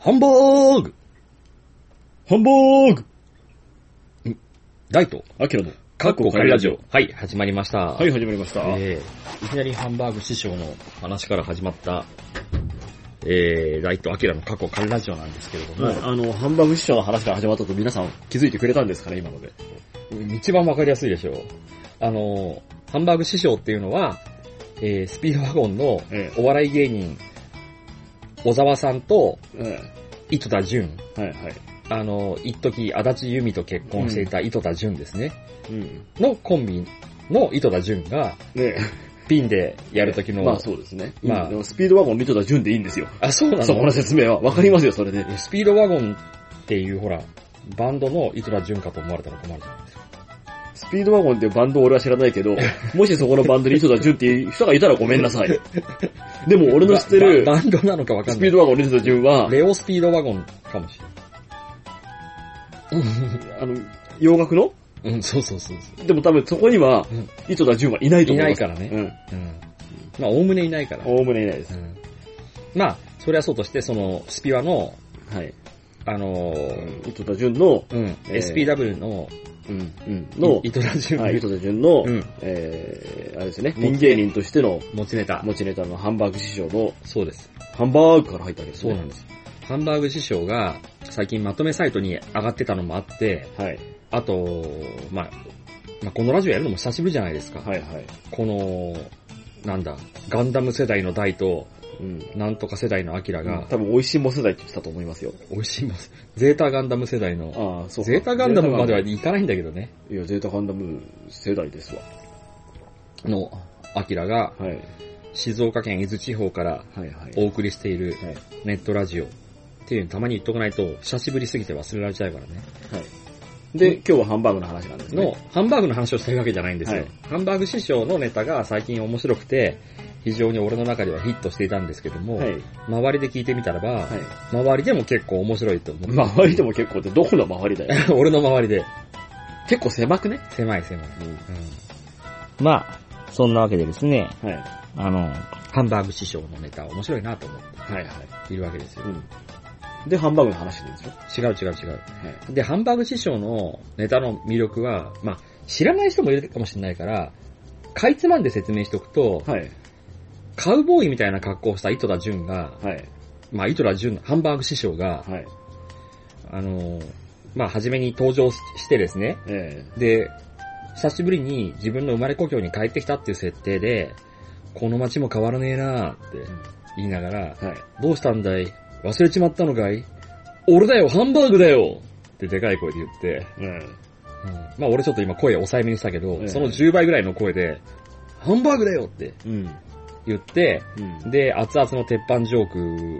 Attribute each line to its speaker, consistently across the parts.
Speaker 1: ハンバーグ
Speaker 2: ハンバーグ
Speaker 1: 大と、
Speaker 2: アキラの、
Speaker 1: カッコカリラジオ
Speaker 2: は。
Speaker 1: はい、始まりました。
Speaker 2: い、始まりました。
Speaker 1: えーいきなりハンバーグ師匠の話から始まった、えー、大とアキラの過去カリラジオなんですけれども、
Speaker 2: はいあの、ハンバーグ師匠の話から始まったと皆さん気づいてくれたんですかね、今ので。
Speaker 1: 一番わかりやすいでしょう。あのー、ハンバーグ師匠っていうのは、えー、スピードワゴンの
Speaker 2: え
Speaker 1: お笑い芸人、小沢さんと、
Speaker 2: え。はい、
Speaker 1: 糸田淳。
Speaker 2: はい、はい。
Speaker 1: あのー、一時足立由美と結婚していた糸田淳ですね。
Speaker 2: うん。
Speaker 1: のコンビの糸田淳が、
Speaker 2: ね
Speaker 1: ピンでやるときの、
Speaker 2: まあそうですね。
Speaker 1: まあ
Speaker 2: うんでもスピードワゴンリトだ順でいいんですよ。
Speaker 1: あ、そうなの
Speaker 2: そこの説明は。わかりますよ、それで。
Speaker 1: スピードワゴンっていうほら、バンドの井戸田潤かと思われたら困るじゃないですか。
Speaker 2: スピードワゴンっていうバンドを俺は知らないけど、もしそこのバンドにリトだ順っていう人がいたらごめんな さい。でも俺の知ってる
Speaker 1: バ、バンドなのかわか
Speaker 2: ス
Speaker 1: ん
Speaker 2: ピ
Speaker 1: な
Speaker 2: ー
Speaker 1: い。
Speaker 2: ドワゴンリトだ順は、
Speaker 1: レオスピードワゴンかもし
Speaker 2: あの、洋楽の
Speaker 1: れない。うん、そうそうそうそ
Speaker 2: でも多分そこには
Speaker 1: うん、
Speaker 2: リトだ順はいないと
Speaker 1: う。い
Speaker 2: 思い
Speaker 1: ない
Speaker 2: ま
Speaker 1: から
Speaker 2: す。
Speaker 1: ね。
Speaker 2: うん。
Speaker 1: うん。まあ、おおむねいないから。
Speaker 2: おおむねいないで
Speaker 1: う
Speaker 2: す。
Speaker 1: ん。まあ、それはそうとして、その、スピワの、
Speaker 2: はい。
Speaker 1: あのー、
Speaker 2: リトだ順の、
Speaker 1: うん、
Speaker 2: えー
Speaker 1: SPW の、
Speaker 2: うん、の、
Speaker 1: 井戸田潤
Speaker 2: はい、糸田淳の、
Speaker 1: うん
Speaker 2: えー、あれですね、ピン芸人としての
Speaker 1: 持ちネタ。
Speaker 2: 持ちネタのハンバーグ師匠の、
Speaker 1: そうです。
Speaker 2: ハンバーグから入ったわけです
Speaker 1: そう
Speaker 2: ね。
Speaker 1: なんです。ハンバーグ師匠が、最近まとめサイトに上がってたのもあって、
Speaker 2: はい、
Speaker 1: あと、まあ、まあ、このラジオやるのも久しぶりじゃないですか。
Speaker 2: はい、はい。
Speaker 1: この、なんだ、ガンダム世代の大と、
Speaker 2: うん。
Speaker 1: なんとか世代のアキラが、
Speaker 2: 多分、美味しいも世代って言ってたと思いますよ。
Speaker 1: 美味しいもん、ゼータガンダム世代の、
Speaker 2: ああ、そうか
Speaker 1: ゼータガンダムまでは
Speaker 2: ゼー
Speaker 1: いかないんだけどね、
Speaker 2: タガンダムいや、ゼータガンダム世代ですわ。
Speaker 1: の、アキラが、
Speaker 2: はい、
Speaker 1: 静岡県伊豆地方から
Speaker 2: はい、はい。
Speaker 1: お送りしている
Speaker 2: はい、
Speaker 1: ネットラジオっていうのたまに言っとかないと、久しぶりすぎて忘れられちゃうからね。
Speaker 2: はい。で、今日はハンバーグの話なんですね。
Speaker 1: の、ハンバーグの話をしてるわけじゃないんですよ。
Speaker 2: はい
Speaker 1: ハンバーグ師匠のネタが最近面白くて、非常に俺の中ではヒットしていたんですけども、
Speaker 2: はい、
Speaker 1: 周りで聞いてみたらば、
Speaker 2: はい。
Speaker 1: 周りでも結構面白いと思う。
Speaker 2: 周りでも結構って、どこの周りだ よ。
Speaker 1: 俺の周りで。
Speaker 2: 結構狭くね
Speaker 1: 狭い狭い。
Speaker 2: うん。
Speaker 1: うん。まあ、そんなわけでですね、
Speaker 2: はい、
Speaker 1: あの、ハンバーグ師匠のネタ面白いなと思っ
Speaker 2: はい、はい。
Speaker 1: ているわけですよ
Speaker 2: う。ん。で、ハンバーグの話なんでしょ
Speaker 1: 違う違う違う。
Speaker 2: はい。
Speaker 1: で、ハンバーグ師匠のネタの魅力は、まあ、知らない人もいるかもしれないから、かいつまんで説明しておくと、
Speaker 2: はい、
Speaker 1: カウボーイみたいな格好をした井戸田淳が、
Speaker 2: はい、
Speaker 1: まあ、井戸田淳、ハンバーグ師匠が、
Speaker 2: はい。
Speaker 1: あの、まあ、初めに登場ししてですね、
Speaker 2: え
Speaker 1: で、久しぶりに自分の生まれ故郷に帰ってきたっていう設定で、この街も変わらねえなーって言いながら
Speaker 2: え、はい。
Speaker 1: どうしたんだい忘れちまったのかい俺だよハンバーグだよってでかい声で言って、
Speaker 2: うん。
Speaker 1: まあ俺ちょっと今声抑えめにしたけど、
Speaker 2: ええ
Speaker 1: その10倍ぐらいの声で、ハンバーグだよって
Speaker 2: うん。
Speaker 1: 言って、
Speaker 2: うん。
Speaker 1: で、熱々の鉄板ジョー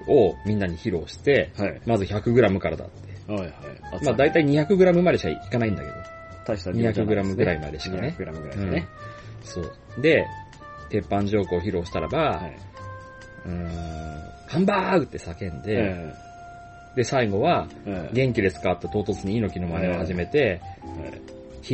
Speaker 1: クをみんなに披露して、
Speaker 2: はい。
Speaker 1: まず 100g からだって。
Speaker 2: はいはい。
Speaker 1: まあ大体 200g までしかいかないんだけど。
Speaker 2: 大した量じゃないですね
Speaker 1: 200g ぐらいまでしかね。
Speaker 2: 200g ぐらいですね。
Speaker 1: そう。で、鉄板ジョークを披露したらば、
Speaker 2: はい。
Speaker 1: うーん、ハンバーグって叫んで、
Speaker 2: え
Speaker 1: で、最後は、
Speaker 2: えええ
Speaker 1: 元気ですかって唐突に猪木の真似を始めて、
Speaker 2: はい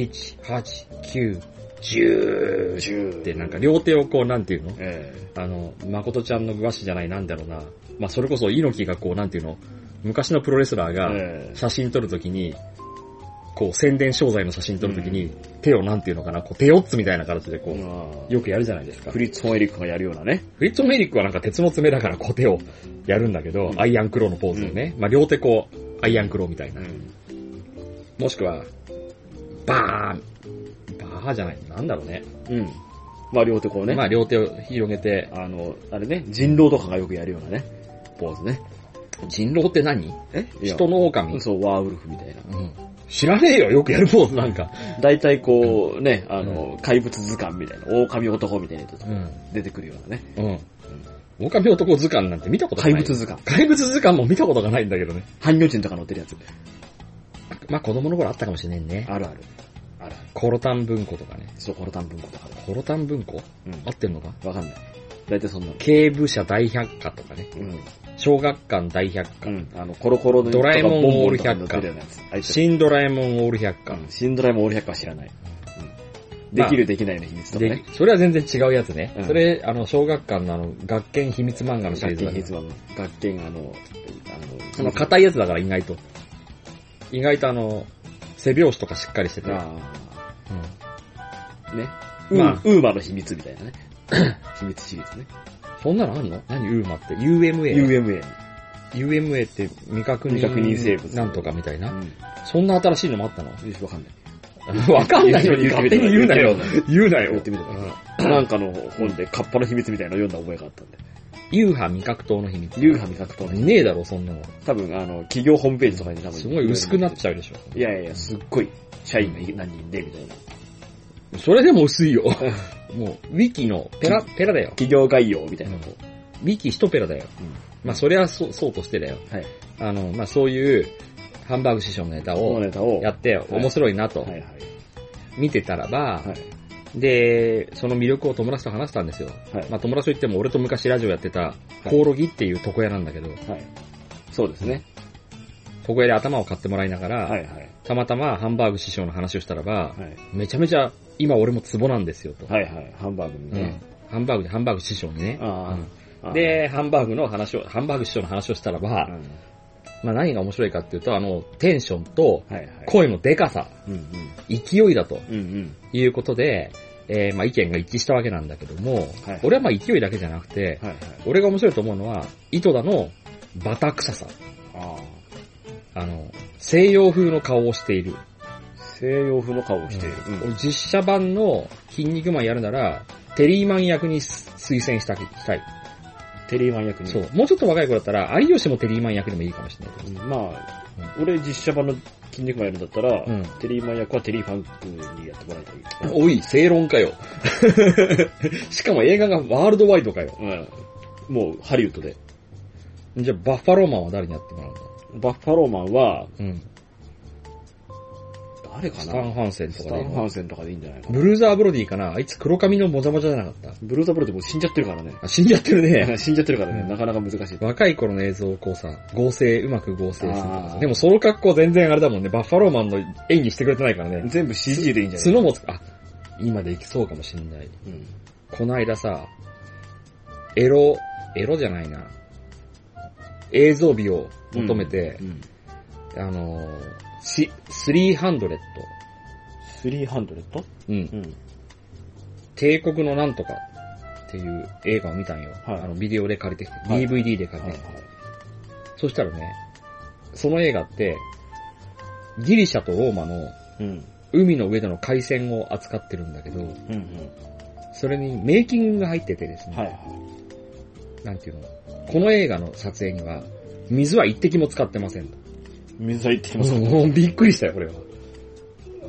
Speaker 1: 7、8、9、10
Speaker 2: 10
Speaker 1: ってなんか両手をこうなんていうの
Speaker 2: ええ
Speaker 1: あの、誠ちゃんの和紙じゃないなんだろうな。まあ、それこそ猪木がこうなんていうの昔のプロレスラーが
Speaker 2: え
Speaker 1: 写真撮るときに、こう宣伝商材の写真撮るときに、手をなんていうのかな、こう手四つみたいな形でこ
Speaker 2: え
Speaker 1: う、
Speaker 2: まあ
Speaker 1: よくやるじゃないですか。
Speaker 2: フリッツ・ホンエリックがやるようなね。
Speaker 1: フリットメリックはなんか鉄の爪だからこう手をやるんだけど、
Speaker 2: うん
Speaker 1: アイアンクローのポーズをね、まあ両手こう、アイアンクローみたいな。
Speaker 2: ん。
Speaker 1: もしくは、バーンバーじゃない、なんだろうね。
Speaker 2: うん。まあ両手こうね。
Speaker 1: まあ両手を広げて、
Speaker 2: あの、あれね、人狼とかがよくやるようなね、ポーズね。
Speaker 1: 人狼って何
Speaker 2: え
Speaker 1: 人の狼、
Speaker 2: そう、ワーウルフみたいな。
Speaker 1: うん知らねえよ、よくやるポーズなんか。
Speaker 2: 大体こう、ね、あの、怪物図鑑みたいな、狼男みたいなやつと
Speaker 1: う
Speaker 2: か
Speaker 1: ん。
Speaker 2: 出てくるようなね。
Speaker 1: うん。狼男図鑑なんて見たことがな
Speaker 2: 怪
Speaker 1: い。
Speaker 2: 物図鑑。
Speaker 1: 怪物図鑑も見たことがないんだけどね。
Speaker 2: 半魚人とか乗ってるやつ。
Speaker 1: まあ子供の頃あったかもしれんね。
Speaker 2: あるある。あるある。
Speaker 1: コロタン文庫とかね。
Speaker 2: そう、ホロタン文庫とかだ。
Speaker 1: コロタン文庫
Speaker 2: うん
Speaker 1: 合ってんのか
Speaker 2: わかんない。大体そんなの。
Speaker 1: 警部社大百科とかね。
Speaker 2: うん。
Speaker 1: 小学館大百科。
Speaker 2: うん。あの、コロコロの
Speaker 1: ドラえもん
Speaker 2: とかボ
Speaker 1: オー
Speaker 2: ボ
Speaker 1: ル
Speaker 2: とか
Speaker 1: 百科
Speaker 2: 乗ってるようなやつ。あいつ
Speaker 1: 新ドラえもんオール百
Speaker 2: う
Speaker 1: 科。
Speaker 2: ん新ドラえもんオール百科は知らない。うん。できるできないの秘密とか
Speaker 1: で
Speaker 2: ね。、
Speaker 1: それは全然違うやつね。
Speaker 2: うん
Speaker 1: それ、あの、小学館のあの、学研秘密漫画のシリーズ
Speaker 2: 学研
Speaker 1: だ、
Speaker 2: 秘
Speaker 1: ね
Speaker 2: 密。は学研あの、あの
Speaker 1: その硬いやつだから意外と。意外とあの、背拍子とかしっかりしてて。
Speaker 2: あ
Speaker 1: うん
Speaker 2: ーね。
Speaker 1: まあ
Speaker 2: ウーウーマーの秘密みたいな ね。秘密シリーズね。
Speaker 1: そんなのあんの何 UMA って。UMA。
Speaker 2: UMA。
Speaker 1: UMA って未確認。
Speaker 2: 未確認生物
Speaker 1: なんとかみたいな。
Speaker 2: う
Speaker 1: そんな新しいのもあったの
Speaker 2: ん。よし、わかんない。
Speaker 1: わかんないのに勝手に言うなよ。言うな
Speaker 2: 言
Speaker 1: よ
Speaker 2: って。みたら。なんかの本で、カッパの秘密みたいなの読んだ覚えがあったんで。
Speaker 1: 流派未格闘の秘密。
Speaker 2: 流派味覚とね、
Speaker 1: ねえだろ、そんなの。
Speaker 2: 多分あの、企業ホームページとかに多分。
Speaker 1: すごい薄くなっ
Speaker 2: ゃ
Speaker 1: ちゃうでしょ。
Speaker 2: う。いやいやいや、すっごい、社員が何人で、みたいな。
Speaker 1: それでも薄いよ。 もう、ウィキのペラ、ペラだよ。
Speaker 2: 企業概要みたいな、こ
Speaker 1: ウィキ一ペラだよ。
Speaker 2: う。うん。
Speaker 1: まあ、それはそう、そうとしてだよ。
Speaker 2: はい。
Speaker 1: あの、まあ、そういう、ハンバーグ師匠のネタ
Speaker 2: この
Speaker 1: を
Speaker 2: ネタを。
Speaker 1: やって、面白いなと
Speaker 2: はい、はい。
Speaker 1: 見てたらば、
Speaker 2: はい。
Speaker 1: で、その魅力を友達と話したんですよ。
Speaker 2: はい。
Speaker 1: まあ、友達と言っても俺と昔ラジオやってた、コオロギっていう床屋なんだけど、
Speaker 2: はい。そうですね。
Speaker 1: 床屋で頭を買ってもらいながら、
Speaker 2: はいはい。
Speaker 1: たまたまハンバーグ師匠の話をしたらば、
Speaker 2: はい。
Speaker 1: めちゃめちゃ今俺もツボなんですよと。
Speaker 2: はいはい。ハンバーグに
Speaker 1: うん
Speaker 2: ね。
Speaker 1: ハンバーグでハンバーグ師匠にね。
Speaker 2: あ
Speaker 1: う
Speaker 2: あ。
Speaker 1: んで、ハンバーグの話を、ハンバーグ師匠の話をしたらば、
Speaker 2: うん、
Speaker 1: まあ何が面白いかっていうと、あの、テンションと
Speaker 2: はいはい。
Speaker 1: 声のデカさ、
Speaker 2: うんうん。
Speaker 1: 勢いだと
Speaker 2: うんうん。
Speaker 1: いうことで、えーまあ意見が一致したわけなんだけども、
Speaker 2: はい
Speaker 1: 俺はまあ勢いだけじゃなくて、
Speaker 2: はいはい。
Speaker 1: 俺が面白いと思うのは、糸田のバタ臭さ。
Speaker 2: あ
Speaker 1: あの、西洋風の顔をしている。
Speaker 2: あ。西洋風の顔をしている。うん
Speaker 1: 俺実写版の筋肉マンやるなら、テリーマン役に推薦したしたい。
Speaker 2: テリーマン役に。
Speaker 1: そう。もうちょっと若い子だったら、有吉もテリーマン役でもいいかもしれないけ
Speaker 2: うん。まあ、俺実写版の筋肉マンやるんだったら、
Speaker 1: ど。うん。
Speaker 2: テリーマン役はテリーファンクにやってもらいたい。
Speaker 1: おい、正論かよ。 しかも映画がワールドワイドかよ。
Speaker 2: うん。もう、ハリウッドで。
Speaker 1: じゃあ、バッファローマンは誰にやってもらうの
Speaker 2: バッファローマンは、
Speaker 1: うん。
Speaker 2: 誰か
Speaker 1: スタ
Speaker 2: な
Speaker 1: ン・ハンセンと
Speaker 2: ス
Speaker 1: か
Speaker 2: タ
Speaker 1: でいい
Speaker 2: ン・ハ
Speaker 1: の。
Speaker 2: ンセンとかでいいんじゃないかな。
Speaker 1: ブルーザー・ブロディかなあいつ黒髪のもざもざじゃなかった
Speaker 2: ブルーザ・ブルーってもう死んじゃってるからね。
Speaker 1: あ死んじゃってるね。
Speaker 2: 死んじゃってるからね、
Speaker 1: うん
Speaker 2: なかなか難しい。
Speaker 1: 若い頃の映像をこうさ、合成、うまく合成するとか
Speaker 2: あ
Speaker 1: さ。
Speaker 2: ー
Speaker 1: でもその格好全然あれだもんね、バッファローマンの演技してくれてないからね。
Speaker 2: 全部 CG でいいんじゃない
Speaker 1: 角もつか、あ、今でいきそうかもしんない。
Speaker 2: うん。
Speaker 1: こないださ、エロ、エロじゃないな。映像美を求めて
Speaker 2: う、ん。
Speaker 1: あのー、し、300。
Speaker 2: 300?
Speaker 1: うん
Speaker 2: う。ん。
Speaker 1: 帝国のなんとかっていう映画を見たんよ。
Speaker 2: はい
Speaker 1: あの、ビデオで借りてきて、
Speaker 2: はい
Speaker 1: DVD で借
Speaker 2: はい
Speaker 1: り
Speaker 2: は
Speaker 1: て
Speaker 2: い
Speaker 1: きて。。そしたらね、その映画って、ギリシャとローマの
Speaker 2: うん。
Speaker 1: 海の上での海戦を扱ってるんだけど、
Speaker 2: うんうん。
Speaker 1: それにメイキングが入っててですね、
Speaker 2: はいは
Speaker 1: なんていうの、この映画の撮影には、水は一滴も使ってませんと。
Speaker 2: い。水は行ってきます。
Speaker 1: もうびっくりしたよ、これは。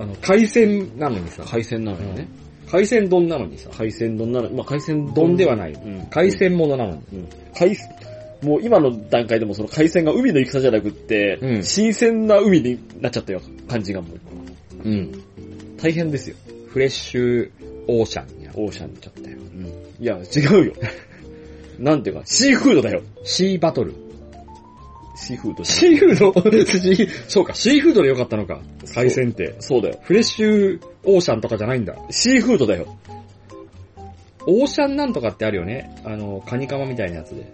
Speaker 1: あの、海鮮なのにさ、
Speaker 2: 海鮮なのよね。
Speaker 1: 海鮮丼なのにさ、
Speaker 2: 海鮮丼なの、まあ海鮮
Speaker 1: 丼ではない
Speaker 2: うん
Speaker 1: 海鮮物なのに。
Speaker 2: うん海鮮、もう今の段階でもその海鮮が海の戦じゃなくって、
Speaker 1: うん
Speaker 2: 新鮮な海になっちゃったよ、感じがもう。
Speaker 1: うん。
Speaker 2: 大変ですよ、
Speaker 1: フレッシュオーシャンや。
Speaker 2: オーシャンになっちゃったよ。いや、違うよ。 なんていうか、シーフードだよ。
Speaker 1: シーバトル。
Speaker 2: シーフード。
Speaker 1: シーフードシ ーそうか、シーフードでよかったのか。海鮮って。
Speaker 2: そうだよ。
Speaker 1: フレッシュオーシャンとかじゃないんだ。
Speaker 2: シーフードだよ。
Speaker 1: オーシャンなんとかってあるよね。あの、カニカマみたいなやつで。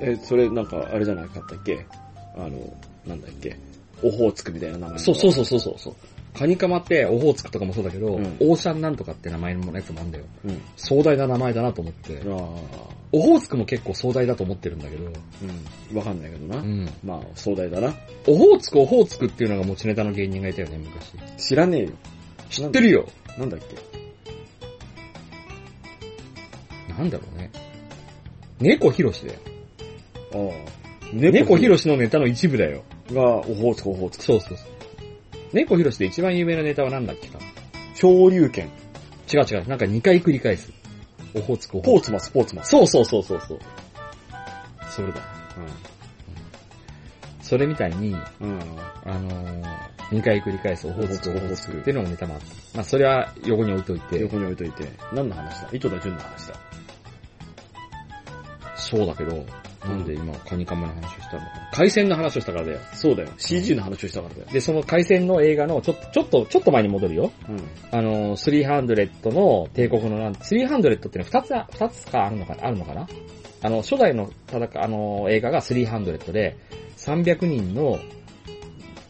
Speaker 2: え、それなんか、あれじゃなかったっけあの、なんだっけ。オホーツクみたいな名前の。
Speaker 1: そうそうそうそうそうそう。カニカマって、オホーツクとかもそうだけど、
Speaker 2: うん
Speaker 1: オーシャンなんとかって名前のやつもあるんだよ。
Speaker 2: うん。
Speaker 1: 壮大な名前だなと思って。
Speaker 2: あ
Speaker 1: オホーツクも結構壮大だと思ってるんだけど、
Speaker 2: あ、うん。わかんないけどな。
Speaker 1: うん。
Speaker 2: まあ、壮大だな。
Speaker 1: オホーツク、オホーツクっていうのが持ちネタの芸人がいたよね、昔。
Speaker 2: 知らねえよ。
Speaker 1: 知ってるよ。
Speaker 2: なんだっけ
Speaker 1: なんだろうね。猫ひろしだよ。
Speaker 2: ああ。
Speaker 1: 猫ひろしのネタの一部だよ。
Speaker 2: が、オホーツク、オホーツク。
Speaker 1: そうそうそう。猫ひろしで一番有名なネタは何だっけか。
Speaker 2: 漂流圏。
Speaker 1: 違う違う、なんか2回繰り返す。オホーツク、オホー
Speaker 2: ポ
Speaker 1: ツ
Speaker 2: ーツマス、ポーツマ
Speaker 1: ク。
Speaker 2: ス。
Speaker 1: そうそうそうそうそう。それだ。それみたいに、
Speaker 2: うん。
Speaker 1: あのー、2回繰り返すオホーツク、オ
Speaker 2: オ
Speaker 1: ホ
Speaker 2: ホ
Speaker 1: ー
Speaker 2: ー
Speaker 1: ツ
Speaker 2: ツ
Speaker 1: ク
Speaker 2: ク
Speaker 1: っていうのもネタもあった。まあそれは横に置いといて。
Speaker 2: 横に置いといて。何の話だ糸田純の話だ。
Speaker 1: そうだけど、なんで今カニカマの話をしたのか。海鮮の話をしたからだよ。
Speaker 2: そうだよ。CG の話をしたからだよ。
Speaker 1: で、その海鮮の映画のちょっと、ちょっと、ちょっと前に戻るよ。
Speaker 2: うん。
Speaker 1: あの、300の帝国のなん、300っていうのは2つあ、二つかあるのかなあるのかなあの、初代の戦い、あの、映画が300で、300人の、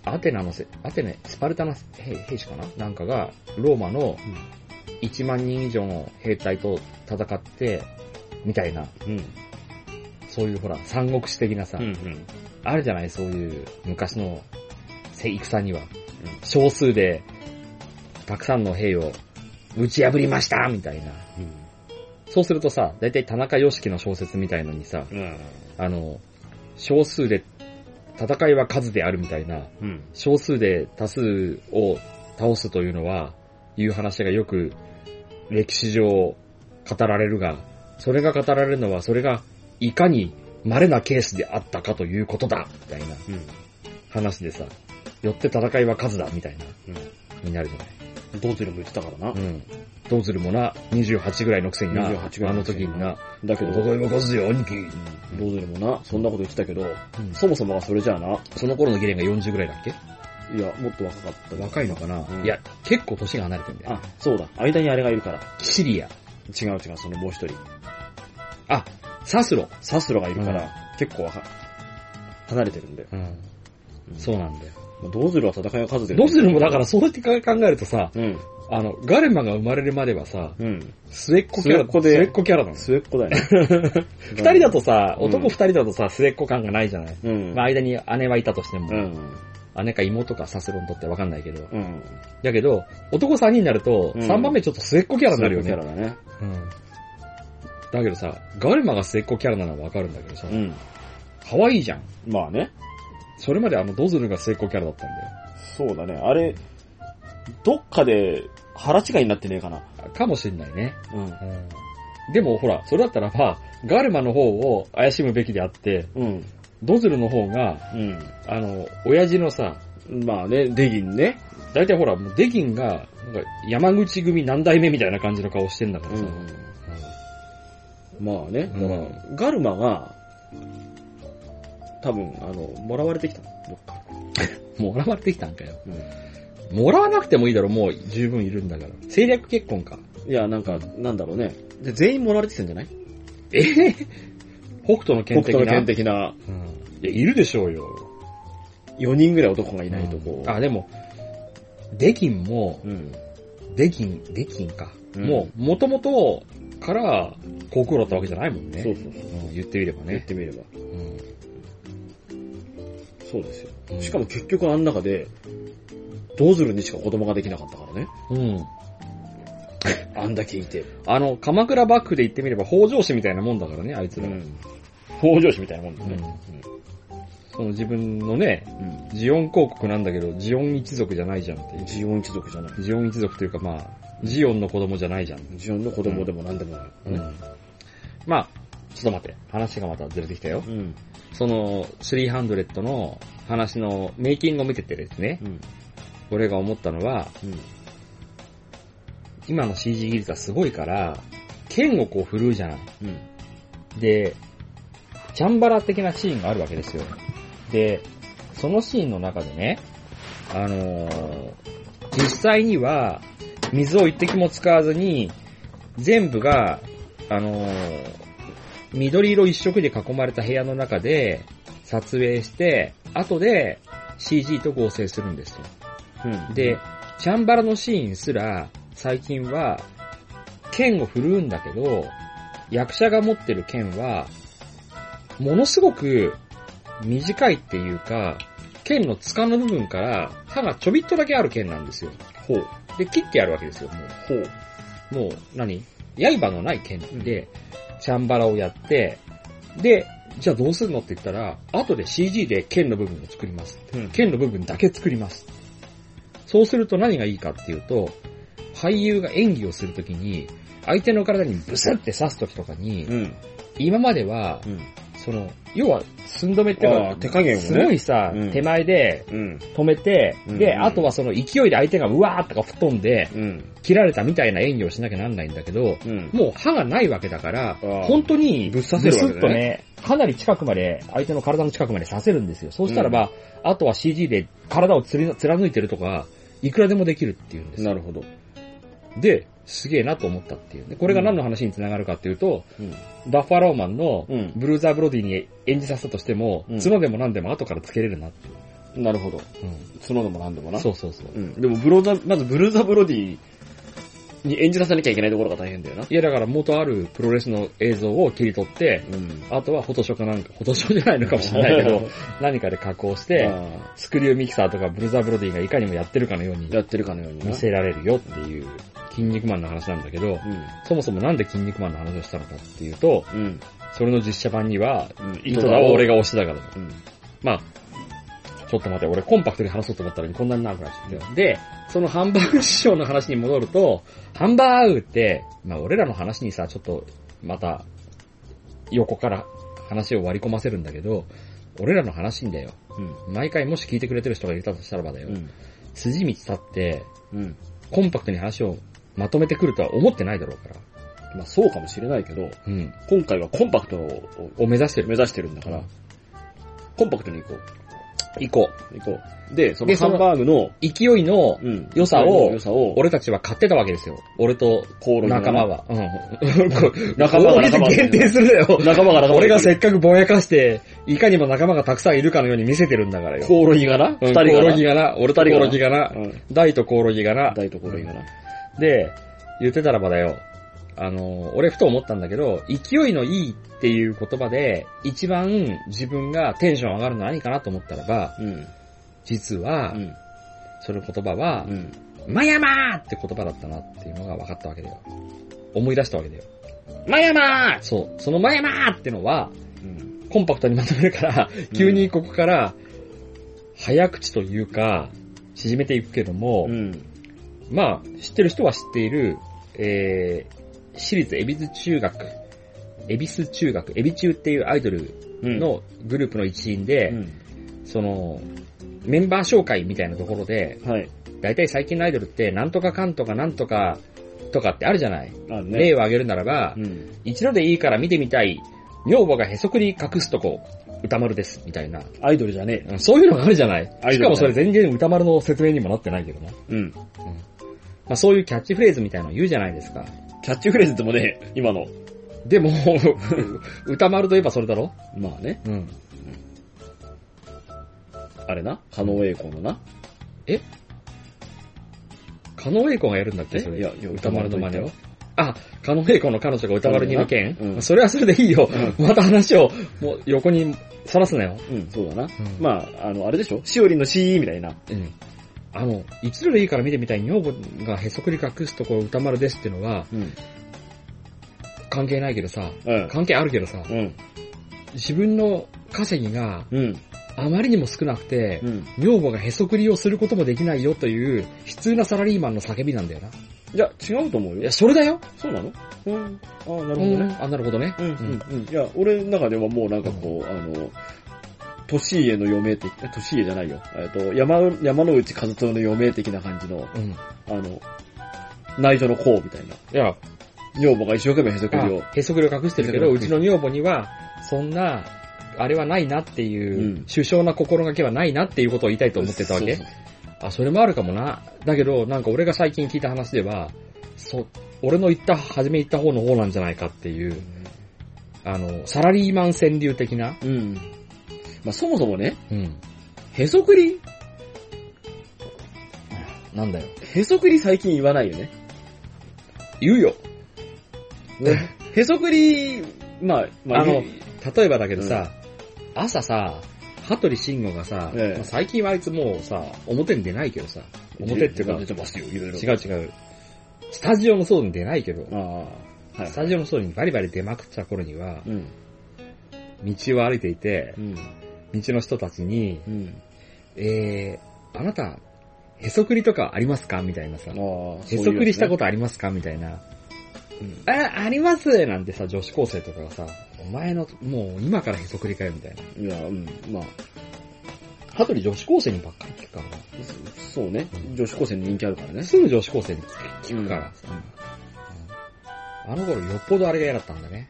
Speaker 1: アテナのせ、アテネ、スパルタの兵兵士かななんかが、ローマの1万人以上の兵隊と戦って、みたいな、
Speaker 2: うん。
Speaker 1: そういうほら、三国志的なさ、
Speaker 2: うん。うん。
Speaker 1: あるじゃないそういう昔のせ戦には。少数で、たくさんの兵を打ち破りましたみたいな。そうするとさ、だいたい田中良樹の小説みたいのにさ、
Speaker 2: うん。
Speaker 1: あの、少数で、戦いは数であるみたいな、
Speaker 2: うん。
Speaker 1: 少数で多数を倒すというのは、いう話がよく歴史上語られるが、それが語られるのは、それがいかに稀なケースであったかということだみたいな
Speaker 2: うん。
Speaker 1: 話でさ、よって戦いは数だみたいな、になるじゃない。
Speaker 2: うん。ドーゼルも言ってたからな
Speaker 1: う。ん。どうするもな、28ぐらいのくせにな、
Speaker 2: 28ぐら
Speaker 1: あ
Speaker 2: い
Speaker 1: の
Speaker 2: のくせ
Speaker 1: 時
Speaker 2: に
Speaker 1: にな、
Speaker 2: だけど、
Speaker 1: 男もこすよ、兄貴。
Speaker 2: ドーゼルもな、そんなこと言ってたけど、
Speaker 1: うん
Speaker 2: そもそもがそれじゃあな、
Speaker 1: その頃のギレンが40ぐらいだっけ
Speaker 2: いや、もっと若かった。
Speaker 1: 若いのかな、
Speaker 2: うん
Speaker 1: いや、結構年が離れてんだよ。
Speaker 2: あ、そうだ。間にあれがいるから。
Speaker 1: シリア。
Speaker 2: 違う違う、そのもう一人。
Speaker 1: あ、サスロ。
Speaker 2: サスロがいるから、結構は、離れてるんだよ。
Speaker 1: うん。そうなんだよ。
Speaker 2: まあドーゼルは戦いの数で。
Speaker 1: ドズルもだからそうやって考えるとさ、
Speaker 2: うん。
Speaker 1: あの、ガレマが生まれるまではさ、
Speaker 2: うん。
Speaker 1: 末っ子キャ
Speaker 2: 末
Speaker 1: ラ、
Speaker 2: っ子で
Speaker 1: 末っ子キャラなの。
Speaker 2: 末っ子だよね。
Speaker 1: 二人だとさ、
Speaker 2: うん
Speaker 1: 男二人だとさ、末っ子感がないじゃない。
Speaker 2: うん。
Speaker 1: まあ、間に姉はいたとしても、
Speaker 2: うん。
Speaker 1: 姉か妹かサスロにとってわかんないけど。
Speaker 2: うん。
Speaker 1: だけど、男三人になると、
Speaker 2: うん
Speaker 1: 三番目ちょっと末っ子キャラになるよ
Speaker 2: 末っ
Speaker 1: ね
Speaker 2: 子。キャラだね。
Speaker 1: うん。だけどさ、ガルマが末っ子キャラなのはわかるんだけどさ
Speaker 2: う、ん。
Speaker 1: 可愛いじゃん。
Speaker 2: まあね。
Speaker 1: それまであのドズルが末っ子キャラだったんだよ。
Speaker 2: そうだね。あれ、どっかで腹違いになってねえかな。
Speaker 1: かもしんないね。
Speaker 2: うん。
Speaker 1: でもほら、それだったらば、ガルマの方を怪しむべきであって、
Speaker 2: うん。
Speaker 1: ドズルの方が、あの、親父のさ、
Speaker 2: うん。まあね、デギンね。
Speaker 1: 大体ほら、もうデギンが、なんか山口組何代目みたいな感じの顔してんだからさ。うん。
Speaker 2: まあね、だ
Speaker 1: うん
Speaker 2: から、ガルマが、多分、あの、もらわれてきたのどっか。
Speaker 1: もうらわれてきたんかよ。
Speaker 2: うん
Speaker 1: もらわなくてもいいだろ、もう十分いるんだから。政略結婚か。
Speaker 2: いや、なんか、なんだろうね。で、全員もらわれてきたんじゃない
Speaker 1: えへへ北斗の剣
Speaker 2: 北
Speaker 1: 的
Speaker 2: 斗の
Speaker 1: な。
Speaker 2: 剣的な、
Speaker 1: うん。いや、いるでしょうよ。
Speaker 2: 4人ぐらい男がい
Speaker 1: い
Speaker 2: ないとこう。
Speaker 1: あ、でも、デギンも
Speaker 2: う、ん。
Speaker 1: デギン、デギンか。
Speaker 2: うん
Speaker 1: もう、もともとから、国王だったわけじゃないもんね。
Speaker 2: そうそうそう。
Speaker 1: うん言ってみれば
Speaker 2: 言っ
Speaker 1: ね。
Speaker 2: てみれば。そうですよ。
Speaker 1: うん
Speaker 2: しかも、結局あの中で、ドーズルにしか子供ができなかったからね。
Speaker 1: うん。
Speaker 2: あんだけいて。
Speaker 1: あの、鎌倉幕府で言ってみれば、北条氏みたいなもんだからね、あいつらは。
Speaker 2: 北条氏みたいなもんだ
Speaker 1: うん
Speaker 2: ね。
Speaker 1: その自分のね、
Speaker 2: うん。
Speaker 1: ジオン公国なんだけど、ジオン一族じゃないじゃんっていう。
Speaker 2: ジオン一族じゃない。
Speaker 1: ジオン一族というか、まあ、ジオンの子供じゃないじゃん。
Speaker 2: ジオンの子供でも何でもない。
Speaker 1: うんまあ、ちょっと待って。話がまたずれてきたよ。
Speaker 2: うん。
Speaker 1: その、300の話のメイキングを見ててですね、
Speaker 2: うん。
Speaker 1: 俺が思ったのは、
Speaker 2: うん。
Speaker 1: 今の CG 技術はすごいから、剣をこう振るうじゃない。
Speaker 2: うん。
Speaker 1: で、チャンバラ的なシーンがあるわけですよ。で、そのシーンの中でね、あのー実際には、水を一滴も使わずに、全部が、あのー緑色一色で囲まれた部屋の中で撮影して、後で CG と合成するんですよ。
Speaker 2: うん
Speaker 1: で、、チャンバラのシーンすら、最近は、剣を振るうんだけど、役者が持ってる剣は、ものすごく短いっていうか、剣の柄の部分から刃がちょびっとだけある剣なんですよ。
Speaker 2: ほう、
Speaker 1: で、切ってやるわけですよ、も
Speaker 2: ほう。
Speaker 1: う。もう何、刃のない剣で、チャンバラをやって、で、じゃあどうするのって言ったら、後で CG で剣の部分を作ります。
Speaker 2: うん
Speaker 1: 剣の部分だけ作ります。そうすると何がいいかっていうと、俳優が演技をするときに、相手の体にブスって刺すときとかに、
Speaker 2: うん。
Speaker 1: 今までは、その、要は、寸止めっていう
Speaker 2: あ
Speaker 1: か
Speaker 2: ー、手加減をね
Speaker 1: すごいさ、
Speaker 2: うん
Speaker 1: 手前で
Speaker 2: うん。
Speaker 1: 止めて、
Speaker 2: うん
Speaker 1: で、あとはその勢いで相手がうわーとか吹っ飛んで、
Speaker 2: うん。
Speaker 1: 切られたみたいな演技をしなきゃなんないんだけど、
Speaker 2: うん。
Speaker 1: もう歯がないわけだから
Speaker 2: あー、
Speaker 1: 本当に、
Speaker 2: ぶっ刺せるわけだね
Speaker 1: ブスッとね、かなり近くまで、相手の体の近くまで刺せるんですよ。そうしたらば、あとは CG で体をつり貫いてるとか、いくらでもできるっていうんですよ。
Speaker 2: なるほど。
Speaker 1: で、すげえなと思ったっていう。でこれが何の話につながるかっていうと、
Speaker 2: うん。
Speaker 1: バッファローマンの
Speaker 2: うん
Speaker 1: ブルーザーブロディに演じさせたとしても、
Speaker 2: うん
Speaker 1: 角でも何でも後からつけれるなっていう。
Speaker 2: なるほど。
Speaker 1: う
Speaker 2: 角でもなんでもな。
Speaker 1: ん、そうそうそう。
Speaker 2: うん。でも、ブローザ、まずブルーザブロディに演じさせなきゃいけないところが大変だよな。
Speaker 1: いやだから元あるプロレスの映像を切り取って、
Speaker 2: うん。
Speaker 1: あとはフォトショーかなんか、フォトショーじゃないのかもしれないけ ど、何かで加工して、
Speaker 2: あ
Speaker 1: スクリューミキサーとかブルーザーブロディがいかにもやってるかのように
Speaker 2: ーやってるかのようにな。
Speaker 1: 見せられるよっていう、筋肉マンの話なんだけど、そもそもなんで筋肉マンの話をしたのかっていうと、
Speaker 2: うん。うん。
Speaker 1: それの実写版には、
Speaker 2: うん。
Speaker 1: 糸田を俺が推してたからだよ
Speaker 2: うん。
Speaker 1: まあ、ちょっと待って、俺コンパクトに話そうと思ったのにこんなに長くなっちゃったよ。で、そのハンバーグ師匠の話に戻ると、ハンバーグって、まあ俺らの話にさ、ちょっと、また、横から話を割り込ませるんだけど、俺らの話んだよ。
Speaker 2: うん。
Speaker 1: 毎回もし聞いてくれてる人がいたとしたらばだよ。
Speaker 2: うん。
Speaker 1: 筋道立って、
Speaker 2: うん。
Speaker 1: コンパクトに話をまとめてくるとは思ってないだろうから。
Speaker 2: まあ、そうかもしれないけど、
Speaker 1: うん。
Speaker 2: 今回はコンパクトを
Speaker 1: を目指してる。
Speaker 2: 目指してるんだから、コンパクトに行こう。
Speaker 1: 行こ
Speaker 2: 行こう。で、その
Speaker 1: でそ
Speaker 2: ハ
Speaker 1: の
Speaker 2: ンバーグの、
Speaker 1: う。勢いの
Speaker 2: うん
Speaker 1: 良さを
Speaker 2: 良さを、
Speaker 1: 俺たちは買ってたわけですよ。俺と
Speaker 2: コオロギの
Speaker 1: 仲間は。うん。こう
Speaker 2: 仲間が仲間
Speaker 1: 大喜利限定するだよ。
Speaker 2: 仲間が仲間
Speaker 1: 俺がせ
Speaker 2: せ
Speaker 1: っかくぼやかして、いかにも仲間がたくさんいるかのように見せてるんだからよ。
Speaker 2: コオロギがな、
Speaker 1: う
Speaker 2: 二
Speaker 1: ん
Speaker 2: 人がな。
Speaker 1: コオロギがな、俺とコオロギがな、
Speaker 2: うん。
Speaker 1: 大とコオロギがな。
Speaker 2: 大とコオロギがな。
Speaker 1: で、言ってたらばだよ。あの、俺ふと思ったんだけど、勢いのいいっていう言葉で、一番自分がテンション上がるのは何かなと思ったらば、
Speaker 2: うん。
Speaker 1: 実は
Speaker 2: う、ん。
Speaker 1: その言葉は
Speaker 2: う、ん。
Speaker 1: マヤマーって言葉だったなっていうのが分かったわけだよ。思い出したわけだよ。マヤマーそう。そのマヤマーってのは、
Speaker 2: うん。
Speaker 1: コンパクトにまとめるから、急にここから、早口というか、縮めていくけども、
Speaker 2: うん。
Speaker 1: まあ、知ってる人は知っている、えー、私立恵比寿中学、恵比寿中学、恵比中っていうアイドル
Speaker 2: うん、
Speaker 1: のグループの一員で、
Speaker 2: うん、
Speaker 1: その、メンバー紹介みたいなところで、
Speaker 2: はい。
Speaker 1: 大体最近のアイドルって、なんとかかんとかなんとかとかってあるじゃない。
Speaker 2: あるね。
Speaker 1: 例を挙げるならば、
Speaker 2: うん。
Speaker 1: 一度でいいから見てみたい、女房がへそくり隠すとこ、歌丸です、みたいな。
Speaker 2: アイドルじゃね
Speaker 1: うんそういうのがあるじゃない。
Speaker 2: アイ
Speaker 1: しか
Speaker 2: ドル
Speaker 1: もそれ全然歌丸の説明にもなってないけどな。
Speaker 2: え。うん。
Speaker 1: まあそういうキャッチフレーズみたいなの言うじゃないですか。
Speaker 2: キャッチフレーズでもねえ、今の。
Speaker 1: でも、 歌丸といえばそれだろ
Speaker 2: まあね、
Speaker 1: うん。
Speaker 2: あれな、加納栄光のな。
Speaker 1: カノエイコがやるんだっけそれ。
Speaker 2: いやいや
Speaker 1: 歌丸の真似
Speaker 2: 歌丸と言
Speaker 1: を。あ、カノエイコの彼女が歌丸にの件、
Speaker 2: うん
Speaker 1: それはそれでいいよ。
Speaker 2: う
Speaker 1: また話を、もう横にさらすなよ。
Speaker 2: うん、そうだな。
Speaker 1: まあ、
Speaker 2: まあ、あの、あれでしょしおりんの CE みたいな。
Speaker 1: うん。あの、一度でいいから見てみたい女房がへそくり隠すとこ歌丸ですってのは、
Speaker 2: うん。
Speaker 1: 関係ないけどさ、
Speaker 2: うん。
Speaker 1: 関係あるけどさ、
Speaker 2: うん。
Speaker 1: 自分の稼ぎが
Speaker 2: うん。
Speaker 1: あまりにも少なくて
Speaker 2: う、ん。
Speaker 1: 女房がへそくりをすることもできないよという、悲痛なサラリーマンの叫びなんだよな。
Speaker 2: いや、違うと思う
Speaker 1: い
Speaker 2: よ
Speaker 1: や、。それだよ
Speaker 2: そうなのうん。ああ、なるほど
Speaker 1: うん
Speaker 2: ね。
Speaker 1: あ、なるほどね。
Speaker 2: うん、うん、うん。いや、俺の中ではもうなんかこう、あの、年家の嫁的、え年家じゃないよ。えっと、山、山之内和夫の嫁的な感じの、
Speaker 1: うん。い
Speaker 2: あの、内緒の子みたいな。
Speaker 1: や、
Speaker 2: 女房が一生懸命へそくりを
Speaker 1: あ。へそくりを隠してるけど、
Speaker 2: へ
Speaker 1: う
Speaker 2: そくり
Speaker 1: ちの女房には、そんな、あれはないなっていう、
Speaker 2: うん
Speaker 1: 首相な心がけはないなっていうことを言いたいと思ってたわけ
Speaker 2: そう
Speaker 1: あ、それもあるかもな。だけど、なんか俺が最近聞いた話では、そ、俺の言った、初め言った方の方なんじゃないかっていう、あの、サラリーマン川柳的な。
Speaker 2: そううん。まあ、そもそもね、
Speaker 1: うん。
Speaker 2: へそくり、
Speaker 1: なんだよ。
Speaker 2: へそくり最近言わないよね。
Speaker 1: 言うよ。
Speaker 2: へそくり、まあ、まあ、
Speaker 1: あの
Speaker 2: 言う
Speaker 1: 例えばだけどさ、朝さ、羽鳥慎吾がさ、
Speaker 2: ええ
Speaker 1: まあ最近はあいつもうさ、表に出ないけどさ、表っていうか、
Speaker 2: 出てますよ、いろいろ。
Speaker 1: 違う違う。スタジオの外に出ないけど、
Speaker 2: ああ、はい。
Speaker 1: スタジオの外にバリバリ出まくった頃には、
Speaker 2: うん。
Speaker 1: 道を歩いていて
Speaker 2: う、ん。
Speaker 1: 道の人たちに、
Speaker 2: うん。
Speaker 1: えー、あなた、へそくりとかありますかみたいなさ、
Speaker 2: ああ、。
Speaker 1: へそくりしたこととありますかみたいな。
Speaker 2: うん
Speaker 1: あ、ありますなんてさ、女子高生とかがさ、お前の、もう今からへそくりかよ、みたいな。
Speaker 2: いや、うん、まあ、
Speaker 1: 羽鳥女子高生にばっかり聞くからな。
Speaker 2: そうね。女子高生に人気あるからね。
Speaker 1: すぐ女子高生に聞くからさ、あの頃よっぽどあれが嫌だったんだね。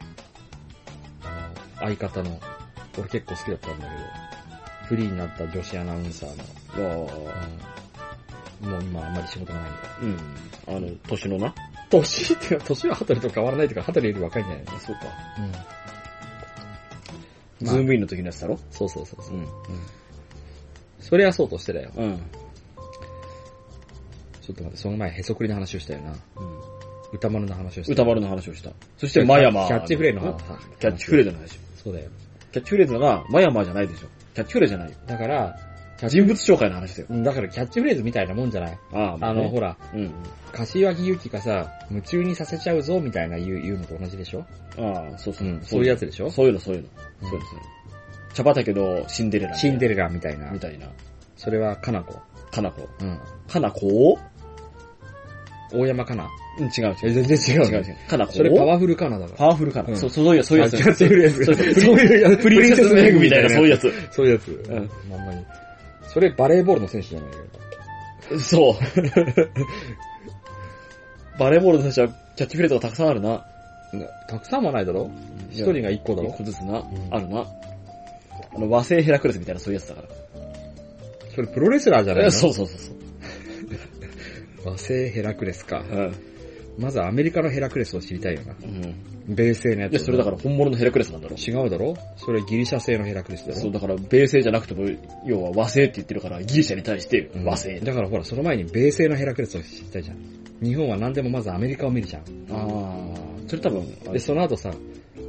Speaker 1: あの、相方の、俺結構好きだったんだけど、フリーになった女子アナウンサーの、
Speaker 2: ああ、
Speaker 1: うんもう今あんまり仕事がないんだ。
Speaker 2: うん。あの、年のな、
Speaker 1: 年っていうか、年はハトレと変わらないというか、ハトレより若いんじゃないの
Speaker 2: そうか。
Speaker 1: うん。
Speaker 2: ズームインの時のやつだろ
Speaker 1: そうそうそうそう。それはそうとしてだよ。
Speaker 2: うん。
Speaker 1: ちょっと待って、その前へそくりの話をしたよな。
Speaker 2: うん。
Speaker 1: 歌丸の話をした。
Speaker 2: 歌丸の話をした。そして、マヤマー。
Speaker 1: キャッチフレーの話。
Speaker 2: キャッチフレーズの話。
Speaker 1: そうだよ。
Speaker 2: キャッチフレーズが、マヤマーじゃないでしょ。キャッチフレーズじゃないよ。
Speaker 1: だから、キャッチ
Speaker 2: 人物紹介の話だよ。
Speaker 1: うんだからキャッチフレーズみたいなもんじゃない
Speaker 2: ああ、ま
Speaker 1: あ
Speaker 2: ね
Speaker 1: の、ほら、
Speaker 2: うん。
Speaker 1: 柏木由紀がさ、夢中にさせちゃうぞみたいな言う言うのと同じでしょ
Speaker 2: ああ、そうそう。
Speaker 1: うんそういうやつでしょ
Speaker 2: そういうの、そういうの。
Speaker 1: うん
Speaker 2: そうですね。茶畑のシンデレラ。
Speaker 1: シンデレラみたいな
Speaker 2: み。たいな。
Speaker 1: それは、かなこ。
Speaker 2: かなこ。
Speaker 1: うん。
Speaker 2: かなこ
Speaker 1: 大山かな。
Speaker 2: うん、違う違
Speaker 1: え、
Speaker 2: う。
Speaker 1: 全然違う
Speaker 2: 違
Speaker 1: ね。
Speaker 2: う違う。かなこ
Speaker 1: それパワフルかなだから。
Speaker 2: パワフルか
Speaker 1: う
Speaker 2: な。
Speaker 1: ん
Speaker 2: そう、そうそういうやつ、そういうや
Speaker 1: あ
Speaker 2: つ。
Speaker 1: キャッチフレーズ。
Speaker 2: そうそう
Speaker 1: そういうやつ、
Speaker 2: プリンセスメグみたいな、そういうやつ。
Speaker 1: そういうやつ。
Speaker 2: うん
Speaker 1: ほんまに。それバレーボールの選手じゃないよ。
Speaker 2: そう。 バレーボールの選手はキャッチフレーズがたくさんあるな。
Speaker 1: なたくさんはないだろ一人が一個だ
Speaker 2: 一
Speaker 1: ろ
Speaker 2: 個ずつな、
Speaker 1: ん
Speaker 2: あるな。あの、和製ヘラクレスみたいなそういうやつだか
Speaker 1: それプロレスラーじゃないの
Speaker 2: ら。え そうそうそうそう。
Speaker 1: 和製ヘラクレスか。
Speaker 2: うん。
Speaker 1: まずアメリカのヘラクレスを知りたいよな。
Speaker 2: うん。
Speaker 1: 米製のやつ。
Speaker 2: で、それだから本物のヘラクレスなんだろう。
Speaker 1: 違うだろそれギリシャ製のヘラクレスだろ
Speaker 2: そう、だから米製じゃなくても、要は和製って言ってるから、ギリシャに対して
Speaker 1: うん
Speaker 2: 和製。
Speaker 1: だからほら、その前に米製のヘラクレスを知りたいじゃん。日本は何でもまずアメリカを見るじゃん。
Speaker 2: あー、それ多分、あ
Speaker 1: で、
Speaker 2: れ
Speaker 1: その後さ、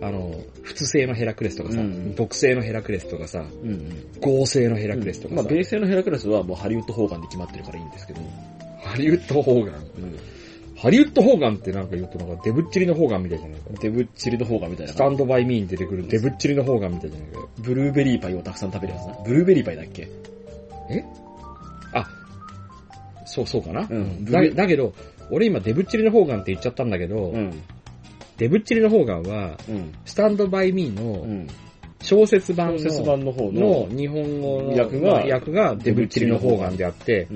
Speaker 1: あの、仏製のヘラクレスとかさ、
Speaker 2: うん
Speaker 1: 木製のヘラクレスとかさ、
Speaker 2: うんうん。
Speaker 1: 合成のヘラクレスとか
Speaker 2: ま
Speaker 1: さ、
Speaker 2: あ、米製のヘラクレスはもうハリウッド方眼で決まってるからいいんですけど。
Speaker 1: ハリウッドホーガン。ハリウッドホーガンってなんか言うとなんかデブっちりのホーガンみたいじゃないか。
Speaker 2: デブチリの方眼みたいな
Speaker 1: ス。タンドバイミーに出てくるデブっちりのホーガンみたいじゃないか。
Speaker 2: ブルーベリーパイをたくさん食べるやつな。ブルーベリーパイだっけ
Speaker 1: そう、そうかな。
Speaker 2: うん
Speaker 1: だだけど、俺今デブっちりのホーガンって言っちゃったんだけど、
Speaker 2: ん。
Speaker 1: デブっちりのホーガンは、
Speaker 2: うん。
Speaker 1: スタンドバイミー
Speaker 2: う
Speaker 1: の
Speaker 2: ん。
Speaker 1: 小説版
Speaker 2: 小説
Speaker 1: の
Speaker 2: 版の方の
Speaker 1: の、日本語の
Speaker 2: 役が
Speaker 1: まあ役がデブっちりのホーガンであって、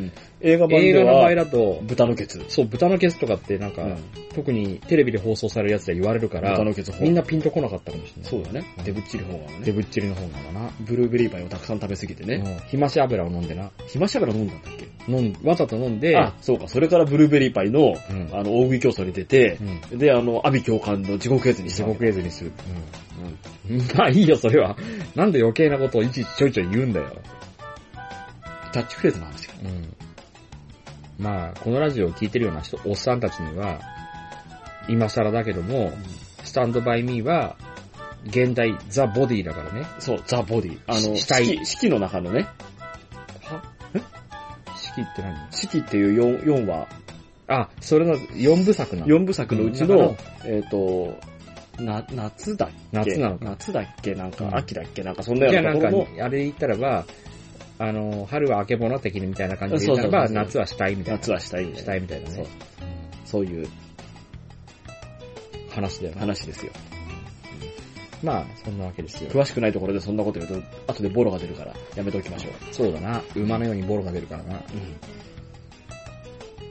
Speaker 2: 映画版
Speaker 1: 映
Speaker 2: で
Speaker 1: 画の場合
Speaker 2: は、
Speaker 1: だと、
Speaker 2: 豚のケツ。
Speaker 1: そう、豚のケツとかってなんか、
Speaker 2: うん
Speaker 1: 特にテレビで放送されるやつで言われるから
Speaker 2: 豚、のケツ方
Speaker 1: みんなピンとこなかったかもしれない。
Speaker 2: そうだね
Speaker 1: う。ん
Speaker 2: デブっちり方眼
Speaker 1: デ
Speaker 2: ね。
Speaker 1: ブっちりのホーガンだな。
Speaker 2: ブルーベリーパイをたくさん食べすぎてね。
Speaker 1: うんひまし油を飲んでな。
Speaker 2: ひましゃから飲んだんだっ
Speaker 1: 飲ん、わざと飲ん
Speaker 2: け
Speaker 1: で、
Speaker 2: あ、そうか。それからブルーベリーパイ
Speaker 1: う
Speaker 2: の、
Speaker 1: ん。
Speaker 2: あの、大食い競争に出て
Speaker 1: う、ん。
Speaker 2: で、あの、阿ビ教官の地獄絵図にし
Speaker 1: 地
Speaker 2: たわけ
Speaker 1: 獄絵図にする。うん。 まあいいよ、それは。なんで余計なことをいちいちちょいちょい言うんだよ。
Speaker 2: キャッチフレーズの話か。
Speaker 1: うん。まあ、このラジオを聞いてるような人、おっさんたちには、今更だけども、スタンドバイミーは、現代、ザ・ボディだからね。
Speaker 2: そう、ザ・ボディ。あの、
Speaker 1: 死体
Speaker 2: 四季四季の中のね、
Speaker 1: は式って何
Speaker 2: 四季っていう 4, 四話、
Speaker 1: あ、それの4部作なの。
Speaker 2: 4部作のうち
Speaker 1: う
Speaker 2: の
Speaker 1: ん、
Speaker 2: えっと、な、夏だっけ
Speaker 1: 夏なのか
Speaker 2: 夏だっけなん
Speaker 1: う
Speaker 2: か、
Speaker 1: ん
Speaker 2: 秋だっけなんか、そんなよ
Speaker 1: じゃ
Speaker 2: う
Speaker 1: あ
Speaker 2: な
Speaker 1: な
Speaker 2: と
Speaker 1: ん
Speaker 2: こ
Speaker 1: か
Speaker 2: ろの、、
Speaker 1: あれ言ったらば、あの、春はあけぼの的にみたいな感じで言ったらば、
Speaker 2: そうそうそう
Speaker 1: 夏は死体みたいな。
Speaker 2: 夏はしたいみた
Speaker 1: 死
Speaker 2: いな。
Speaker 1: 体みたいなね。
Speaker 2: そうそういう
Speaker 1: 話だよな。
Speaker 2: 話ですよ。
Speaker 1: まあ、そんなわけですよ。
Speaker 2: 詳しくないところでそんなこと言うと、後でボロが出るから、やめておきましょう。
Speaker 1: そうだな。馬のようにボロが出るからな。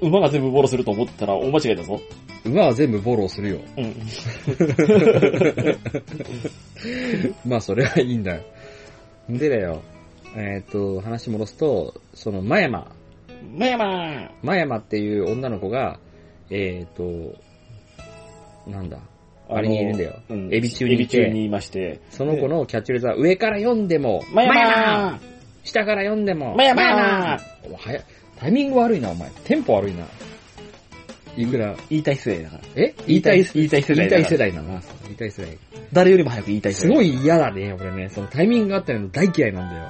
Speaker 2: 馬が全部ボロすると思ったら大間違いだぞ。
Speaker 1: 馬は全部ボロをするよ。
Speaker 2: うん。
Speaker 1: まあ、それはいいんだよ。でだよ。えっ、と、話戻すと、その、真山。
Speaker 2: まやまー
Speaker 1: 真山っていう女の子が、えっ、と、なんだ。あれにいるんだよ
Speaker 2: うん。
Speaker 1: エビ中にいて
Speaker 2: エビ中にいまして。
Speaker 1: その子のキャッチフレーズは、上から読んでも、
Speaker 2: まや
Speaker 1: 真山
Speaker 2: ま
Speaker 1: 下から読んでも、
Speaker 2: まやま
Speaker 1: お前早い。タイミング悪いな、お前。テンポ悪いな。いくら、
Speaker 2: ー言いたい世代だから。
Speaker 1: え言いたい、
Speaker 2: 言いたい世
Speaker 1: 言
Speaker 2: 代
Speaker 1: いた
Speaker 2: だ
Speaker 1: い
Speaker 2: か
Speaker 1: 世代な
Speaker 2: ら。
Speaker 1: の。言いたい世代。
Speaker 2: 誰よりも早く言いたい世
Speaker 1: す
Speaker 2: 代。
Speaker 1: ごい嫌だね、俺ね。そのタイミングがあったの大嫌いなんだよ。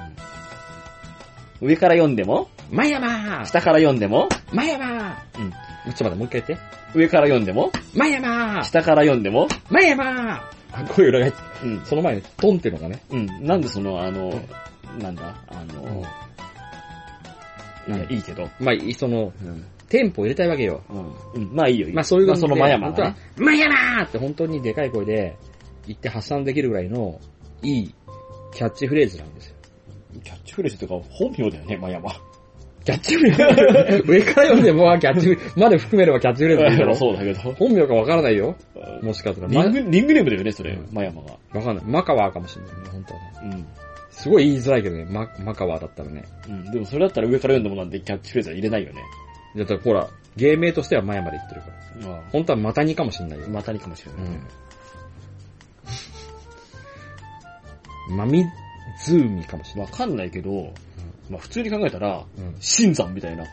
Speaker 2: 上から読んでも、
Speaker 1: まやまー
Speaker 2: 下から読んでも、
Speaker 1: まやまー
Speaker 2: うん
Speaker 1: うん。ちょっと待って、もう一回言って。
Speaker 2: 上から読んでも、
Speaker 1: まやまー
Speaker 2: 下から読んでも、
Speaker 1: まやまーあ、声裏返って、
Speaker 2: うん。
Speaker 1: その前にトンっていうのがね。
Speaker 2: うん。なんでその、あの、なんだ、あの、いや
Speaker 1: うん
Speaker 2: いいけど。
Speaker 1: まあ、いその、
Speaker 2: うん。
Speaker 1: テンポ入れたいわけよ。
Speaker 2: うん。まあいいよ。
Speaker 1: まあそういう
Speaker 2: まあそのまやま
Speaker 1: 本当
Speaker 2: が
Speaker 1: は
Speaker 2: ね。、
Speaker 1: まやまーって本当にでかい声で言って発散できるぐらいのいいキャッチフレーズなん ですよ。
Speaker 2: キャッチフレーズとか本名だよね、まやま。
Speaker 1: キャッチフレ ーズ上から読んでもキャッチフレーズ、まで含めればキャッチフレーズでいい だろ。
Speaker 2: そうだけど。
Speaker 1: 本名かわからないよ。もしかしたら。
Speaker 2: リ
Speaker 1: ま
Speaker 2: ング、リングネームだよね、それ
Speaker 1: う、ん
Speaker 2: まやまが。
Speaker 1: わかんない。マカワーかもしれないね、本当はね。
Speaker 2: うん。
Speaker 1: すごい言いづらいけどね、ママカワーだったらね。
Speaker 2: うん。でもそれだったら上から読んでもなんてキャッチフレーズは入れないよね。
Speaker 1: だってほら、芸名としては前まで言ってるから。
Speaker 2: まあ、
Speaker 1: 本当はマタニかもしんないよ。
Speaker 2: またにかもしれない。
Speaker 1: うん。マミズーミかもしんない。
Speaker 2: わかんないけど、まあ普通に考えたら、
Speaker 1: うん。
Speaker 2: 新山みたいな、こ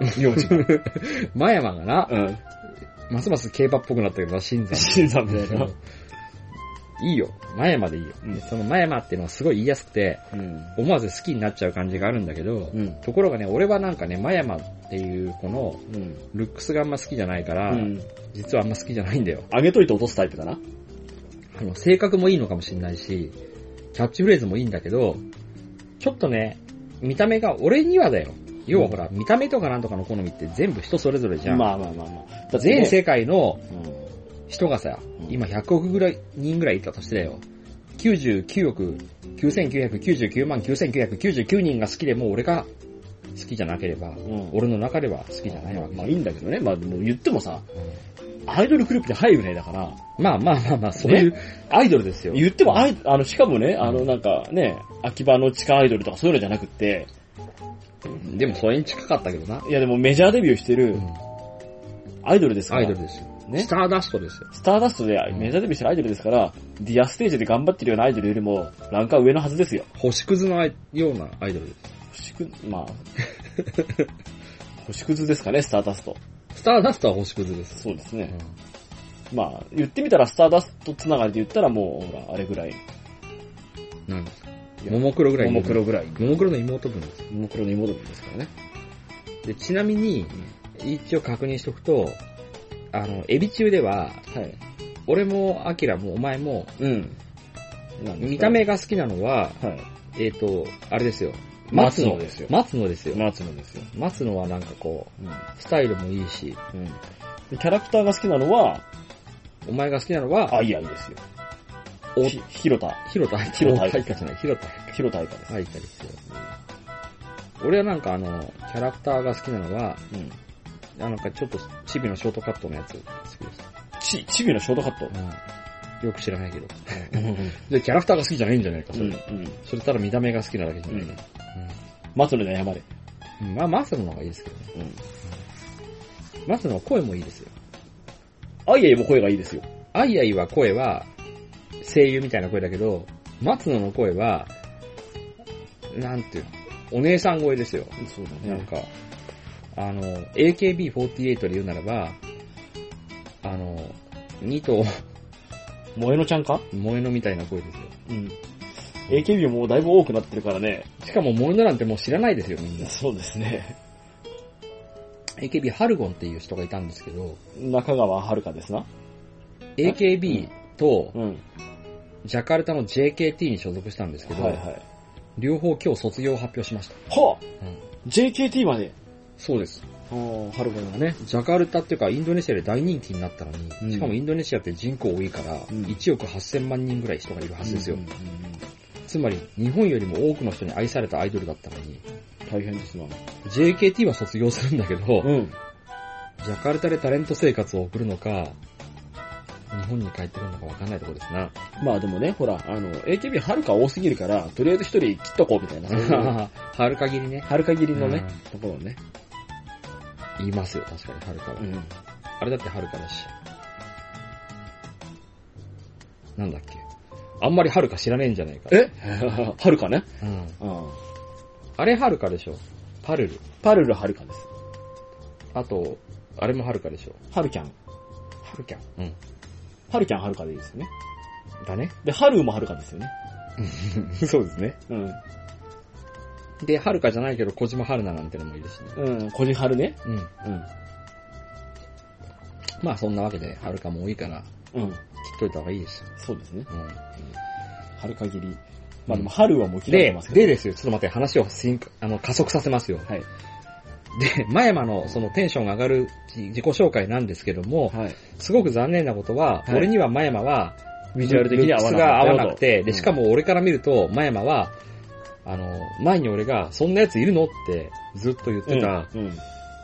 Speaker 2: う、名字 が。
Speaker 1: 真山がな、
Speaker 2: うん。
Speaker 1: ますます競馬っぽくなったけどな、新山。
Speaker 2: 新山みたいな。
Speaker 1: いいよ。前までいいよ。
Speaker 2: うん
Speaker 1: その前まっていうのはすごい言いやすくて、
Speaker 2: うん。
Speaker 1: 思わず好きになっちゃう感じがあるんだけど、
Speaker 2: うん。
Speaker 1: ところがね、俺はなんかね、真山っていう子の
Speaker 2: うん。
Speaker 1: ルックスがあんま好きじゃないから、
Speaker 2: うん。
Speaker 1: 実はあんま好きじゃないんだよ。
Speaker 2: 上げといて落とすタイプだな。
Speaker 1: あの、性格もいいのかもしれないし、キャッチフレーズもいいんだけど、ちょっとね、見た目が、俺にはだよ。要はほら、見た目とかなんとかの好みって全部人それぞれじゃん。
Speaker 2: まあまあまあまあ。だってね
Speaker 1: 全世界の
Speaker 2: うん
Speaker 1: 人がさ
Speaker 2: う、ん
Speaker 1: 今100億ぐらい、人ぐらいいたとしてだよ。99億9999万9999人が好きでもう俺が好きじゃなければ、
Speaker 2: ん
Speaker 1: 俺の中では好きじゃないわけじ
Speaker 2: ま
Speaker 1: ゃ
Speaker 2: あ
Speaker 1: ん
Speaker 2: いいんだけどね。まあでも言ってもさ、
Speaker 1: うん
Speaker 2: アイドルグループに入るね、だから。
Speaker 1: まあまあまあまあ、そういうアイドルですよ。
Speaker 2: 言ってもアイ、あの、しかもね、あの、なんかね、秋葉の地下アイドルとかそういうのじゃなくって、
Speaker 1: でもそれに近かったけどな。
Speaker 2: いやでもメジャーデビューしてる
Speaker 1: うん
Speaker 2: アイドルですか
Speaker 1: ア
Speaker 2: ら。
Speaker 1: イドルですよ。
Speaker 2: ね
Speaker 1: ス。ターダストですよ。
Speaker 2: スターダストでメジャーデビューしてるアイドルですから、ディアステージで頑張ってるようなアイドルよりも、ランクは上のはずですよ。
Speaker 1: 星屑のようなアイドルです。
Speaker 2: 星く、 まあ、星屑ですかね、スターダスト。
Speaker 1: スターダストは星屑です。
Speaker 2: そうですね。
Speaker 1: う
Speaker 2: まあ、言ってみたらスターダストつながりで言ったらもう、ほら、あれぐらい。
Speaker 1: ん。なんですかももクロぐらい。
Speaker 2: ももクロ。ぐらい。
Speaker 1: ももクロの妹分です。
Speaker 2: ももクロに戻るんですからね。
Speaker 1: で、ちなみに、一応確認しとくと、あの、エビ中では、
Speaker 2: はい。
Speaker 1: 俺も、アキラも、お前も、
Speaker 2: うん。なんですか
Speaker 1: 見た目が好きなのは、
Speaker 2: はい。
Speaker 1: えっ、と、あれですよ。
Speaker 2: 松野ですよ
Speaker 1: 松野ですよ。
Speaker 2: 夏のですよ。
Speaker 1: 松野はなんかこ
Speaker 2: うん。
Speaker 1: う、スタイルもいいし、
Speaker 2: うん。でキャラクターが好きなのは、
Speaker 1: お前が好きなのは、
Speaker 2: アイアイですよ。
Speaker 1: お、
Speaker 2: ひ広田、
Speaker 1: 広田愛
Speaker 2: 広田愛
Speaker 1: 愛香じゃない、広田
Speaker 2: 広田アイカです。
Speaker 1: 愛香ですよ。俺はなんかあの、キャラクターが好きなのは、
Speaker 2: うん。
Speaker 1: あなんかちょっとチビのショートカットのやつ好きです。
Speaker 2: ち、チビのショートカット。
Speaker 1: うん。よく知らないけど。
Speaker 2: うん。うん。
Speaker 1: で、キャラクターが好きじゃないんじゃないか、それ。
Speaker 2: うん。
Speaker 1: それただ見た目が好きなだけじゃないね。
Speaker 2: 松野に謝れ。
Speaker 1: うん。まあ、マスの方がいいですけどね。
Speaker 2: うん。
Speaker 1: マスのは声もいいですよ。
Speaker 2: アイアイも声がいいですよ。
Speaker 1: アイアイは声は、声優みたいな声だけど、松野の声は、なんていうの、お姉さん声ですよ。
Speaker 2: そうだ
Speaker 1: なん。か、あの、AKB48 で言うならば、あの、二頭、
Speaker 2: 萌えのちゃんか
Speaker 1: 萌えのみたいな声ですよ。
Speaker 2: うん。AKB もだいぶ多くなってるからね。
Speaker 1: しかも萌えのなんてもう知らないですよ、みんな。
Speaker 2: そうですね。
Speaker 1: AKB ハルゴンっていう人がいたんですけど、
Speaker 2: 中川遥ですな。
Speaker 1: AKB と
Speaker 2: うん。
Speaker 1: ジャカルタの JKT に所属したんですけど、
Speaker 2: はいはい。
Speaker 1: 両方今日卒業を発表しました。
Speaker 2: は
Speaker 1: うん、
Speaker 2: ぁ !JKT まで。
Speaker 1: そうです。
Speaker 2: おー、遥がね。
Speaker 1: ジャカルタっていうかインドネシアで大人気になったのに、
Speaker 2: うん
Speaker 1: しかもインドネシアって人口多いから、
Speaker 2: ん
Speaker 1: 1億8000万人ぐらい人がいるはずですよ。
Speaker 2: うんうんうん
Speaker 1: つまり、日本よりも多くの人に愛されたアイドルだったのに、
Speaker 2: 大変ですな。
Speaker 1: JKT は卒業するんだけど、
Speaker 2: うん。
Speaker 1: ジャカルタでタレント生活を送るのか、日本に帰ってくるのかわかんないところですな。
Speaker 2: まあでもね、ほら、あの、AKB 遥か多すぎるから、とりあえず一人切っとこうみたいな。そう いう
Speaker 1: はるかぎりね。
Speaker 2: 遥か切りのね、ところをね。
Speaker 1: 言いますよ、確かに、はるかは。
Speaker 2: うん。
Speaker 1: あれだってはるかだし。なんだっけ。あんまりはるか知らねえんじゃないか。
Speaker 2: え 遥かね。
Speaker 1: うん。
Speaker 2: うん。
Speaker 1: あれはるかでしょ。パルル。
Speaker 2: パルル遥かです。
Speaker 1: あと、あれもはるかでしょ。
Speaker 2: ハルキャン。
Speaker 1: はるきゃん。うん。
Speaker 2: ハルキャン遥かでいいですよね。
Speaker 1: だね。
Speaker 2: で、ハルーも遥かですよね。
Speaker 1: そうですね。
Speaker 2: うん。
Speaker 1: で、はるかじゃないけど、小島はるななんてのもいるしね。
Speaker 2: うん、個人ハルね。
Speaker 1: うん。
Speaker 2: うん。
Speaker 1: まあそんなわけで、はるかも多いから、
Speaker 2: うん。
Speaker 1: 切っといた方がいいですよ。
Speaker 2: そうですね。
Speaker 1: う
Speaker 2: 春限り。まあでも春はもう切
Speaker 1: ん。
Speaker 2: られて
Speaker 1: で
Speaker 2: ます、けど。
Speaker 1: でですよ、ちょっと待って、話を進化あの加速させますよ。
Speaker 2: はい。
Speaker 1: で、前山のそのテンションが上がる自己紹介なんですけども、
Speaker 2: はい。
Speaker 1: すごく残念なことは、
Speaker 2: はい
Speaker 1: 俺には前山は、
Speaker 2: ビジュアル的に合わなかった
Speaker 1: ルックスが合わなくて、
Speaker 2: うん
Speaker 1: で、しかも俺から見ると、前山は、あの、前に俺が、そんなやついるのってずっと言ってた、
Speaker 2: うん。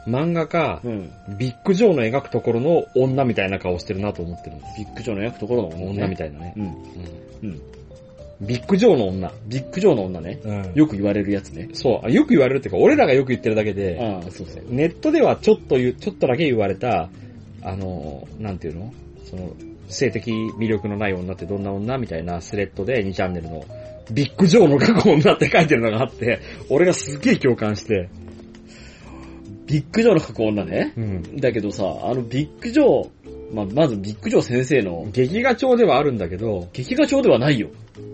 Speaker 1: 漫画家
Speaker 2: う、ん。
Speaker 1: ビッグジョーの描くところの女みたいな顔してるなと思ってるんです。
Speaker 2: ビッグジョーの役ところの
Speaker 1: 女み
Speaker 2: た
Speaker 1: たいなね。
Speaker 2: い。うん。
Speaker 1: うん
Speaker 2: うん。
Speaker 1: ビッグジョーの女。
Speaker 2: ビッグジョーの女ね。
Speaker 1: うんよ
Speaker 2: よく言われるやつね。
Speaker 1: そうあ、よく言われるっていうか、俺らがよく言ってるだけで、
Speaker 2: ああ、そうそう。
Speaker 1: ネットではちょっと言う、ちょっとだけ言われた、あの、なんていうのその、性的魅力のない女ってどんな女みたいなスレッドで2チャンネルの、ビッグジョーの過去女って書いてるのがあって、俺がすげえ共感して、
Speaker 2: ビッグジョーの過去女ね。
Speaker 1: うん。
Speaker 2: だけどさ、あのビッグジョー、まあ、まずビッグジョー先生の
Speaker 1: 劇画調ではあるんだけど、
Speaker 2: 劇画調ではないよ。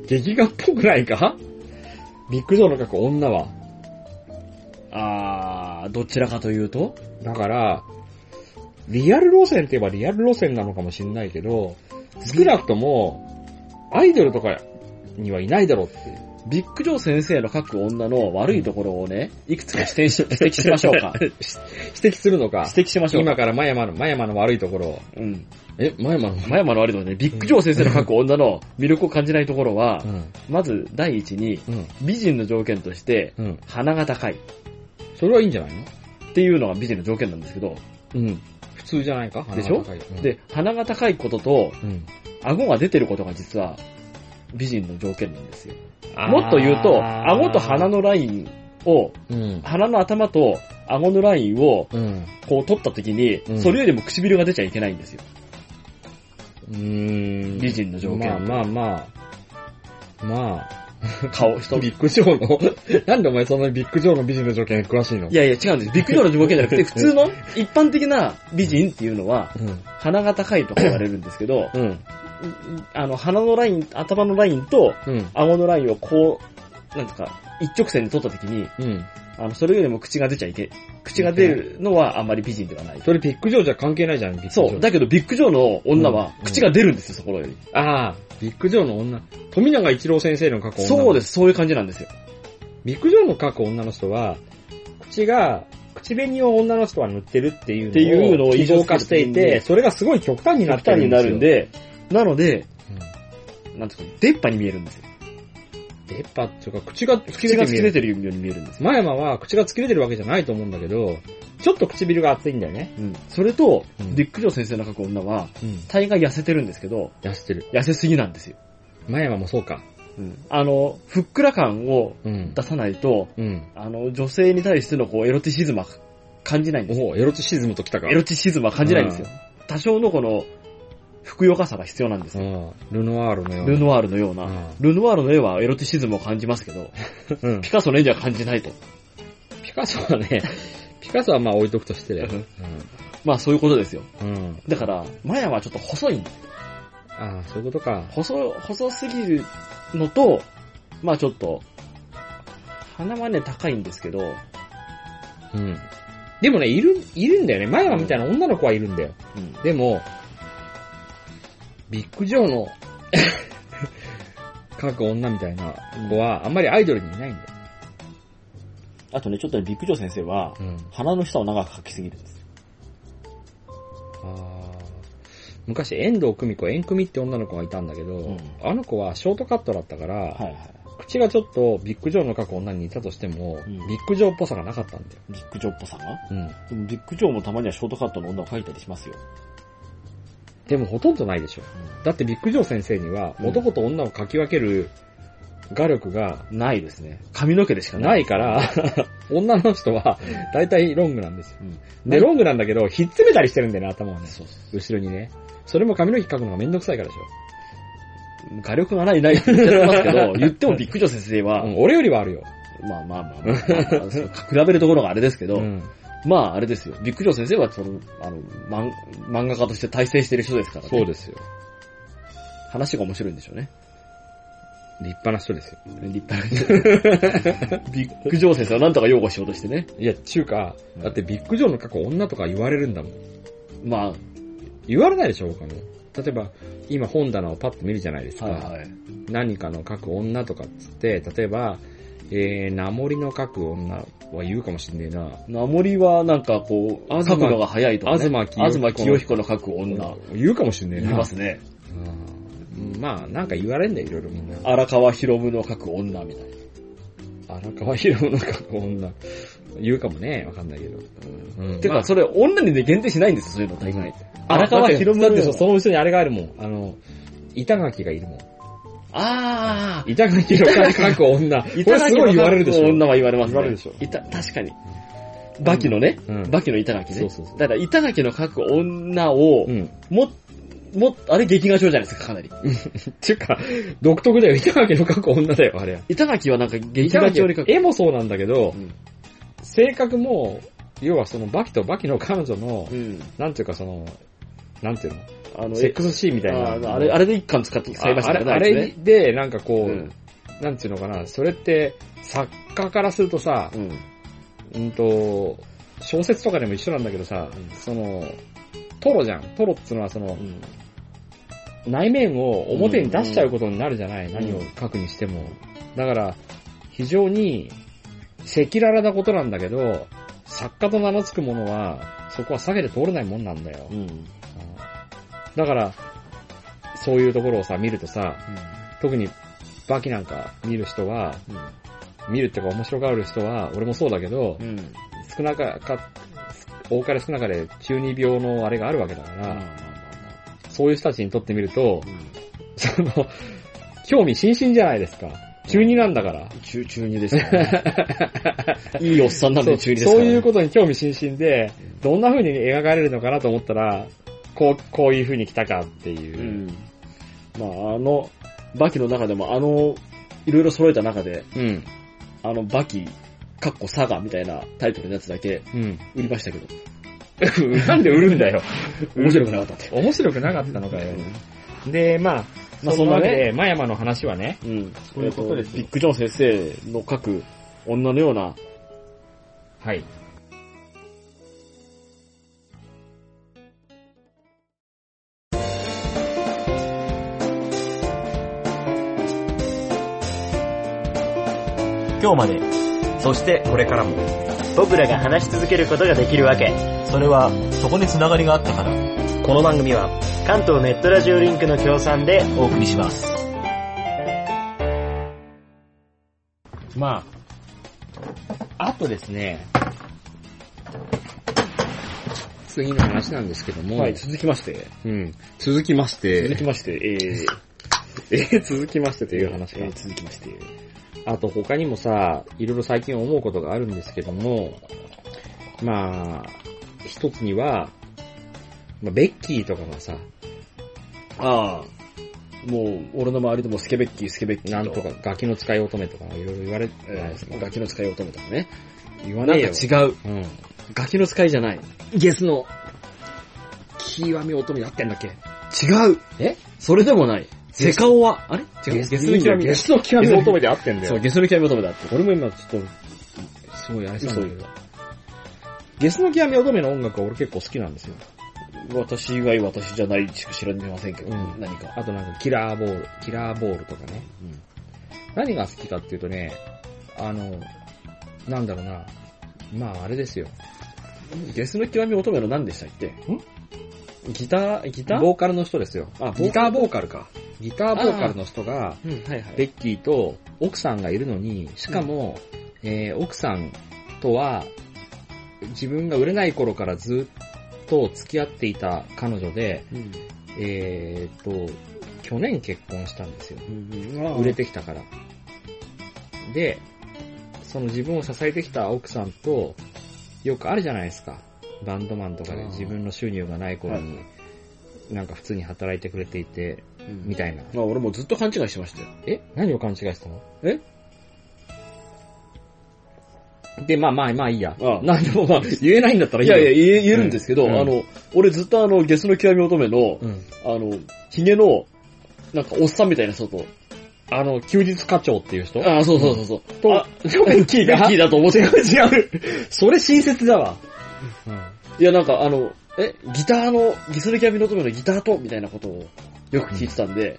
Speaker 1: 劇画っぽくないかビッグジョーの過去女は。
Speaker 2: あー、どちらかというと
Speaker 1: だから、リアル路線って言えばリアル路線なのかもしんないけど、少なくとも、アイドルとかにはいないだろうっていう。
Speaker 2: ビッグジョー先生の書く女の悪いところをね、いくつか指摘し 指摘しましょうか。
Speaker 1: 指摘するのか。
Speaker 2: 指摘しましょう
Speaker 1: 今
Speaker 2: か。
Speaker 1: から真山の、真山の悪いところを。
Speaker 2: うん。
Speaker 1: え、真山の
Speaker 2: 前山の悪いところね、ビッグジョー先生の書く女の魅力を感じないところは
Speaker 1: う、ん。
Speaker 2: まず第一に、
Speaker 1: うん。
Speaker 2: 美人の条件として、
Speaker 1: うん。
Speaker 2: 鼻が高いっ
Speaker 1: それはいいんじゃないの
Speaker 2: ていうのが美人の条件なんですけど、
Speaker 1: うん。普通じゃないか
Speaker 2: でし
Speaker 1: 鼻
Speaker 2: ょ、
Speaker 1: が高い
Speaker 2: で、、鼻が高いことと、
Speaker 1: うん。
Speaker 2: 顎が出てることが実は美人の条件なんですよ。もっと言うと、顎と鼻
Speaker 1: の、
Speaker 2: のラインを、
Speaker 1: うん。
Speaker 2: 鼻の頭と顎のラインを
Speaker 1: うん。
Speaker 2: こう取った時に、
Speaker 1: うん
Speaker 2: それよりも唇が出ちゃいけないんですよ。
Speaker 1: うーん。
Speaker 2: 美人の条件。
Speaker 1: まあまあまあ。まあ。
Speaker 2: 顔、人。い
Speaker 1: ビッグジョーの、 なんでお前そんなにビッグジョーの美人の条件に詳しいの
Speaker 2: やいや、違うんです。ビッグジョーの条件じゃなく て、普通の一般的な美人っていうのは、
Speaker 1: うん。
Speaker 2: 鼻が高いとか言われるんですけど、
Speaker 1: うん。
Speaker 2: あの、鼻のライン、頭のラインと、
Speaker 1: うん。
Speaker 2: 顎のラインをこう、なんですか、一直線に取った時に、
Speaker 1: うん。
Speaker 2: あの、それよりも口が出ちゃいけ、口が出るのはあんまり美人ではない。
Speaker 1: それビッグジョーじゃ関係ないじゃん、ビッグジョー。
Speaker 2: そう。だけど、ビッグジョーの女は
Speaker 1: うん
Speaker 2: 口が出るんですよ、そこより。
Speaker 1: ああ、ビッグジョーの女。富永一郎先生の過去女。。
Speaker 2: そうですす、そういう感じなんですよ。
Speaker 1: ビッグジョーの過去女の人は、口が、口紅を女の人は塗ってるっていうのを。
Speaker 2: っていうのを
Speaker 1: 異常化してい
Speaker 2: 印象付けてる
Speaker 1: て、それがすごい極端になって
Speaker 2: 二
Speaker 1: る
Speaker 2: に
Speaker 1: んで
Speaker 2: な
Speaker 1: すよ。
Speaker 2: るんで、なので、
Speaker 1: うん。
Speaker 2: なんていうか、出っ歯に見えるんですよ。
Speaker 1: 出っ歯っていうか、口が突き
Speaker 2: 口
Speaker 1: 出
Speaker 2: が
Speaker 1: て
Speaker 2: 突
Speaker 1: 見え
Speaker 2: き出
Speaker 1: る。
Speaker 2: てるように見えるんですよ。
Speaker 1: 真山は口が突き出てるわけじゃないと思うんだけど、ちょっと唇が厚いんだよね。
Speaker 2: うん。それと、
Speaker 1: うん
Speaker 2: ビッグジョー先生の書く女は、
Speaker 1: うん。
Speaker 2: 大概痩せてるんですけど、
Speaker 1: 痩せてる。
Speaker 2: 痩せすぎなんですよ。
Speaker 1: 真山もそうか。
Speaker 2: うん。あの、ふっくら感を
Speaker 1: うん
Speaker 2: 出。さないと、
Speaker 1: うん。
Speaker 2: あの、女性に対してのこう、エロティシズムは感じないんですよ。
Speaker 1: おお、エロチシズムときたか。
Speaker 2: エロティシズムは感じないんですよ。多少のこの、ふくよかさが必要なんですよ。
Speaker 1: うん。ルノワールのような。
Speaker 2: ルノワールのような。
Speaker 1: うん
Speaker 2: ルノワールの絵はエロティシズムを感じますけど、
Speaker 1: うん。
Speaker 2: ピカソの絵には感じないと。
Speaker 1: ピカソは ね、ピカソはまあ置いとくとしてだよ。
Speaker 2: まあそういうことですよ。
Speaker 1: うん。うん。
Speaker 2: だから、マヤはちょっと細いん
Speaker 1: ああ、そういうことか。
Speaker 2: 細、細すぎるのと、まあちょっと、鼻はね、高いんですけど、
Speaker 1: うん。でもね、いる、いるんだよね。前はみたいな女の子はいるんだよ。
Speaker 2: うん
Speaker 1: でも、ビッグジョーの、各女みたいな子は、あんまりアイドルにいないんだよ。
Speaker 2: あとね、ちょっとね、ビッグジョー先生は、
Speaker 1: うん。
Speaker 2: 鼻の下を長く描きすぎるんですよ。
Speaker 1: あー昔、遠藤久美子、遠久美って女の子がいたんだけど、
Speaker 2: うん
Speaker 1: あの子はショートカットだったから、
Speaker 2: はいはい。
Speaker 1: 口がちょっとビッグジョーの過去女に似たとしても、
Speaker 2: うん
Speaker 1: ビッグジョーっぽさがなかったんだよ。
Speaker 2: ビッグジョーっぽさが
Speaker 1: うん。
Speaker 2: でもビッグジョーもたまにはショートカットの女を描いたりしますよ。
Speaker 1: でもほとんどないでしょ。
Speaker 2: う
Speaker 1: だってビッグジョー先生には
Speaker 2: うん
Speaker 1: 男と女をかき分ける画力が
Speaker 2: ないですね。髪の毛でしかな
Speaker 1: な
Speaker 2: い。
Speaker 1: いから、 女の人は大体ロングなんですよ。
Speaker 2: うん
Speaker 1: で、ロングなんだけど、ひっつめたりしてるんだよね、頭をね。
Speaker 2: そうそう
Speaker 1: 後ろにね。それも髪の毛描くのがめんどくさいからでしょ。
Speaker 2: 画力がないないって言っちゃってますけど、言ってもビッグジョー先生は、
Speaker 1: うん、俺よりはあるよ。
Speaker 2: まあまあまあまあ、まあそう比べるところがあれですけど、
Speaker 1: ん。
Speaker 2: まああれですよ。ビッグジョー先生は、その、あの、漫漫画家として大成してる人ですからね。
Speaker 1: そうですよ。
Speaker 2: 話が面白いんでしょうね。
Speaker 1: 立派な人ですよ。
Speaker 2: 立派な人。ビッグジョー先生はなんとか擁護しようとしてね。
Speaker 1: いや、ちゅうか、だってビッグジョーの過去女とか言われるんだもん。
Speaker 2: まあ、
Speaker 1: 言われないでしょ、他の。例えば、今本棚をパッと見るじゃないですか。
Speaker 2: はいはい。
Speaker 1: 何かの書く女とかっつって、例えば、えー、名盛の書く女は言うかもしんねえな。
Speaker 2: 名森はなんかこう、
Speaker 1: 東
Speaker 2: 書くのが早いとか、ね。
Speaker 1: 東清彦
Speaker 2: 東清彦の書く女。
Speaker 1: 言うかもしんねえ
Speaker 2: い
Speaker 1: な。
Speaker 2: ますね。
Speaker 1: うんまあ、なんか言われんだよ、いろいろみんな。
Speaker 2: 荒川博夢の書く女みたいな。
Speaker 1: 荒川博の書く女。言うかもね、わかんないけど。うん
Speaker 2: て
Speaker 1: ま
Speaker 2: か、
Speaker 1: あ
Speaker 2: それ女にね、限定しないんですよ、そういうの大概。
Speaker 1: 荒
Speaker 2: 荒
Speaker 1: 川
Speaker 2: 川
Speaker 1: 博
Speaker 2: 博
Speaker 1: 文
Speaker 2: 文
Speaker 1: だってその後ろにあれがあるもん。あの、板垣がいるもん。
Speaker 2: ああ、
Speaker 1: 痛みにお金書く女。これ
Speaker 2: 板
Speaker 1: す
Speaker 2: 垣
Speaker 1: ごい言われるでしょ。
Speaker 2: 女は言われます、ね。
Speaker 1: 言われるでしょ
Speaker 2: いた、確かに。バキのね、
Speaker 1: うん
Speaker 2: バキの板垣ね。
Speaker 1: そうそうそう
Speaker 2: だから板垣の書く女を、
Speaker 1: うん。っ
Speaker 2: も、も、あれ劇画賞じゃないですか、かなり。
Speaker 1: ていうか、独特だよ。板垣の書く女だよ、あれは。
Speaker 2: 板垣はなんか劇画賞に書く。
Speaker 1: 絵もそうなんだけど
Speaker 2: う、ん。
Speaker 1: 性格も、要はそのバキとバキの彼女の
Speaker 2: う、ん。
Speaker 1: なんていうかその、なんていうの
Speaker 2: あの、
Speaker 1: セックスシーンみ
Speaker 2: あ
Speaker 1: たいな。
Speaker 2: あれ、あれで一巻使って、
Speaker 1: あ
Speaker 2: 使いまし
Speaker 1: あ
Speaker 2: た
Speaker 1: れ
Speaker 2: からね、
Speaker 1: あ
Speaker 2: いつ
Speaker 1: れ
Speaker 2: ね。
Speaker 1: で、なんかこう、
Speaker 2: うん。
Speaker 1: なんていうのかな、それって、作家からするとさ、
Speaker 2: うん。
Speaker 1: うんと、小説とかでも一緒なんだけどさ、
Speaker 2: うん
Speaker 1: その、トロじゃん。トロっつうのはその、
Speaker 2: うん
Speaker 1: 内面を表に出しちゃうことになるじゃない、何を書くにしても。だから、非常に、赤裸々なことなんだけど、作家と名の付くものは、そこは下げて通れないもんなんだよ。
Speaker 2: う
Speaker 1: うん
Speaker 2: ん。うん
Speaker 1: だから、そういうところをさ、見るとさ、特にバキなんか見る人は、見るってか面白がる人は、俺もそうだけど、
Speaker 2: うん。
Speaker 1: 少なかか、多かれ少なかれ中二病のあれがあるわけだから、そういう人たちにとってみると、 その、興味津々じゃないですか。中二なんだから。
Speaker 2: 中、中二 ですからね。いいおっさんなんで中
Speaker 1: そう
Speaker 2: 二ですから
Speaker 1: そう
Speaker 2: ね。
Speaker 1: いうことに興味津々で、どんな風に描かれるのかなと思ったら、こう、こういう風に来たかっていう。
Speaker 2: うん。まあ、あの、バキの中でも、あの、いろいろ揃えた中で、
Speaker 1: うん。
Speaker 2: あの、バキ、かっこサガみたいなタイトルのやつだけ
Speaker 1: うん。
Speaker 2: 売りましたけど、
Speaker 1: なんで 売るんだよ。
Speaker 2: 面白くなかったって。
Speaker 1: 面白くなかったのかよ。で、まあ、
Speaker 2: まあ
Speaker 1: そんなわけ
Speaker 2: そんな
Speaker 1: で、マヤマの話はね、
Speaker 2: うん。
Speaker 1: そういうことですよ
Speaker 2: えっビッグジョン先生の書く女のような、
Speaker 1: はい。
Speaker 3: 今日までそしてこれからも僕らが話し続けることができるわけそれはそこにつながりがあったからこの番組は関東ネットラジオリンクの協賛でお送りします
Speaker 2: ま
Speaker 1: あとですね、次の話なんですけど
Speaker 2: あ、
Speaker 1: も、
Speaker 2: はい、続きまして、
Speaker 1: うん、続きまし
Speaker 2: 続
Speaker 1: て
Speaker 2: き、まして、えー、
Speaker 1: えー続きましてという話
Speaker 2: え
Speaker 1: が
Speaker 2: ー。続きまして、
Speaker 1: あと他にもさ、いろいろ最近思うことがあるんですけども、まあ、一つには、まあ、ベッキーとかがさ、
Speaker 2: ああ、もう、俺の周りでもスケベッキー、スケベッキー
Speaker 1: なんとかガキの使い乙女とかいろいろ言われてたじゃない
Speaker 2: え
Speaker 1: ですか
Speaker 2: ー、。ガキの使いを止めたのね。
Speaker 1: 言
Speaker 2: な
Speaker 1: わ
Speaker 2: んか
Speaker 1: ねえ
Speaker 2: 違
Speaker 1: よ。
Speaker 2: う。
Speaker 1: うん。
Speaker 2: ガキの使いじゃない。
Speaker 1: ゲスの、極み乙女だってんだっけ
Speaker 2: 違う。
Speaker 1: え
Speaker 2: それでもない。セカオは、あれ違う。
Speaker 1: ゲスの極み、
Speaker 2: ゲ
Speaker 1: ゲ
Speaker 2: ス
Speaker 1: スの極み乙女であってんだ
Speaker 2: そう、
Speaker 1: よ。
Speaker 2: ゲスの極み乙女だって。
Speaker 1: 俺も今ちょっと、すごいあれしたんだけ
Speaker 2: 嘘
Speaker 1: ど。ゲスの極み乙女の音楽は俺結構好きなんですよ。
Speaker 2: 私以外私じゃないしか知られませんけど、
Speaker 1: うん
Speaker 2: 何か。
Speaker 1: あとなんかキラーボール、キラーボールとかね。何が好きかっていうとね、あの、なんだろうな。まああれですよ。
Speaker 2: ゲスの極み乙女の何でしたっけギター、ギター
Speaker 1: ボーカルの人ですよ。
Speaker 2: あボーカル
Speaker 1: ギターボーカルか。ギターボーカルの人が、
Speaker 2: うん、はいは
Speaker 1: ベッキーと奥さんがいるのに、しかも、えー奥さんとは、自分が売れない頃からずっと付き合っていた彼女で、
Speaker 2: うん
Speaker 1: えーっと、去年結婚したんですよ。
Speaker 2: うん
Speaker 1: 売れてきたから。で、その自分を支えてきた奥さんと、よくあるじゃないですか。バンドマンとかで
Speaker 2: あー
Speaker 1: 自分の収入がない頃に、なんか普通に働いてくれていて、みたいな。
Speaker 2: まあ俺もずっと勘違いしてましたよ。
Speaker 1: え何を勘違いしたの
Speaker 2: え
Speaker 1: で、まあまあまあいいや。
Speaker 2: ああ
Speaker 1: なんでもまあ言えないんだったらい
Speaker 2: い
Speaker 1: いよ
Speaker 2: やいや、言え言えるんですけど、
Speaker 1: うん
Speaker 2: あの、俺ずっとあの、ゲスの極み乙女の、
Speaker 1: うん。
Speaker 2: あの、髭の、なんかおっさんみたいな人と、
Speaker 1: あの、休日課長っていう人
Speaker 2: ああ、そうそうそうそう。
Speaker 1: と
Speaker 2: あ、
Speaker 1: ベッキー
Speaker 2: ベッ
Speaker 1: が
Speaker 2: キーだと思って
Speaker 1: 違う違う。それ親切だわ。
Speaker 2: いや、なんかあの、え、ギターの、ギスルキャビの乙女のギターと、みたいなことをよく聞いてたんで、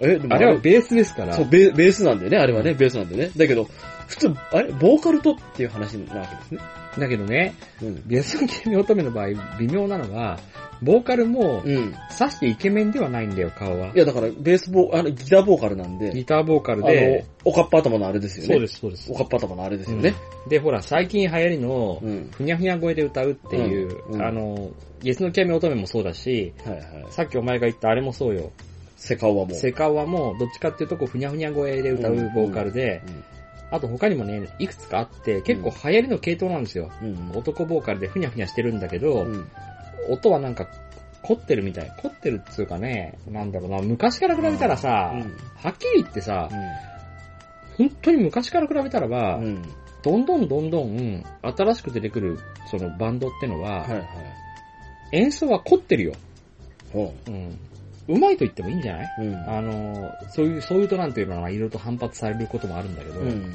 Speaker 2: え、でも
Speaker 1: あれはベースですから。
Speaker 2: そうベ、ベースなんでね、あれはね、ベースなんでね。だけど、普通、あれ、ボーカルとっていう話なわけですね。
Speaker 1: だけどね、
Speaker 2: うん。
Speaker 1: ベースの極み乙女の場合、微妙なのは、ボーカルも、
Speaker 2: うん。
Speaker 1: さしてイケメンではないんだよ、顔は。
Speaker 2: いや、だから、ベースボー、あの、ギターボーカルなんで、
Speaker 1: ギターボーカ
Speaker 2: あ
Speaker 1: ル
Speaker 2: の
Speaker 1: で、、
Speaker 2: おかっぱ頭のあれですよね。
Speaker 1: す、そうで
Speaker 2: おかっぱ頭のあれですよ
Speaker 1: ね
Speaker 2: ね。。
Speaker 1: で、ほら、最近流行りの
Speaker 2: う、ん。
Speaker 1: ふにゃふにゃ声で歌うっていう、
Speaker 2: うんうん
Speaker 1: あの、ゲスの極み乙女もそうだし、
Speaker 2: はいはい。
Speaker 1: さっきお前が言ったあれもそうよ。
Speaker 2: セカオワも。
Speaker 1: セカオワも、どっちかっていうと、こう、ふにゃふにゃ声で歌うボーカルで、
Speaker 2: うん
Speaker 1: あと他にもね、いくつかあって、結構流行りの系統なんですよ。
Speaker 2: うん
Speaker 1: 男ボーカルでふにゃふにゃしてるんだけど、
Speaker 2: うん
Speaker 1: 音はなんか、凝ってるみたい。凝ってるっつうかね、なんだろうな、昔から比べたらさ、
Speaker 2: うん
Speaker 1: はっきり言ってさ、本当に昔から比べたらば、
Speaker 2: うんうん
Speaker 1: どんどんどんどん、新しく出てくる、そのバンドってのは、
Speaker 2: はいはい。
Speaker 1: 演奏は凝ってるよ。
Speaker 2: ほ。
Speaker 1: うん。うまいと言ってもいいんじゃないう
Speaker 2: うん。
Speaker 1: あの、そういう、そういうとなんていうのは、いろいろと反発されることもあるんだけど、
Speaker 2: うん。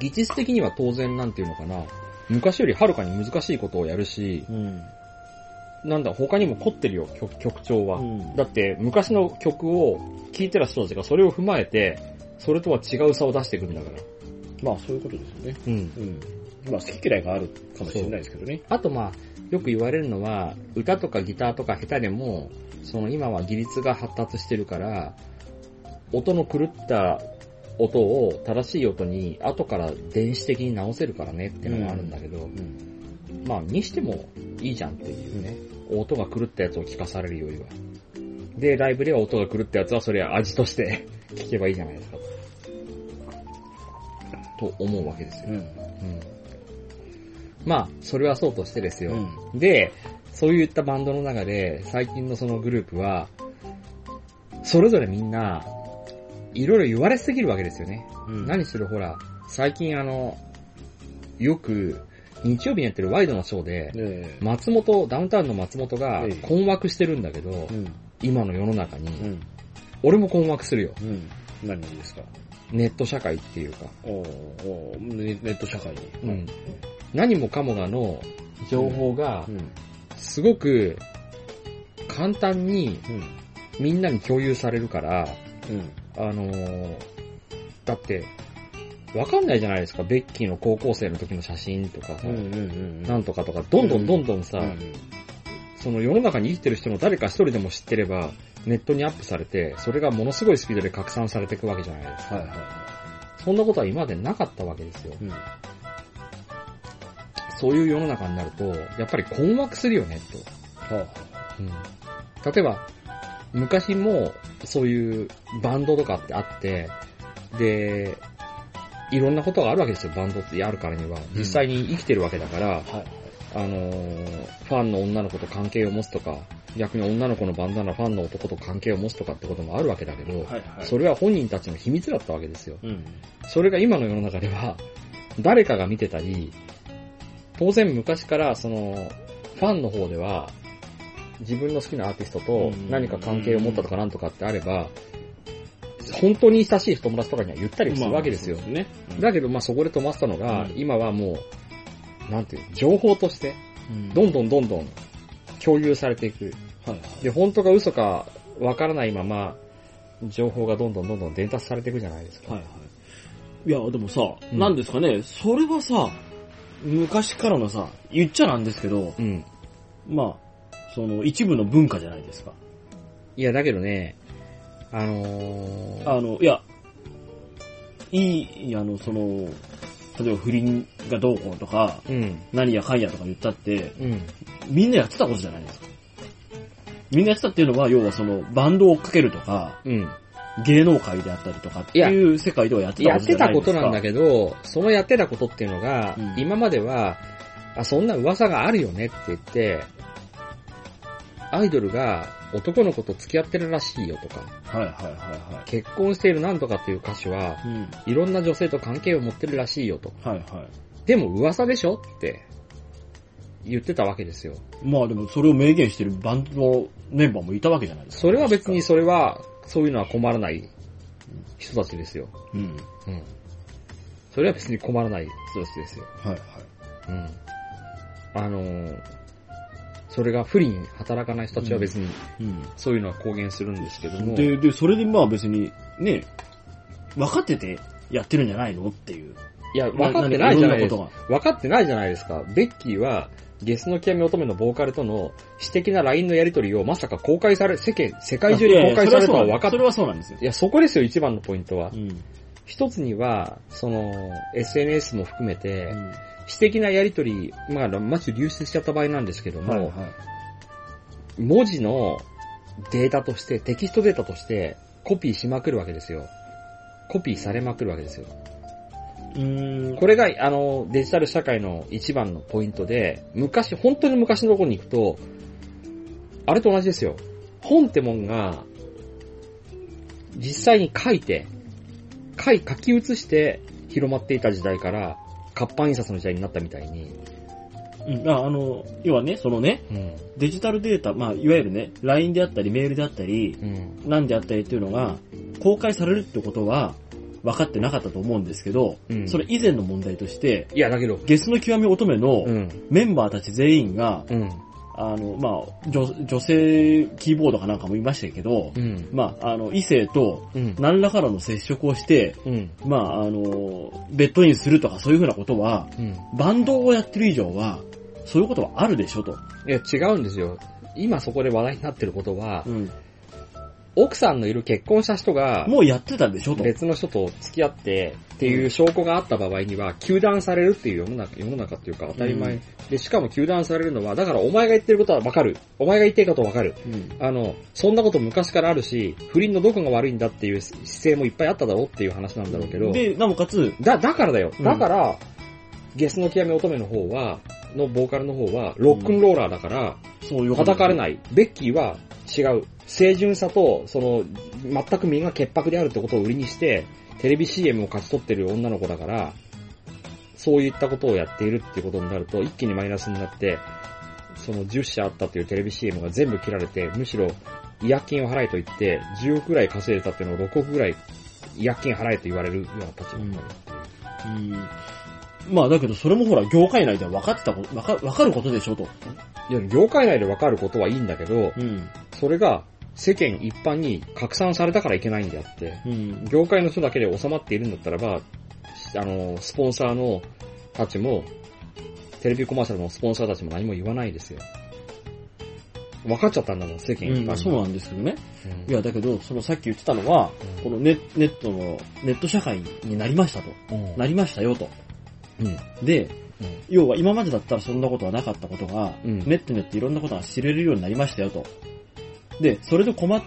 Speaker 1: 技術的には当然なんていうのかな、昔よりはるかに難しいことをやるし、
Speaker 2: うん。
Speaker 1: なんだ、他にも凝ってるよ、曲曲調は。
Speaker 2: うん
Speaker 1: だって、昔の曲を聴いてた人たちがそれを踏まえて、それとは違う差を出してくるんだから。
Speaker 2: まあそういうことですよね。
Speaker 1: うん。
Speaker 2: うん。まあ好き嫌いがあるかもしれないですけどね。
Speaker 1: あとまあ、よく言われるのは、歌とかギターとか下手でも、その今は技術が発達してるから、音の狂った音を正しい音に後から電子的に直せるからねっていうのがあるんだけど、
Speaker 2: うん。
Speaker 1: まあにしてもいいじゃんっていうね、音が狂ったやつを聞かされるよりは。で、ライブでは音が狂ったやつはそれは味として 聞けばいいじゃないですか。と思うわけですよ。
Speaker 2: うん。
Speaker 1: うんまあ、それはそうとしてですよ。
Speaker 2: うん。
Speaker 1: で、そういったバンドの中で、最近のそのグループは、それぞれみんな、いろいろ言われすぎるわけですよね。
Speaker 2: うん
Speaker 1: 何するほら、最近あの、よく、日曜日にやってるワイドなショーで、
Speaker 2: ね
Speaker 1: 松本、ダウンタウンの松本が
Speaker 2: ええ
Speaker 1: 困惑してるんだけど
Speaker 2: え。、ん。
Speaker 1: 今の世の中
Speaker 2: う
Speaker 1: に、
Speaker 2: ん。
Speaker 1: 俺も困惑するよ。
Speaker 2: うん。何々ですか
Speaker 1: ネット社会っていうか。
Speaker 2: おーおーネネット社会に。
Speaker 1: うん。何もかもがの情報が
Speaker 2: う、ん。
Speaker 1: すごく簡単に
Speaker 2: うん。
Speaker 1: みんなに共有されるから、
Speaker 2: うん。
Speaker 1: あのーだって、わかんないじゃないですか、ベッキーの高校生の時の写真とかさ、
Speaker 2: うん。うん。うん。
Speaker 1: なんとかとか、どんどんどんどんさ、
Speaker 2: うん
Speaker 1: その世の中に生きてる人の誰か一人でも知ってれば、ネットにアップされて、それがものすごいスピードで拡散されていくわけじゃないですか。
Speaker 2: はいはいは
Speaker 1: そんなことは今までなかったわけですよ。
Speaker 2: い。うん。
Speaker 1: そういう世の中になると、やっぱり困惑するよね、と。
Speaker 2: は
Speaker 1: うん、例えば、昔もそういうバンドとかってあって、で、いろんなことがあるわけですよ、バンドってあるからには。実際に生きてるわけだから、
Speaker 2: あ。はい。
Speaker 1: あのーファンの女の子と関係を持つとか、逆に女の子のバンドならファンの男と関係を持つとかってこともあるわけだけど、
Speaker 2: はいは
Speaker 1: それは本人たちの秘密だったわけですよ。
Speaker 2: うん。
Speaker 1: それが今の世の中では、 誰かが見てたり、当然昔からその、ファンの方では、自分の好きなアーティストと
Speaker 2: うん
Speaker 1: 何か関係を持ったとかなんとかってあれば、本当に親しい友達とかには言ったりするわけですよ
Speaker 2: まあ。そうね。
Speaker 1: だけど、まあそこで止まってたのが
Speaker 2: う、ん
Speaker 1: 今はもう、なんていう、情報として、
Speaker 2: うん
Speaker 1: どんどんどんどん共有されていく。
Speaker 2: はい
Speaker 1: で、本当か嘘かわからないまま、情報がどんどんどんどん伝達されていくじゃないですか。
Speaker 2: はいはい。いや、でもさ、
Speaker 1: うん
Speaker 2: なんですかね、それはさ、昔からのさ、言っちゃなんですけど、
Speaker 1: うん。
Speaker 2: まあ、その、一部の文化じゃないですか。
Speaker 1: いや、だけどね、あのー、
Speaker 2: あの、いや、いい、あの、その、例えば不倫がどうこうとか、
Speaker 1: うん、
Speaker 2: 何やかんやとか言ったって、
Speaker 1: うん、
Speaker 2: みんなやってたことじゃないですか。みんなやってたっていうのは、要はその、バンドを追っかけるとか、
Speaker 1: うん。
Speaker 2: 芸能界であったりとかっていう世界ではやってた
Speaker 1: や
Speaker 2: こ
Speaker 1: っ
Speaker 2: とじ
Speaker 1: て
Speaker 2: ゃな
Speaker 1: た
Speaker 2: いで
Speaker 1: こ
Speaker 2: すか。
Speaker 1: となんだ
Speaker 2: け
Speaker 1: けど、そのやってたことっていうのが、
Speaker 2: うん
Speaker 1: 今までは、あ、そんな噂があるよねって言って、アイドルが男の子と付き合ってるらしいよとか、
Speaker 2: ど。はいはいはいは
Speaker 1: 結婚しているなんとかっていう歌手は、
Speaker 2: い。うん。
Speaker 1: いろんな女性と関係を持ってるらしいよと。
Speaker 2: はいはい。
Speaker 1: でも噂でしょって言ってたわけですよ。
Speaker 2: まあでもそれを明言してるバンドのメンバーもいたわけじゃないですか。
Speaker 1: それは別にそれは、そういうのは困らない人たちですよ。
Speaker 2: うん。
Speaker 1: うん。それは別に困らない人たちですよ。
Speaker 2: はいはい。
Speaker 1: うん。あのーそれが不利に働かない人たちは別に
Speaker 2: う
Speaker 1: そういうのは公言するんですけども、
Speaker 2: ん。で、で、それでまあ別に、ね、分かっててやってるんじゃないのっていう。
Speaker 1: いや、分かってないじゃないです
Speaker 2: ろ
Speaker 1: か。
Speaker 2: んなこと
Speaker 1: 分かってないじゃないですか。ベッキーは、ゲスの極み乙女のボーカルとの私的な LINE のやり取りをまさか公開され、世間、世
Speaker 2: が。
Speaker 1: 界中に公開されるのは分かっ
Speaker 2: そ
Speaker 1: て、
Speaker 2: れはそうなんですよ。
Speaker 1: いや、そこですよ、一番のポイントは
Speaker 2: う。ん。
Speaker 1: 一つには、その、SNS も含めて、私的なやり取り、まあ、まず流出しちゃった場合なんですけども、
Speaker 2: はいはい。
Speaker 1: 文字のデータとして、テキストデータとして、コピーしまくるわけですよ。コピーされまくるわけですよ。
Speaker 2: うん。
Speaker 1: これが、あの、デジタル社会の一番のポイントで、昔、本当に昔のところに行くと、あれと同じですよ。本ってもんが、実際に書いて、書い、書き写して広まっていた時代から、活版印刷の時代になったみたいに、
Speaker 2: うん、ああの、要はね、そのね、
Speaker 1: うん、
Speaker 2: デジタルデータ、まあ、いわゆるね、LINE であったり、メールであったり、
Speaker 1: うん、
Speaker 2: なんであったりっていうのが、公開されるってことは、分かってなかったと思うんですけど、
Speaker 1: うん
Speaker 2: それ以前の問題として、
Speaker 1: いや、だけど、
Speaker 2: ゲスの極み乙女
Speaker 1: う
Speaker 2: の
Speaker 1: ん、
Speaker 2: メンバーたち全員が、
Speaker 1: うん、
Speaker 2: あの、まあ、女、女性キーボードかなんかもいましたけど、
Speaker 1: うん、
Speaker 2: まあ、あの、異性と
Speaker 1: うん、
Speaker 2: 何らからの接触をして、
Speaker 1: うん、
Speaker 2: まあ、あの、ベッドインするとかそういうふうなことは、
Speaker 1: うん。
Speaker 2: バンドをやってる以上は、そういうことはあるでしょと。
Speaker 1: いや、違うんですよ。今そこで話題になってることは
Speaker 2: う、ん。
Speaker 1: 奥さんのいる結婚した人が、
Speaker 2: もうやってたでしょと。
Speaker 1: 別の人と付き合ってっていう証拠があった場合には、求断されるっていう世の中、世の中っていうか当たり前。
Speaker 2: うん
Speaker 1: で、しかも求断されるのは、だからお前が言ってることはわかる。お前が言ってることはわかる。
Speaker 2: うん。
Speaker 1: あの、そんなこと昔からあるし、不倫のどこが悪いんだっていう姿勢もいっぱいあっただろうっていう話なんだろうけど、
Speaker 2: で、なおかつ、
Speaker 1: だ、だからだよ。
Speaker 2: うん
Speaker 1: だから、ゲスの極み乙女の方は、のボーカルの方は、ロックンローラーだから、
Speaker 2: そういう
Speaker 1: 叩かれ
Speaker 2: い。
Speaker 1: ない。ベッキーは違う。清純さと、その、全く身が潔白であるってことを売りにして、テレビ CM を勝ち取ってる女の子だから、そういったことをやっているってことになると、一気にマイナスになって、その10社あったというテレビ CM が全部切られて、むしろ、違約金を払えと言って、10億ぐらい稼いでたっていうのを6億ぐらい、違約金払えと言われるような立場になるっていう。
Speaker 2: うん。まあ、だけど、それもほら、業界内では分かってたこと、分か、分かることでしょと。
Speaker 1: いや、業界内でわかることはいいんだけど、
Speaker 2: うん。
Speaker 1: それが世間一般に拡散されたからいけないんであって、
Speaker 2: うん。
Speaker 1: 業界の人だけで収まっているんだったらば、あの、スポンサーのたちも、テレビコマーシャルのスポンサーたちも何も言わないですよ。分かっちゃったんだもん、世間一般
Speaker 2: うん、そうなんですけどね。い
Speaker 1: や、
Speaker 2: や、だけど、そのさっき言ってたのは、このネネットの、ネット社会になりましたと。
Speaker 1: うん
Speaker 2: なりましたよと。
Speaker 1: うん。
Speaker 2: で、要は今までだったらそんなことはなかったことが、
Speaker 1: うん
Speaker 2: ネットによっていろんなことが知れるようになりましたよと。で、それで困っ、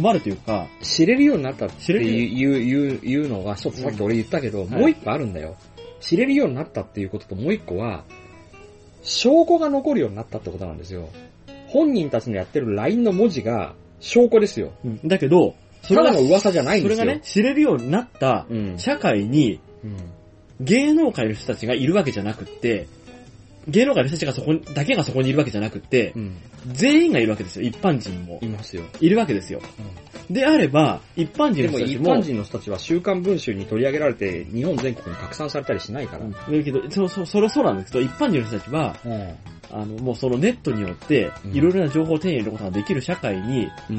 Speaker 2: 困るというか、
Speaker 1: 知れるようになったって
Speaker 2: 知れる
Speaker 1: いう、いう、言うのが、ちょっとさっき俺言ったけど、
Speaker 2: ん
Speaker 1: もう一個あるんだよ。知れるようになったっていうことともう一個は、証拠が残るようになったってことなんですよ。本人たちのやってる LINE の文字が証拠ですよ。
Speaker 2: だけど、そ
Speaker 1: た
Speaker 2: れ
Speaker 1: だ
Speaker 2: が
Speaker 1: の、噂じゃないん
Speaker 2: そ
Speaker 1: で
Speaker 2: れ
Speaker 1: すよ。
Speaker 2: がね、知れるようになった
Speaker 1: うん。
Speaker 2: 社会に
Speaker 1: うん。
Speaker 2: 芸能界の人たちがいるわけじゃなくって、芸能界の人たちがそこにだけがそこにいるわけじゃなくって、
Speaker 1: うん。
Speaker 2: 全員がいるわけですよ、一般人も
Speaker 1: い。ますよ。
Speaker 2: いるわけですよ。であれば、一般人
Speaker 1: で
Speaker 2: の
Speaker 1: も
Speaker 2: 人たち
Speaker 1: 一
Speaker 2: も、
Speaker 1: 般人の人たちは週刊文集に取り上げられて日本全国に拡散されたりしないから。
Speaker 2: うんだけど、そう、そう、それはそうなんですけど、一般人の人たちは、
Speaker 1: うん。
Speaker 2: あの、もうそのネットによって
Speaker 1: う、ん
Speaker 2: いろいろな情報を手に入れることができる社会に、
Speaker 1: うん。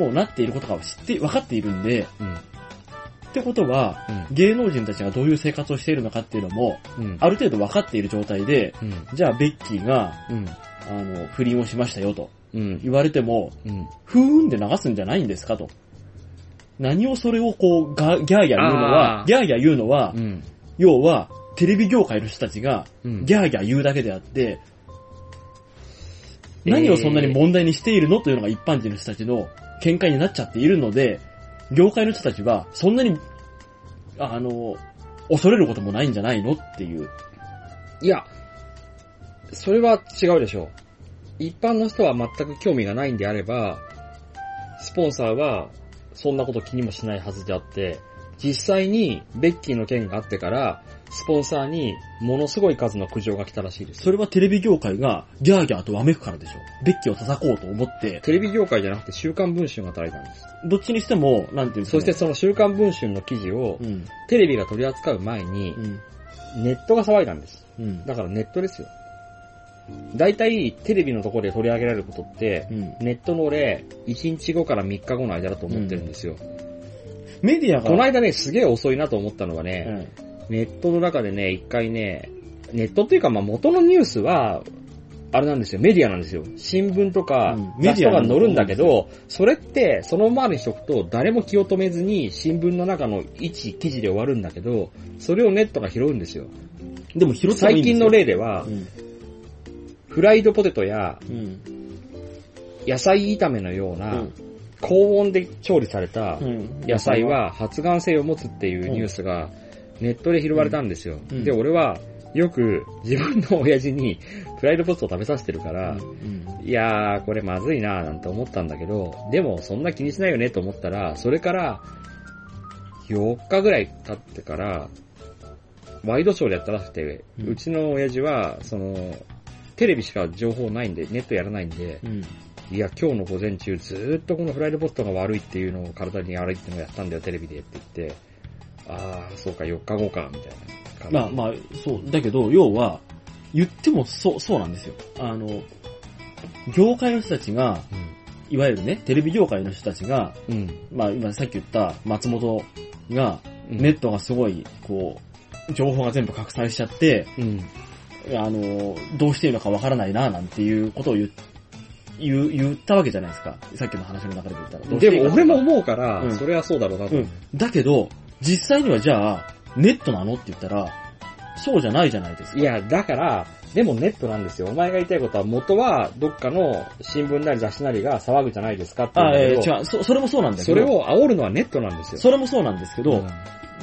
Speaker 2: もうなっていることが知って、分かっているんで、
Speaker 1: うん。
Speaker 2: ってことは、
Speaker 1: うん。
Speaker 2: 芸能人たちがどういう生活をしているのかっていうのも、
Speaker 1: うん。
Speaker 2: ある程度分かっている状態で、
Speaker 1: うん。
Speaker 2: じゃあベッキーが、
Speaker 1: うん。
Speaker 2: あの、不倫をしましたよと
Speaker 1: うん。
Speaker 2: 言われても、
Speaker 1: うん。
Speaker 2: ふーんで流すんじゃないんですかと。何をそれをこう、がギャーギャー言うのは
Speaker 1: あ、ー
Speaker 2: ギャーギャー言うのは
Speaker 1: う、ん。
Speaker 2: 要は、テレビ業界の人たちが、
Speaker 1: うん。
Speaker 2: ギャーギャー言うだけであって、
Speaker 1: えー
Speaker 2: 何をそんなに問題にしているのというのが一般人の人たちの見解になっちゃっているので、業界の人たちはそんなに、あの、恐れることもないんじゃないのっていう。
Speaker 1: いや、それは違うでしょう。一般の人は全く興味がないんであれば、スポンサーはそんなこと気にもしないはずであって、実際にベッキーの件があってから、スポンサーにものすごい数の苦情が来たらしいです。
Speaker 2: それはテレビ業界がギャーギャーとわめくからでしょ。ベッキーを叩こうと思って、
Speaker 1: テレビ業界じゃなくて週刊文春が働いたんです。
Speaker 2: どっちにしても、なんていうんですか
Speaker 1: そ
Speaker 2: ね
Speaker 1: して、その週刊文春の記事を
Speaker 2: うん、
Speaker 1: テレビが取り扱う前に
Speaker 2: うん、
Speaker 1: ネットが騒いだんです。
Speaker 2: うん、
Speaker 1: だからネットですよ。大体テレビのところで取り上げられることって
Speaker 2: う、ん。
Speaker 1: ネットの俺、1日後から3日後の間だと思ってるんですよ。
Speaker 2: メディアが、
Speaker 1: この間ね、すげえ遅いなと思ったのは
Speaker 2: う
Speaker 1: ね、
Speaker 2: ん、
Speaker 1: ネットの中でね、一回ね、ネットっていうか、まあ元のニュースは、あれなんですよ、メディアなんですよ。新聞とか
Speaker 2: うん、メ
Speaker 1: メ
Speaker 2: デ
Speaker 1: ディ
Speaker 2: ィア
Speaker 1: ア
Speaker 2: な
Speaker 1: が
Speaker 2: んだ
Speaker 1: 載るんだけど、それって、そのままにしとくと、誰も気を止めずに、新聞の中の一記事で終わるんだけど、それをネットが拾うんですよ。
Speaker 2: でも拾ってもい
Speaker 1: 最
Speaker 2: いんです
Speaker 1: 近
Speaker 2: よ
Speaker 1: の例では
Speaker 2: う、ん、
Speaker 1: フライドポテトや、
Speaker 2: うん、
Speaker 1: 野菜炒めのよう
Speaker 2: う。
Speaker 1: なん高温で調理された
Speaker 2: うん。
Speaker 1: 野菜、は発がん性を持つっていうニュースがネットで拾われたんですよ。
Speaker 2: うん
Speaker 1: で、俺はよく自分の親父に フライドポテトを食べさせてるか
Speaker 2: う
Speaker 1: ら、
Speaker 2: ん。
Speaker 1: いやー、これまずいなーなんて思ったんだけど、でもそんな気にしないよねと思ったら、それから、4日ぐらい経ってから、ワイドショーでやったらしくて、
Speaker 2: うん
Speaker 1: うちの親父は、その、テレビしか情報ないんで、ネットやらないんで、
Speaker 2: うん。
Speaker 1: いや、今日の午前中ずーっとこのフライドポテトが悪いっていうのを体に悪いっていうのをやったんだよ、テレビでって言って、あー、そうか、4日後か、みたいな感じ。
Speaker 2: まあまあ、そう。だけど、要は、言ってもそう、そうなんですよ。あの、業界の人たちが、いわゆるね、テレビ業界の人たちが、
Speaker 1: うん。うん。
Speaker 2: まあ今さっき言った松本が、
Speaker 1: うん
Speaker 2: ネッ。トがすごい、こう、情報が全部拡散しちゃって、
Speaker 1: うん。
Speaker 2: あの、どうしているのかわからないな、なんていうことを言う、言う、言ったわけじゃないですか。さっきの話の中で言ったら。どうして
Speaker 1: で
Speaker 2: いいか
Speaker 1: も俺も思うから、
Speaker 2: うん
Speaker 1: それはそうだろうなと
Speaker 2: う
Speaker 1: 思う。
Speaker 2: ん。だけど、実際にはじゃあ、ネットなのって言ったら、そうじゃないじゃないですか。
Speaker 1: いや、だから、でもネットなんですよ。お前が言いたいことは、元はどっかの新聞なり雑誌なりが騒ぐじゃないですかってい
Speaker 2: あ、え
Speaker 1: うんだけど
Speaker 2: ー違う、そ、それもそうなんだけ
Speaker 1: そ
Speaker 2: ど。
Speaker 1: れ、を煽るのはネットなんですよ。
Speaker 2: それもそうなんですけど、
Speaker 1: ん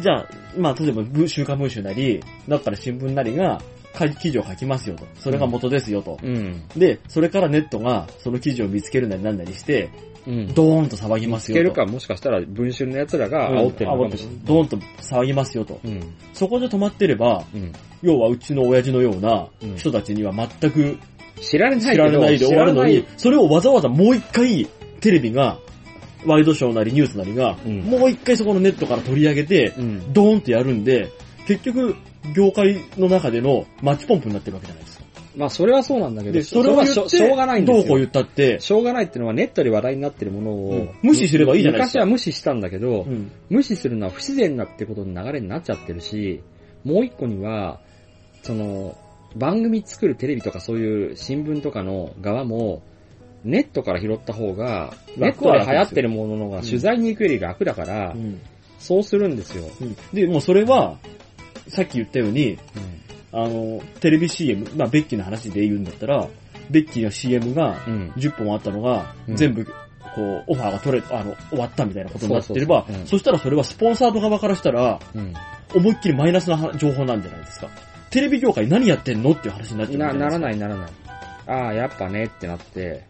Speaker 2: じゃあ、まあ、例えば、ぶ週刊文春なり、だから新聞なりが、か記事を書きますよと。それが元ですよと。
Speaker 1: うん。
Speaker 2: で、それからネットが、その記事を見つけるなりなんなりして、
Speaker 1: うん。
Speaker 2: ドーンと騒ぎます
Speaker 1: つ
Speaker 2: よ
Speaker 1: け
Speaker 2: と。
Speaker 1: るか、もしかしたら文春の奴らが煽ってるのかもしれない。
Speaker 2: うん煽ってドーンと騒ぎますよと。
Speaker 1: うん。
Speaker 2: そこで止まってれば、
Speaker 1: うん。
Speaker 2: 要はうちの親父のような
Speaker 1: うん
Speaker 2: 人たちには全く
Speaker 1: 知られない
Speaker 2: 知
Speaker 1: けど
Speaker 2: られないで終わるの
Speaker 1: 知
Speaker 2: に、それをわざわざもう一回、テレビが、ワイドショーなりニュースなりが、
Speaker 1: うん
Speaker 2: もう一回そこのネットから取り上げて
Speaker 1: ら、ないうん。
Speaker 2: ドーンってやるんで、結局、業界の中でのマッチポンプになってるわけじゃないですか。
Speaker 1: まあ、それはそうなんだけど、
Speaker 2: で、それを
Speaker 1: は
Speaker 2: 言
Speaker 1: しょ
Speaker 2: って、
Speaker 1: しょうがないんですよ。
Speaker 2: どうこう言ったって、
Speaker 1: しょうがないってのはネットで話題になってるものを、
Speaker 2: うん無視すればいいじゃないですか
Speaker 1: 昔は無視したんだけど、
Speaker 2: うん
Speaker 1: 無視するのは不自然だってことの流れになっちゃってるし、もう一個には、その、番組作るテレビとかそういう新聞とかの側も、ネットから拾った方が、ネッ
Speaker 2: 楽
Speaker 1: トで
Speaker 2: は楽ですよ
Speaker 1: 流行ってるものの方が取材に行くより楽だから、
Speaker 2: うん
Speaker 1: そうするんですよ。
Speaker 2: うんで、もうそれは、さっき言ったように、あの、テレビ CM、まあベッキーの話で言うんだったら、ベッキーの CM が
Speaker 1: うん。
Speaker 2: 10本あったのが、
Speaker 1: うん
Speaker 2: 全部、こう、オファーが取れ、あの、終わったみたいなことになってれば、
Speaker 1: そうそうそううん
Speaker 2: そしたらそれはスポンサード側からしたら、
Speaker 1: うん。
Speaker 2: 思いっきりマイナスな情報なんじゃないですか。テレビ業界何やってんのっていう話になっちゃうじ
Speaker 1: な、
Speaker 2: ゃ
Speaker 1: なら
Speaker 2: い
Speaker 1: ないならない。ああ、やっぱねってなって、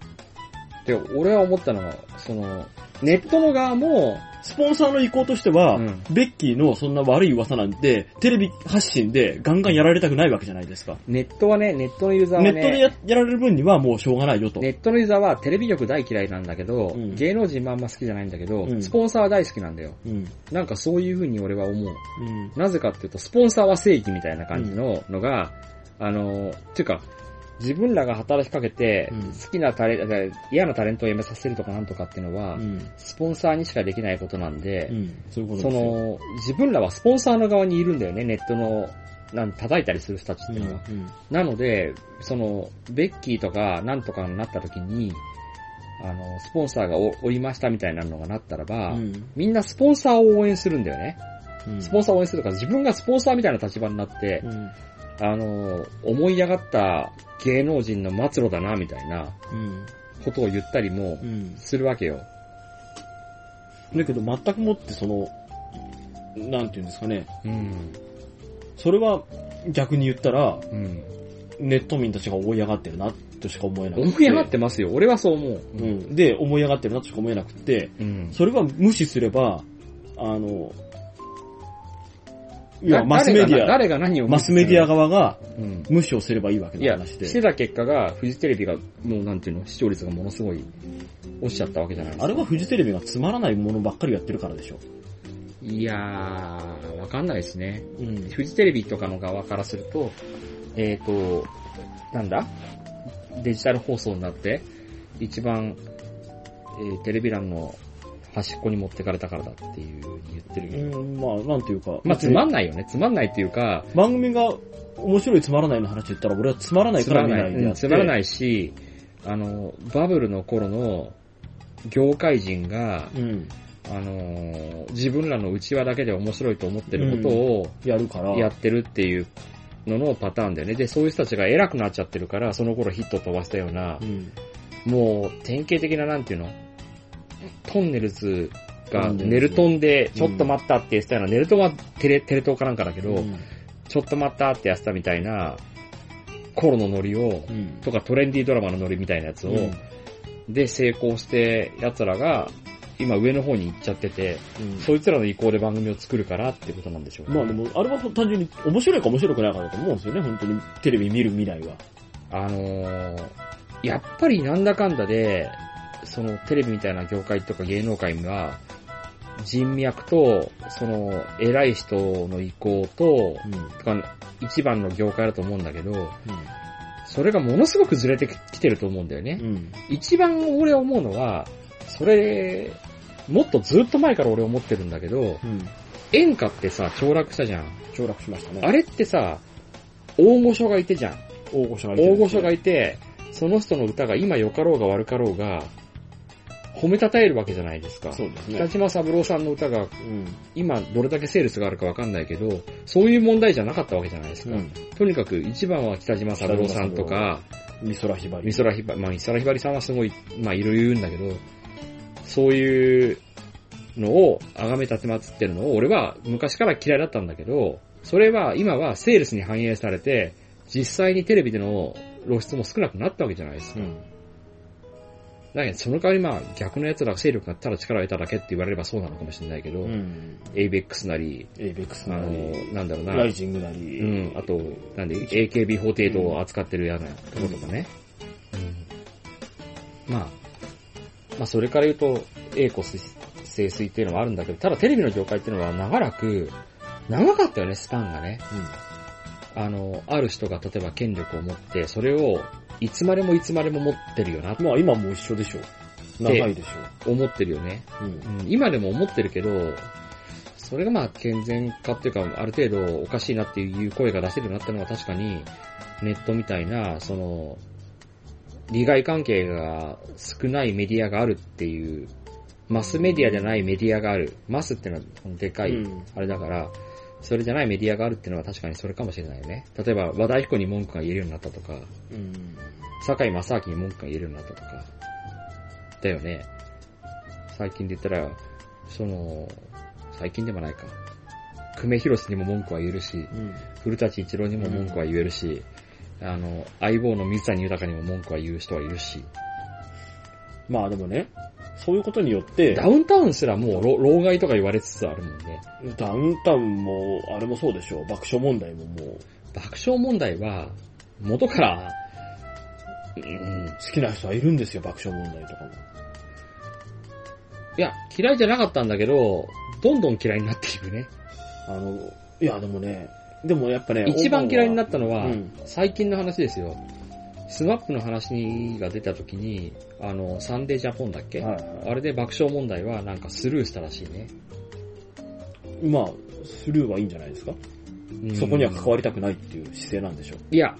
Speaker 1: で、俺は思ったのが、その、ネットの側も、
Speaker 2: ですか。スポンサーの意向としては、
Speaker 1: うん
Speaker 2: ベッキーのそんな悪い噂なんて、テレビ発信でガンガンやられたくないわけじゃないですか。
Speaker 1: ネットはね、ネットのユーザーは
Speaker 2: ネ
Speaker 1: ね、
Speaker 2: ットでややられる分にはもうしょうがないよと。
Speaker 1: ネットのユーザーはテレビ局大嫌いなんだけど、
Speaker 2: うん
Speaker 1: 芸能人もあんま好きじゃないんだけど、
Speaker 2: うん
Speaker 1: スポンサーは大好きなんだよ。
Speaker 2: うん。
Speaker 1: なんかそういう風に俺は思う。
Speaker 2: うん。
Speaker 1: なぜかっていうと、スポンサーは正義みたいな感じののが、あの、っていうか、自分らが働きかけて
Speaker 2: うん、
Speaker 1: 好きなタレ、え嫌なタレントを辞めさせるとかなんとかっていうのは、
Speaker 2: うん。
Speaker 1: スポンサーにしかできないことなん
Speaker 2: う
Speaker 1: で、
Speaker 2: ん。そういうこと
Speaker 1: そ
Speaker 2: ですよ。
Speaker 1: の、自分らはスポンサーの側にいるんだよね、ネットの、なん叩いたりする人たちっていうのは。
Speaker 2: うん。
Speaker 1: なので、その、ベッキーとかなんとかになった時に、あの、スポンサーがおおりましたみたいなのがなったらば、
Speaker 2: うん
Speaker 1: みんなスポンサーを応援するんだよね。
Speaker 2: うん。
Speaker 1: スポンサーを応援するから、自分がスポンサーみたいな立場になって、
Speaker 2: うん。
Speaker 1: あの、思い上がった芸能人の末路だな、みたいな
Speaker 2: うん。
Speaker 1: ことを言ったりも
Speaker 2: うん。
Speaker 1: するわけよ。
Speaker 2: だけど全くもってその、なんていうんですかね、
Speaker 1: うん。
Speaker 2: それは逆に言ったら、
Speaker 1: うん。
Speaker 2: ネット民たちが思い上がってるなとしか思えなくて。
Speaker 1: 思い上がってますよ。俺はそう思う。
Speaker 2: う。ん。で、思い上がってるなとしか思えなくて、
Speaker 1: うん。
Speaker 2: それは無視すれば、あの、い
Speaker 1: だ
Speaker 2: や、マスメデ
Speaker 1: 誰が
Speaker 2: ィア、
Speaker 1: 誰が何を見
Speaker 2: マ
Speaker 1: て
Speaker 2: スメディア側が
Speaker 1: うん。
Speaker 2: 無視をすればいいわけ
Speaker 1: い
Speaker 2: の
Speaker 1: や、
Speaker 2: 話
Speaker 1: して
Speaker 2: で。
Speaker 1: た結果が、フジテレビが、もうなんていうの、視聴率がものすごい、落ちちゃったわけじゃないですか。
Speaker 2: あれはフジテレビがつまらないものばっかりやってるからでしょ。
Speaker 1: いやー、わかんないですね。
Speaker 2: うん。
Speaker 1: フジテレビとかの側からすると、えーと、なんだデジタル放送になって、一番、えーテレビ欄の端っこに持ってかれたからだっていう言ってるけど。
Speaker 2: うん、まあ、なんていうか。
Speaker 1: まあ、つまんないよね。つまんないっていうか、
Speaker 2: 番組が面白いつまらないの話言ったら俺はつまらない
Speaker 1: つ
Speaker 2: か
Speaker 1: ま
Speaker 2: ら
Speaker 1: らな
Speaker 2: 見
Speaker 1: い、
Speaker 2: ないで
Speaker 1: う
Speaker 2: あっ
Speaker 1: ん
Speaker 2: て。
Speaker 1: つまらないし、あの、バブルの頃の業界人が、
Speaker 2: うん。
Speaker 1: あのー自分らの内輪だけで面白いと思ってることを
Speaker 2: やるから。
Speaker 1: やってるっていうののパターンだよね。で、そういう人たちが偉くなっちゃってるから、その頃ヒット飛ばしたような
Speaker 2: う、ん。
Speaker 1: もう、典型的ななんていうのトンネルズが
Speaker 2: トンネルズ
Speaker 1: ネルトンで、ちょっと待ったって言ってたような、ネルトンはテレ、テレ東かなんかだけど、
Speaker 2: うん
Speaker 1: ちょっと待ったってやってたみたいな、頃のノリを、
Speaker 2: うん
Speaker 1: とかトレンディードラマのノリみたいなやつを、
Speaker 2: うん
Speaker 1: で成功して、奴らが、今上の方に行っちゃってて、
Speaker 2: うん
Speaker 1: そいつらの意向で番組を作るからってことなんでしょうね
Speaker 2: まあでも、あれは単純に面白いか面白くないかだと思うんですよね、本当に。テレビ見る未来は。
Speaker 1: あのーやっぱりなんだかんだで、そのテレビみたいな業界とか芸能界には、人脈と、その、偉い人の意向と、
Speaker 2: うん。うん。
Speaker 1: とか一番の業界だと思うんだけど、それがものすごくずれてきてると思うんだよね。
Speaker 2: うん。
Speaker 1: 一番俺思うのは、それ、もっとずっと前から俺思ってるんだけど、
Speaker 2: うん。
Speaker 1: 演歌ってさ、凋落したじゃん。
Speaker 2: 凋落しましたね。
Speaker 1: あれってさ、大御所がいてじゃん。
Speaker 2: 大御所がいてる
Speaker 1: 大御所がいて、その人の歌が今良かろうが悪かろうが、褒めたたえるわけじゃないですか。
Speaker 2: そうです
Speaker 1: 北
Speaker 2: ね。
Speaker 1: 島三郎さんの歌が
Speaker 2: うん。
Speaker 1: 今どれだけセールスがあるかわかんないけど、そういう問題じゃなかったわけじゃないですか。
Speaker 2: うん。
Speaker 1: とにかく一番は北島三郎さんとか、
Speaker 2: 美空ひばり。
Speaker 1: 美空ひばり、まあ美空ひばりさんはすごい、まあいろいろ言うんだけど、そういうのを崇め立てまつってるのを俺は昔から嫌いだったんだけど、それは今はセールスに反映されて、実際にテレビでの露出も少なくなったわけじゃないですか。
Speaker 2: うん。
Speaker 1: だけど、その代わりまあ逆の奴らが勢力がただ力を得ただけって言われればそうなのかもしれないけど、
Speaker 2: うん。
Speaker 1: エイベックスなり、
Speaker 2: エイベックス
Speaker 1: あ
Speaker 2: な
Speaker 1: の
Speaker 2: り、、
Speaker 1: なんだろうな、
Speaker 2: ライジングな
Speaker 1: う
Speaker 2: り、
Speaker 1: ん、あと、なんで、AKB48 を扱ってるようなとことかね。うん。まあ、まあ、それから言うと、栄子清水っていうのもあるんだけど、ただテレビの業界っていうのは長らく、長かったよね、スパンがね。あの、ある人が例えば権力を持って、それを、いつまでもいつまでも持ってるよな、
Speaker 2: うん。まあ今も一緒でしょう。長いでし
Speaker 1: 思ってるよね。
Speaker 2: ょう。うん
Speaker 1: う。ん、今でも思ってるけど、それがまあ健全化っていうか、ある程度おかしいなっていう声が出せるようになったのは確かに、ネットみたいな、その、利害関係が少ないメディアがあるっていう、マスメディアじゃないメディアがある。マスってのはでかい、
Speaker 2: うん
Speaker 1: あれだから、それじゃないメディアがあるっていうのは確かにそれかもしれないよね。例えば、和田彦に文句が言えるようになったとか、
Speaker 2: うん。
Speaker 1: 坂井正明に文句が言えるようになったとか、だよね。最近で言ったら、その、最近でもないか。久米宏にも文句は言えるし、
Speaker 2: うん。
Speaker 1: 古舘一郎にも文句は言えるし、あの、相棒の水谷豊にも文句は言う人はいるし、
Speaker 2: まあでもね、そういうことによって、
Speaker 1: ダウンタウンすらもう老老害とか言われつつあるもんね。
Speaker 2: ダウンタウンも、あれもそうでしょう。爆笑問題ももう、
Speaker 1: 爆笑問題は、元から、うん、
Speaker 2: 好きな人はいるんですよ、爆笑問題とかも。
Speaker 1: いや、嫌いじゃなかったんだけど、どんどん嫌いになっていくね。
Speaker 2: あの、いや、でもね、でもやっぱね、
Speaker 1: 一番嫌いにな
Speaker 2: っ
Speaker 1: ったのは、
Speaker 2: うん
Speaker 1: 最近の話ですよ。スマップの話が出た時に、あの、サンデージャポンだっけ、
Speaker 2: はいはい
Speaker 1: あれで爆笑問題はなんかスルーしたらしいね。
Speaker 2: まあ、スルーはいいんじゃないですか、
Speaker 1: うん
Speaker 2: そこには関わりたくないっていう姿勢なんでしょう。
Speaker 1: いや、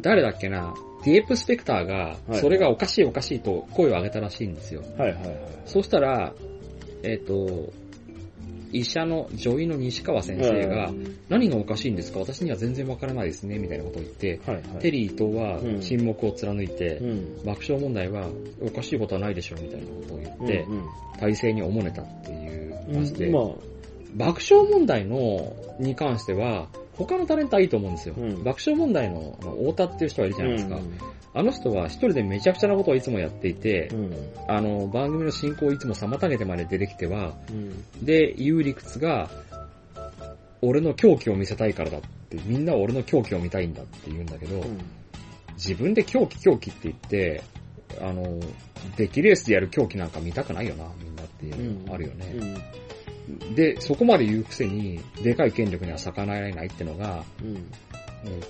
Speaker 1: 誰だっけな、ディープスペクターが、
Speaker 2: はい
Speaker 1: それがおかしいおかしいと声を上げたらしいんですよ。
Speaker 2: はいはいはい。
Speaker 1: そうしたら、えっ、と、医者の女医の西川先生が、
Speaker 2: はい
Speaker 1: 何がおかしいんですか私には全然わからないですね、みたいなことを言って、
Speaker 2: はいはい。
Speaker 1: テリー伊藤は
Speaker 2: うん
Speaker 1: 沈黙を貫いて、
Speaker 2: うん。
Speaker 1: 爆笑問題はおかしいことはないでしょうみたいなことを言って、
Speaker 2: うん
Speaker 1: 体制におもねたっていう
Speaker 2: うん
Speaker 1: 話で、
Speaker 2: まあ、
Speaker 1: 爆笑問題のに関しては、他のタレントはいいと思うんですよ。
Speaker 2: うん
Speaker 1: 爆笑問題のあの太田っていう人はいるじゃないですか。あの人は一人でめちゃくちゃなことをいつもやっていて、
Speaker 2: うん。うん。
Speaker 1: あの、番組の進行をいつも妨げてまで出てきては、
Speaker 2: うん。
Speaker 1: で、言う理屈が、俺の狂気を見せたいからだって、みんなは俺の狂気を見たいんだって言うんだけど、自分で狂気狂気って言って、あの、デッキレースでやる狂気なんか見たくないよな、みんなっていうのあるよ
Speaker 2: う
Speaker 1: ね。
Speaker 2: ん。
Speaker 1: で、そこまで言うくせに、でかい権力には逆らえないってのが、
Speaker 2: う
Speaker 1: う
Speaker 2: ん。
Speaker 1: ん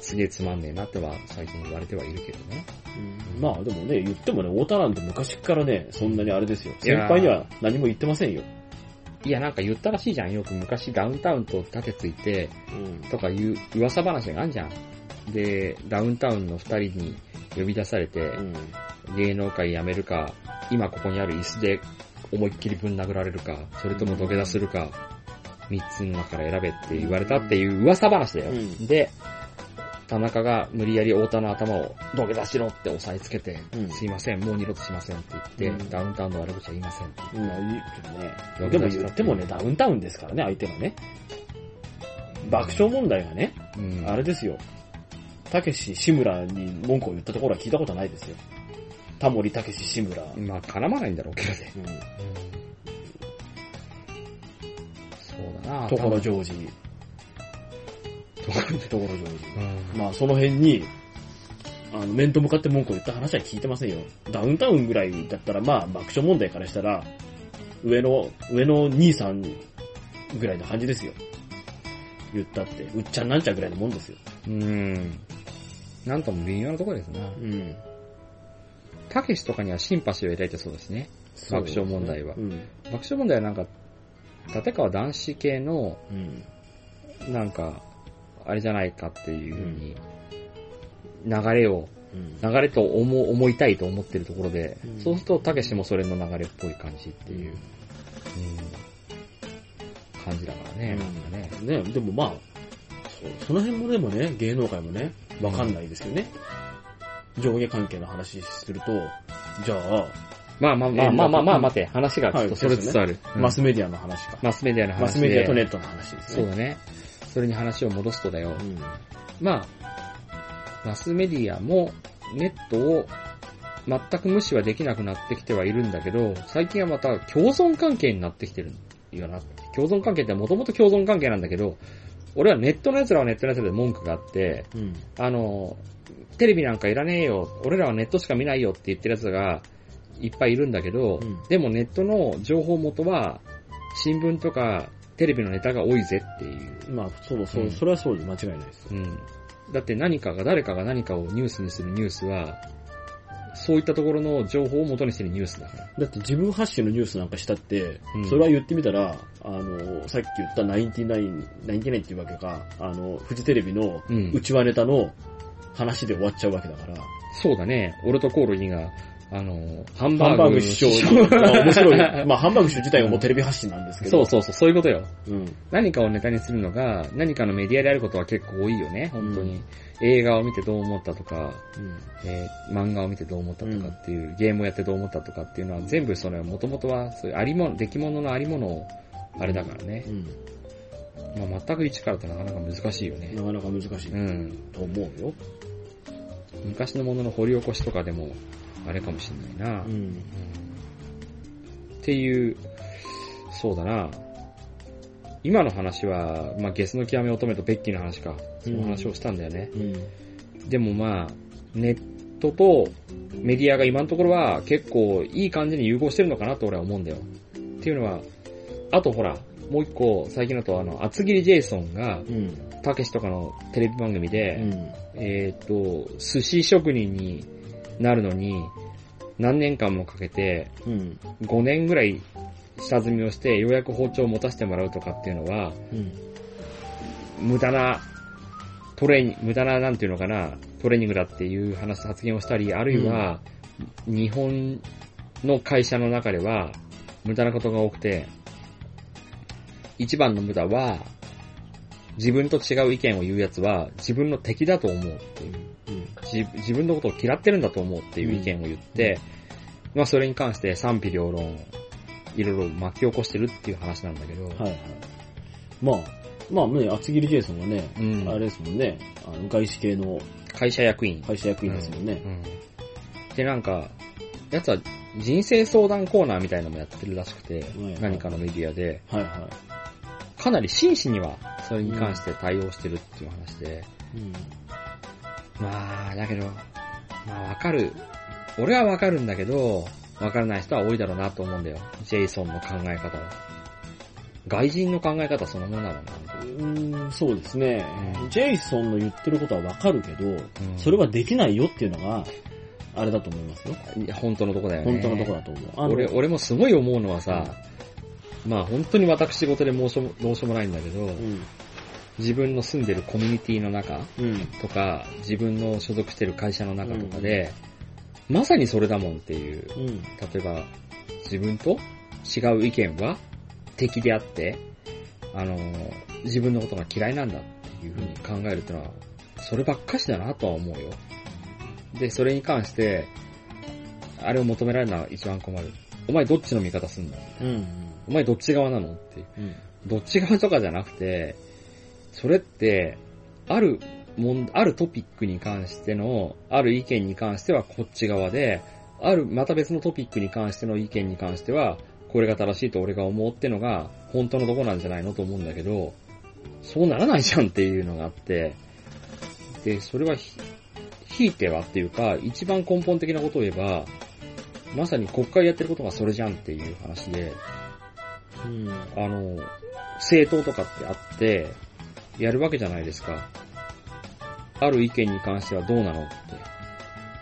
Speaker 1: すげえつまんねえなっては最近言われてはいるけどね。
Speaker 2: まあでもね、言ってもね、太田なんて昔からね、そんなにあれですよ。
Speaker 1: い
Speaker 2: 先
Speaker 1: やー
Speaker 2: 輩には何も言ってませんよ。
Speaker 1: いや、なんか言ったらしいじゃん。よく昔ダウンタウンと盾ついて、
Speaker 2: うん。
Speaker 1: とかいう噂話があんじゃん。で、ダウンタウンの二人に呼び出されて、
Speaker 2: うん。
Speaker 1: 芸能界辞めるか、今ここにある椅子で思いっきりぶん殴られるか、それとも土下座するか、三つの中から選べって言われたっていう噂話だよ。
Speaker 2: うん
Speaker 1: で、田中が無理やり太田の頭を土下座しろって押さえつけて、
Speaker 2: うん
Speaker 1: すいません、もう二度としませんって言って、
Speaker 2: うん
Speaker 1: ダウンタウンの悪口は言いませんって
Speaker 2: うん、いいけどね。
Speaker 1: 言って。
Speaker 2: でも言ってもね、ダウンタウンですからね、相手がね。爆笑問題がね、
Speaker 1: うん、
Speaker 2: あれですよ。たけし、志村に文句を言ったところは聞いたことないですよ。タモリ、たけし、志村。うん。
Speaker 1: まあ絡まないんだろうけどね。そうだな
Speaker 2: ところジ
Speaker 1: ョ
Speaker 2: ョージ。ところジョージ。
Speaker 1: うん。
Speaker 2: まあ、その辺に、あの、面と向かって文句を言った話は聞いてませんよ。ダウンタウンぐらいだったら、まあ、爆笑問題からしたら、上の、上の兄さんぐらいの感じですよ。言ったって、うっちゃんなんちゃんぐらいのもんですよ。
Speaker 1: うん。なんとも微妙なところですな。
Speaker 2: うん。
Speaker 1: たけしとかにはシンパシーを抱いてそうですね。爆笑問題は
Speaker 2: うん。
Speaker 1: 爆笑問題はなんか、立川男子系の、
Speaker 2: うん。
Speaker 1: なんか、あれじゃないかっていうふうに、流れを、
Speaker 2: うん。
Speaker 1: 流れと思う思いたいと思ってるところで、
Speaker 2: うん
Speaker 1: そうすると、たけしもそれの流れっぽい感じっていう、うん感じだからね、なんかね。
Speaker 2: ね、でもまあ、そその辺もでもね、芸能界もね、わかんないですよね。上下関係の話すると、じゃあ、
Speaker 1: まあまあまあまあまあまあ待て、話がちょっとそれつつある。うん
Speaker 2: マスメディアの話か。
Speaker 1: マスメディアの話で。
Speaker 2: マスメディアとネットの話です
Speaker 1: そう
Speaker 2: ね。
Speaker 1: だね。それに話を戻すとだよ。
Speaker 2: うん。
Speaker 1: まあ、マスメディアもネットを全く無視はできなくなってきてはいるんだけど、最近はまた共存関係になってきてるよな。共存関係ってもともと共存関係なんだけど、俺はネットの奴らはネットの奴らで文句があって、
Speaker 2: うん。
Speaker 1: あの、テレビなんかいらねえよ、俺らはネットしか見ないよって言ってる奴がいっぱいいるんだけど、
Speaker 2: うん
Speaker 1: でもネットの情報元は新聞とかテレビのネタが多いぜっていう。
Speaker 2: まあ、そうそうう、
Speaker 1: ん
Speaker 2: それはそうで間違いないです。
Speaker 1: うん。だって何かが、誰かが何かをニュースにするニュースは、そういったところの情報を元にしてるニュースだから。
Speaker 2: だって自分発信のニュースなんかしたって、
Speaker 1: うん
Speaker 2: それは言ってみたら、あの、さっき言ったナインティナイン、ナインティナインっていうわけか、あの、フジテレビの
Speaker 1: うん
Speaker 2: 内輪ネタの話で終わっちゃうわけだから、
Speaker 1: そうだね。俺とコオロギが、あの、ハン
Speaker 2: ハ
Speaker 1: バ
Speaker 2: ンバ
Speaker 1: ー
Speaker 2: ー
Speaker 1: グ
Speaker 2: グ師匠に、まあ面白い、まあハンバーグ師匠自体はもうテレビ発信なんですけ
Speaker 1: そ
Speaker 2: ど、
Speaker 1: うそうそう、そういうことよ。
Speaker 2: う。うん。
Speaker 1: 何かをネタにするのが、何かのメディアであることは結構多いよね、本当に。
Speaker 2: う
Speaker 1: 映画を見てどう思ったとか、
Speaker 2: うん。
Speaker 1: えー漫画を見てどう思ったとかっていう、ゲームをやってどう思ったとかっていうのは全部それは元々は、そういうありもの、出来物のありものを、あれだからね
Speaker 2: う。ん。
Speaker 1: まあ、全く一からってなかなか難しいよね。
Speaker 2: なかなか難しい
Speaker 1: うん。
Speaker 2: と思うよ。
Speaker 1: 昔のものの掘り起こしとかでも、あれかもしんないな。
Speaker 2: う
Speaker 1: うん
Speaker 2: ん。
Speaker 1: っていう、そうだな。今の話は、まあ、ゲスの極み乙女とベッキーの話か。その話をしたんだよね。
Speaker 2: うん。
Speaker 1: でもまあ、ネットとメディアが今のところは結構いい感じに融合してるのかなと俺は思うんだよ。っていうのは、あとほら、もう一個、最近だとあの、厚切りジェイソンが、
Speaker 2: うん。
Speaker 1: たけしとかのテレビ番組
Speaker 2: う
Speaker 1: で、
Speaker 2: ん。
Speaker 1: えっ、と、寿司職人になるのに、何年間もかけて、
Speaker 2: うん。
Speaker 1: 5年ぐらい下積みをして、ようやく包丁を持たせてもらうとかっていうのは、
Speaker 2: うん。
Speaker 1: 無駄なトレーニング、無駄ななんていうのかな、トレーニングだっていう話、発言をしたり、あるいは、日本の会社の中では、無駄なことが多くて、一番の無駄は、自分と違う意見を言うやつは、自分の敵だと思うっていう。自自分のことを嫌ってるんだと思うっていう意見を言って、まあそれに関して賛否両論、いろいろ巻き起こしてるっていう話なんだけど、
Speaker 2: はいはい。まあ、まあね、厚切りジェイソンはね、
Speaker 1: うん
Speaker 2: あれですもんね、あの外資系の
Speaker 1: 会社役員。
Speaker 2: 会社役員ですもんね。
Speaker 1: うん、で、なんか、やつは人生相談コーナーみたいのもやってるらしくて、
Speaker 2: いはい
Speaker 1: 何かのメディアで、
Speaker 2: はいは
Speaker 1: かなり真摯にはそれに関して対応してるっていう話で、
Speaker 2: い。うん。
Speaker 1: まあ、だけど、まあわかる。俺はわかるんだけど、わからない人は多いだろうなと思うんだよ。ジェイソンの考え方は。外人の考え方そのものなのかな。
Speaker 2: うん、そうですね、
Speaker 1: うん
Speaker 2: ジェイソンの言ってることはわかるけど、
Speaker 1: ん
Speaker 2: それはできないよっていうのが、あれだと思いますよ。
Speaker 1: いや本当のとこだよね。
Speaker 2: 本当のとこだと思う。あの
Speaker 1: 俺、俺もすごい思うのはさ、まあ本当に私事で申しもどうしようもないんだけど、
Speaker 2: うん。
Speaker 1: 自分の住んでるコミュニティの中
Speaker 2: うん。
Speaker 1: とか、自分の所属してる会社の中とかで、まさにそれだもんっていう。
Speaker 2: う
Speaker 1: 例
Speaker 2: ん。
Speaker 1: えば、自分と違う意見は敵であって、あの、自分のことが嫌いなんだっていうふうに考えるってのは、そればっかしだなとは思うよ。で、それに関して、あれを求められるのは一番困る。お前どっちの味方すんの
Speaker 2: うん。
Speaker 1: お前どっち側なのっていう。
Speaker 2: うん。
Speaker 1: どっち側とかじゃなくて、それって、あるもん、あるトピックに関しての、ある意見に関してはこっち側で、ある、また別のトピックに関しての意見に関しては、これが正しいと俺が思うってのが、本当のとこなんじゃないのと思うんだけど、そうならないじゃんっていうのがあって、で、それはひ、ひいてはっていうか、一番根本的なことを言えば、まさに国会やってることがそれじゃんっていう話で、
Speaker 2: うん。
Speaker 1: あの、政党とかってあって、やるわけじゃないですか。ある意見に関してはどうなのって。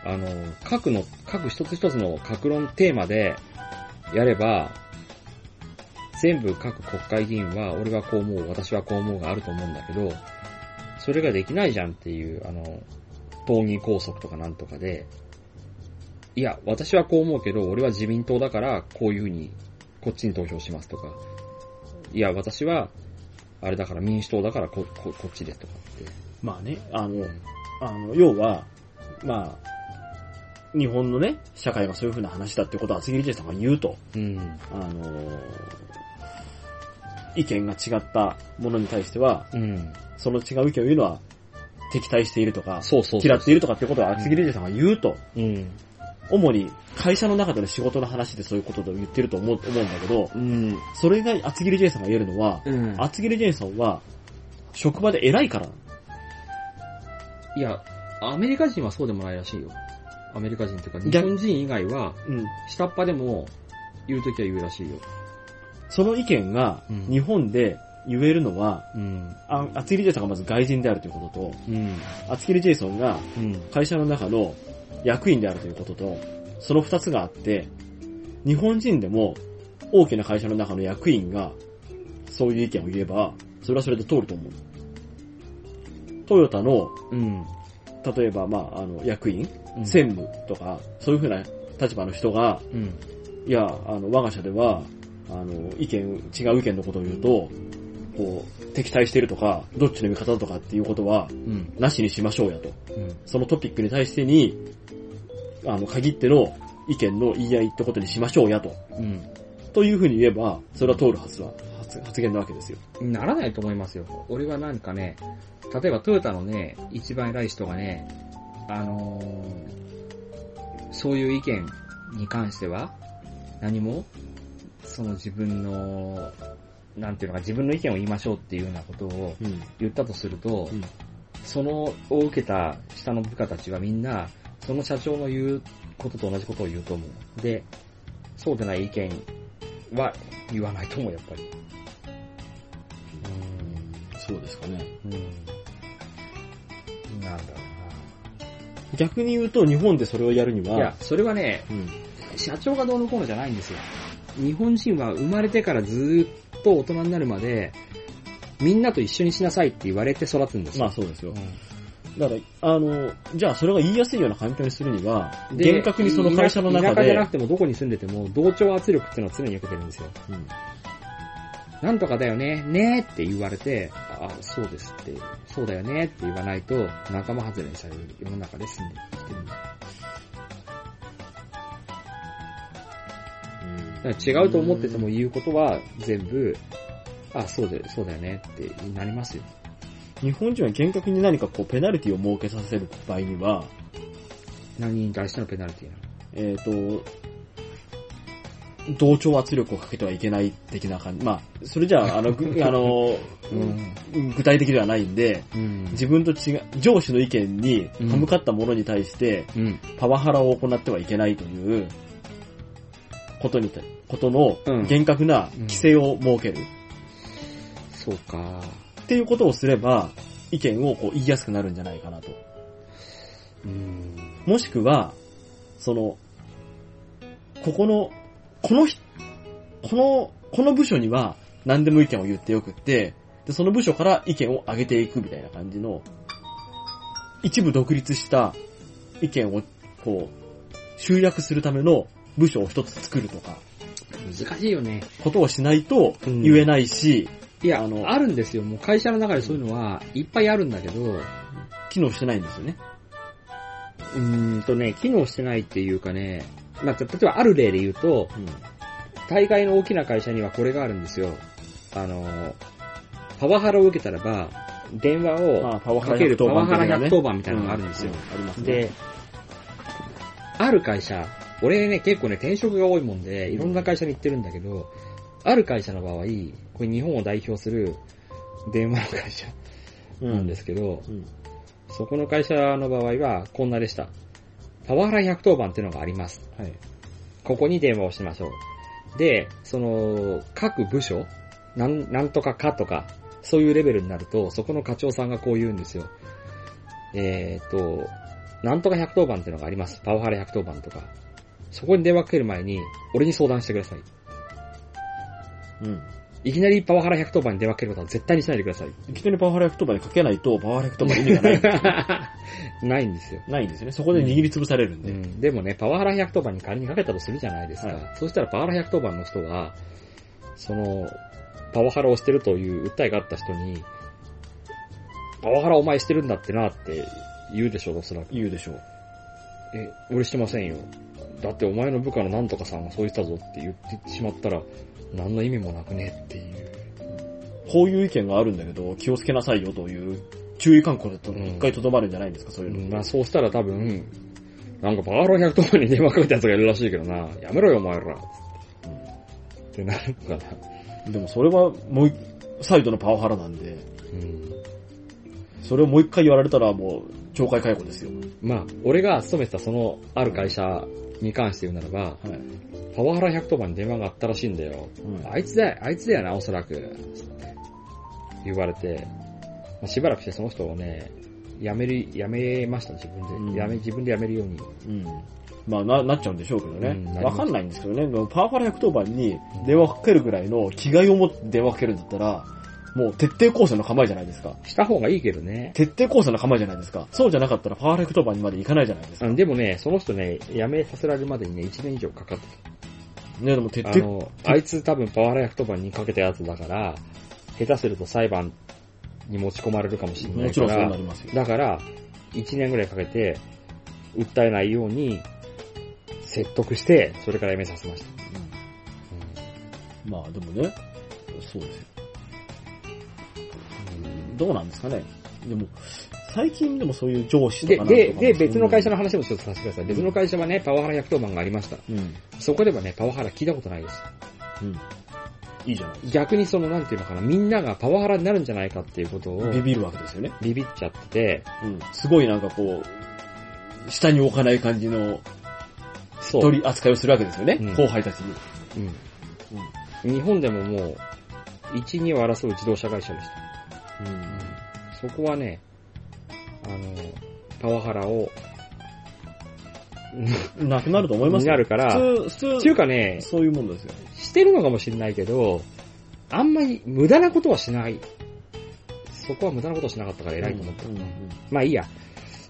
Speaker 1: あの、各の、各一つ一つの各論テーマでやれば、全部各国会議員は、俺はこう思う、私はこう思うがあると思うんだけど、それができないじゃんっていう、あの、党議拘束とかなんとかで、いや、私はこう思うけど、俺は自民党だから、こういうふうに、こっちに投票しますとか、いや、私は、あれだから民主党だからこ、こ、こっちですとかって。
Speaker 2: まあね、あの、あの、要は、まあ、日本のね、社会がそういう風な話だってことを厚切りジェイさんが言うと、
Speaker 1: うん。
Speaker 2: あの意見が違ったものに対しては、
Speaker 1: うん。
Speaker 2: その違う意見を言うのは、敵対しているとか、
Speaker 1: そうそうそう。
Speaker 2: 嫌っているとかってことを厚切りジェイさんが言うと、
Speaker 1: うん。
Speaker 2: 主に会社の中での仕事の話でそういうことを言ってると思う思うんだけど、
Speaker 1: うん。
Speaker 2: それが厚切りジェイさんが言えるのは、
Speaker 1: うん
Speaker 2: 厚切りジェイさんは、職場で偉いから、
Speaker 1: いや、アメリカ人はそうでもないらしいよ。アメリカ人っていうか、日
Speaker 2: 逆
Speaker 1: 本人以外は、
Speaker 2: うん、
Speaker 1: 下っ端でも、言うときは言うらしいよ。
Speaker 2: その意見が
Speaker 1: うん
Speaker 2: 日本で言えるのは、
Speaker 1: うん。
Speaker 2: あ厚切りジェイさんがまず外人であるということ
Speaker 1: うん。
Speaker 2: と、厚切りジェイソンが
Speaker 1: うん。
Speaker 2: 会社の中の役員であるということと、その二つがあって、日本人でも大きな会社の中の役員がそういう意見を言えば、それはそれで通ると思う。トヨタの、
Speaker 1: うん。
Speaker 2: 例えば、まあ、あの、役員、
Speaker 1: うん
Speaker 2: 専務とか、そういうふうな立場の人が、
Speaker 1: うん。
Speaker 2: いや、あの、我が社では、あの、意見、違う意見のことを言うと、こう、敵対してるとか、どっちの味方だとかっていうことは、
Speaker 1: うん。
Speaker 2: なしにしましょうやと。
Speaker 1: うん。
Speaker 2: そのトピックに対してに、あの、限っての意見の言い合いってことにしましょうやと。
Speaker 1: うん。
Speaker 2: というふうに言えば、それは通るはずは、発発言なわけですよ。
Speaker 1: ならないと思いますよ。俺はなんかね、例えばトヨタのね、一番偉い人がね、あのーそういう意見に関しては、何も、その自分の、なんていうのか、自分の意見を言いましょうっていうようなことを
Speaker 2: うん。
Speaker 1: 言ったとすると、
Speaker 2: うん
Speaker 1: そのを受けた下の部下たちはみんな、その社長の言うことと同じことを言うと思う。で、そうでない意見は言わないと思う、やっぱり。
Speaker 2: そうですかね。
Speaker 1: うん。なんだろ
Speaker 2: 逆に言うと、日本でそれをやるに
Speaker 1: うな。
Speaker 2: は、
Speaker 1: いや、それはね、
Speaker 2: うん。
Speaker 1: 社長がどうのこうのじゃないんですよ。日本人は生まれてからずーっと大人になるまで、みんなと一緒にしなさいって言われて育つんですよ。
Speaker 2: まあそうです
Speaker 1: う
Speaker 2: よ
Speaker 1: ん。
Speaker 2: だから、あの、じゃあそれが言いやすいような環境にするには、
Speaker 1: で
Speaker 2: 厳格にその会社の中
Speaker 1: 田舎じゃ
Speaker 2: で
Speaker 1: な、くてもどこに住んでても同調圧力っていうのは常に受けてるんですよ。
Speaker 2: うん
Speaker 1: なんとかだよね、ねーって言われて、あ、そうですって、そうだよねって言わないと仲間外れにされる世の中で住んで生きてるんだ。だから違うと思ってても言うことは全部、あ、そうだよ、そうだよねってなりますよ。
Speaker 2: 日本人は厳格に何かこうペナルティを設けさせる場合には、
Speaker 1: 何に対してのペナルティなの
Speaker 2: えっ、と、同調圧力をかけてはいけない的な感じ。まあ、それ じゃあ、あの、ぐあの、具体的ではないんで、
Speaker 1: うん。
Speaker 2: 自分と違う、上司の意見に歯向かったものに対して、
Speaker 1: うん。
Speaker 2: パワハラを行ってはいけないという、ことにた、こと
Speaker 1: うん
Speaker 2: の厳格な規制を設ける。
Speaker 1: そうか。
Speaker 2: っていうことをすれば、意見をこう言いやすくなるんじゃないかなと。
Speaker 1: うん。
Speaker 2: もしくは、その、ここの、このひ、この、この部署には何でも意見を言ってよくって、で、その部署から意見を上げていくみたいな感じの、一部独立した意見を、こう、集約するための部署を一つ作るとか、
Speaker 1: 難しいよね。
Speaker 2: ことをしないと
Speaker 1: うん
Speaker 2: 言えないし、
Speaker 1: いや、あ
Speaker 2: あの
Speaker 1: るんですよ。もう会社の中でそういうのは、いっぱいあるんだけど、
Speaker 2: 機能してないんですよね。
Speaker 1: うーんとね、機能してないっていうかね、まあ、た例えばある例で言うと、
Speaker 2: うん。
Speaker 1: 大概の大きな会社にはこれがあるんですよ。あの、パワハラを受けたらば、電話を
Speaker 2: あ、パワ
Speaker 1: かけるパワハラ
Speaker 2: 110
Speaker 1: 110番みたいなのがあるんですよ。
Speaker 2: うありますね。
Speaker 1: で、ある会社、俺ね、結構ね、転職が多いもんで、いろんな会社に行ってるんだけど、ある会社の場合、これ日本を代表する電話の会社
Speaker 2: うん、
Speaker 1: なんですけど、
Speaker 2: うん。
Speaker 1: そこの会社の場合は、こんなでした。パワハラ110番っていうのがあります。
Speaker 2: はい。
Speaker 1: ここに電話をしましょう。で、その、各部署、なん、なんとかかとか、そういうレベルになると、そこの課長さんがこう言うんですよ。えーっと、なんとか110番っていうのがあります。パワハラ110番とか。そこに電話かける前に、俺に相談してください。
Speaker 2: うん。
Speaker 1: いきなりパワハラ110番に電話かけることは絶対にしないでください。
Speaker 2: いきなりパワハラ110番でかけないと、パワハラ110番の意味が ない。
Speaker 1: ないんですよ。
Speaker 2: ないんですよね。そこで握りつぶされるん
Speaker 1: う
Speaker 2: で。
Speaker 1: ん、でもね、パワハラ110番に仮にかけたとするじゃないですか。
Speaker 2: は
Speaker 1: そうしたらパワハラ110番の人が、その、パワハラをしてるという訴えがあった人に、パワハラお前してるんだってなって言うでしょ、おそらく。
Speaker 2: 言うでしょう。
Speaker 1: え、俺してませんよ。だってお前の部下のなんとかさんがそう言ってたぞって言ってしまったら、何の意味もなくねっていう。
Speaker 2: こういう意見があるんだけど、気をつけなさいよという注意喚起だった
Speaker 1: う
Speaker 2: ら
Speaker 1: ん
Speaker 2: 一回とどまるんじゃないんですか、そういううの。
Speaker 1: ん、まあそうしたら多分、なんかパワハラ110番に電話かけたやつがいるらしいけどな、やめろよお前ら。ってなるのかな。
Speaker 2: でもそれはもう一、再度のパワハラなんで、
Speaker 1: うん
Speaker 2: それをもう一回言われたらもう、懲戒解雇ですよ。
Speaker 1: まあ、俺が勤めてたそのある会社に関して言うならば、
Speaker 2: はい。
Speaker 1: パワハラ110番に電話があったらしいんだよ。
Speaker 2: うん
Speaker 1: あいつだよ、あいつだよな、おそらく。つって言われて、まあ、しばらくしてその人をね、辞める、辞めました、自分
Speaker 2: うん
Speaker 1: で。辞め、自分で辞めるように。
Speaker 2: うん。まあな、なっちゃうんでしょうけど
Speaker 1: うんな
Speaker 2: ね。
Speaker 1: りま
Speaker 2: わ、
Speaker 1: す
Speaker 2: かんないんですけどね。でもパワハラ110番に電話かけるぐらいの気概を持って電話かけるんだったら、もう徹底抗戦の構えじゃないですか。
Speaker 1: した方がいいけどね。
Speaker 2: 徹底抗戦の構えじゃないですか。そうじゃなかったらパワハラ110番にまで行かないじゃないです
Speaker 1: あ
Speaker 2: か。
Speaker 1: のでもね、その人ね、辞めさせられるまでにね、1年以上かかって
Speaker 2: ね、でも徹
Speaker 1: あ
Speaker 2: 底、
Speaker 1: の、あいつ多分パワハラ110番にかけたやつだから、下手すると裁判に持ち込まれるかもしれな
Speaker 2: も
Speaker 1: い
Speaker 2: ち
Speaker 1: か
Speaker 2: ろん
Speaker 1: ら、
Speaker 2: そうなりますよ。
Speaker 1: だから、1年ぐらいかけて、訴えないように、説得して、それから辞めさせました。
Speaker 2: うんまあでもね、そうですよ。どうなんですかね。でも、最近でもそういう上司と
Speaker 1: で、
Speaker 2: かなんとか
Speaker 1: で、で、別の会社
Speaker 2: の。
Speaker 1: の話もちょっとさせてください。
Speaker 2: ん
Speaker 1: 別の会社はね、パワハラ110番がありました。
Speaker 2: うん。うん。
Speaker 1: そこではね、パワハラ聞いたことないです。
Speaker 2: いいじゃない。
Speaker 1: 逆にその、なんていうのかな、みんながパワハラになるんじゃないかっていうことを、
Speaker 2: ビビるわけですよね。
Speaker 1: ビビっちゃってて、
Speaker 2: うん。すごいなんかこう、下に置かない感じの
Speaker 1: そう。
Speaker 2: 取り扱いをするわけですよね。
Speaker 1: うん
Speaker 2: 後輩たちに。
Speaker 1: うん日本でももう、1、2を争う自動車会社でした。そこはね、あの、パワハラを、
Speaker 2: うん。なくなると思います
Speaker 1: に
Speaker 2: よ
Speaker 1: なるから、
Speaker 2: 普通、普
Speaker 1: っていう
Speaker 2: 通、
Speaker 1: かね、
Speaker 2: そういうもんですよ。
Speaker 1: してるのかもしれないけど、あんまり無駄なことはしない。そこは無駄なことはしなかったから偉いと思った。
Speaker 2: うんうん
Speaker 1: まあいいや。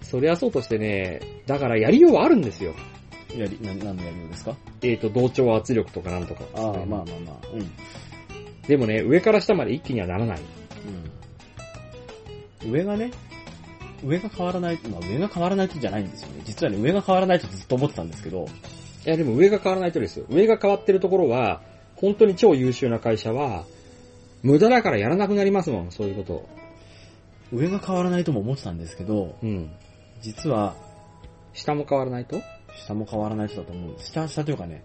Speaker 1: それはそうとしてね、だからやりようはあるんですよ。
Speaker 2: うんやり、な何のやりようですか
Speaker 1: えっ、と、同調圧力とかなんとか。
Speaker 2: ああ、まあまあまあ。うん。
Speaker 1: でもね、上から下まで一気にはならない。
Speaker 2: うん上がね、上が変わらない、まあ上が変わらないとじゃないんですよね。実はね、上が変わらないとずっと思ってたんですけど、
Speaker 1: いや、でも上が変わらないとですよ。上が変わってるところは、本当に超優秀な会社は、無駄だからやらなくなりますもん、そういうことを。
Speaker 2: 上が変わらないとも思ってたんですけど、
Speaker 1: うん。
Speaker 2: 実は、
Speaker 1: 下も変わら ないと
Speaker 2: 下も変わらないとだと思うんです。下、下というかね、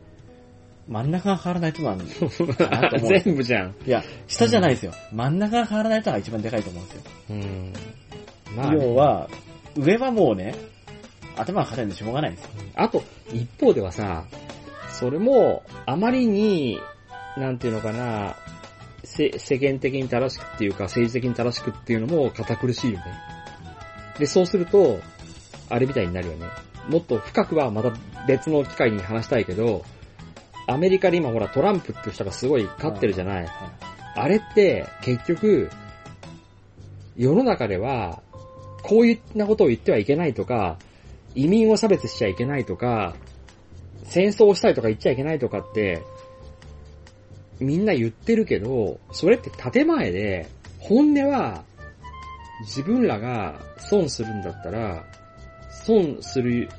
Speaker 2: 真ん中が変わらないとなんなと思うんですよ
Speaker 1: 全部じゃん。
Speaker 2: い や、下じゃないですよ。真ん中が変わらないとが一番でかいと思うんですよ。
Speaker 1: うん。まあね、
Speaker 2: 要は、上はもうね、頭が硬いんでしょうがないんですよ。
Speaker 1: あと、一方ではさ、それも、あまりに、なんていうのかな、せ世間的に正しくっていうか、政治的に正しくっていうのも堅苦しいよね。で、そうすると、あれみたいになるよね。もっと深くはまた別の機会に話したいけど、アメリカで今ほらトランプっていう人がすごい勝ってるじゃない。
Speaker 2: はい
Speaker 1: あれって、結局、世の中では、こういったことを言ってはいけないとか、移民を差別しちゃいけないとか、戦争をしたいとか言っちゃいけないとかって、みんな言ってるけど、それって建前で、本音は、自分らが損するんだったら、損する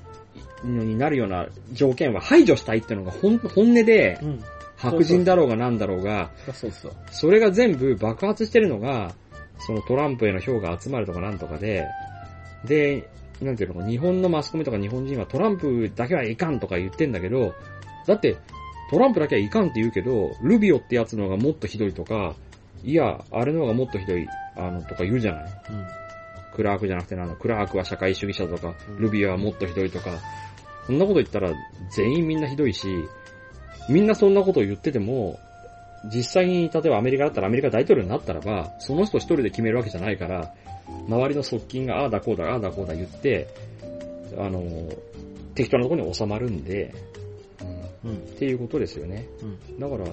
Speaker 1: のになるような条件は排除したいっていうのが本本音で、
Speaker 2: うん。
Speaker 1: 白人だろうがなんだろうが、
Speaker 2: そうそう。
Speaker 1: それが全部爆発してるのが、そのトランプへの票が集まるとかなんとかで、で、なんていうのか、日本のマスコミとか日本人はトランプだけはいかんとか言ってんだけど、だって、トランプだけはいかんって言うけど、ルビオってやつの方がもっとひどいとか、いや、あれの方がもっとひどい、あの、とか言うじゃない
Speaker 2: うん。
Speaker 1: クラークじゃなくてなんだ、クラークは社会主義者とか
Speaker 2: う、ん
Speaker 1: ルビアはもっとひどいとか、そんなこと言ったら全員みんなひどいし、みんなそんなことを言ってても、実際に例えばアメリカだったらアメリカ大統領になったらば、その人一人で決めるわけじゃないから、周りの側近がああだこうだ、ああだこうだ言って、あの、適当なところに収まるんで、
Speaker 2: うん。
Speaker 1: っていうことですよね。
Speaker 2: う
Speaker 1: だから、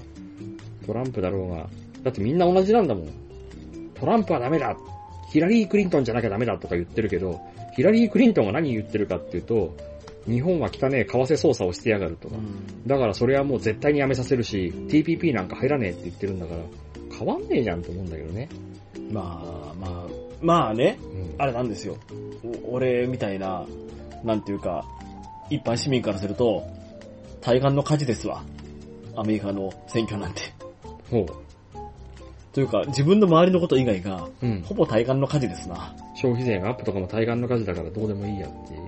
Speaker 1: トランプだろうが、だってみんな同じなんだもん。トランプはダメだヒラリー・クリントンじゃなきゃダメだとか言ってるけど、ヒラリー・クリントンが何言ってるかっていうと、日本は汚ねえ為替操作をしてやがるとか。だからそれはもう絶対にやめさせるし、TPP なんか入らねえって言ってるんだから、変わんねえじゃんと思うんだけどね。
Speaker 2: まあ、まあ、まあね
Speaker 1: う、ん。
Speaker 2: あれなんですよ。お俺みたいな、なんていうか、一般市民からすると、対岸の火事ですわ。アメリカの選挙なんて。
Speaker 1: ほ
Speaker 2: というか、自分の周りのこと以外が、
Speaker 1: う。うん。
Speaker 2: ほぼ対岸の火事ですな。
Speaker 1: 消費税がアップとかも対岸の火事だからどうでもいいやっていう。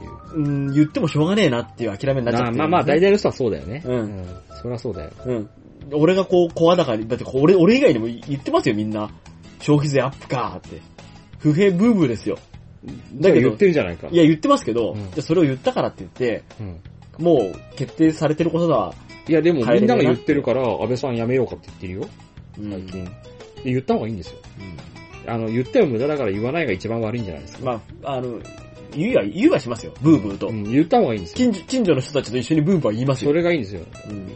Speaker 2: うん、言ってもしょうがねえなっていう諦めになっち
Speaker 1: ま
Speaker 2: ゃって
Speaker 1: あ
Speaker 2: る
Speaker 1: まあまあ、大体の人はそうだよね。
Speaker 2: うん
Speaker 1: うん、そりゃそうだよ。
Speaker 2: うん。俺がこう、声高に、だってこう俺、俺以外にも言ってますよ、みんな。消費税アップかーって。不平ブーブーですよ。だけ
Speaker 1: 言
Speaker 2: ど
Speaker 1: っ、てるじゃないか。
Speaker 2: いや、言ってますけど、
Speaker 1: うん
Speaker 2: じゃあそれを言ったからって言って、
Speaker 1: うん。
Speaker 2: もう決定されてることだ。
Speaker 1: いや、でも
Speaker 2: 帰れ
Speaker 1: みん
Speaker 2: ねえな
Speaker 1: なが言ってるから、安倍さんやめようかって言ってるよ、
Speaker 2: うん
Speaker 1: 最近。で言った方がいいんですよ。あの、言っても無駄だから言わないが一番悪いんじゃないですか。
Speaker 2: まあ、あの、言うは、言うはしますよ、ブーブーと。
Speaker 1: うん、言った方がいいんですよ。
Speaker 2: 近所近所の人たちと一緒にブーブーは言います
Speaker 1: そ
Speaker 2: よ。
Speaker 1: れがいいんですよ。
Speaker 2: うん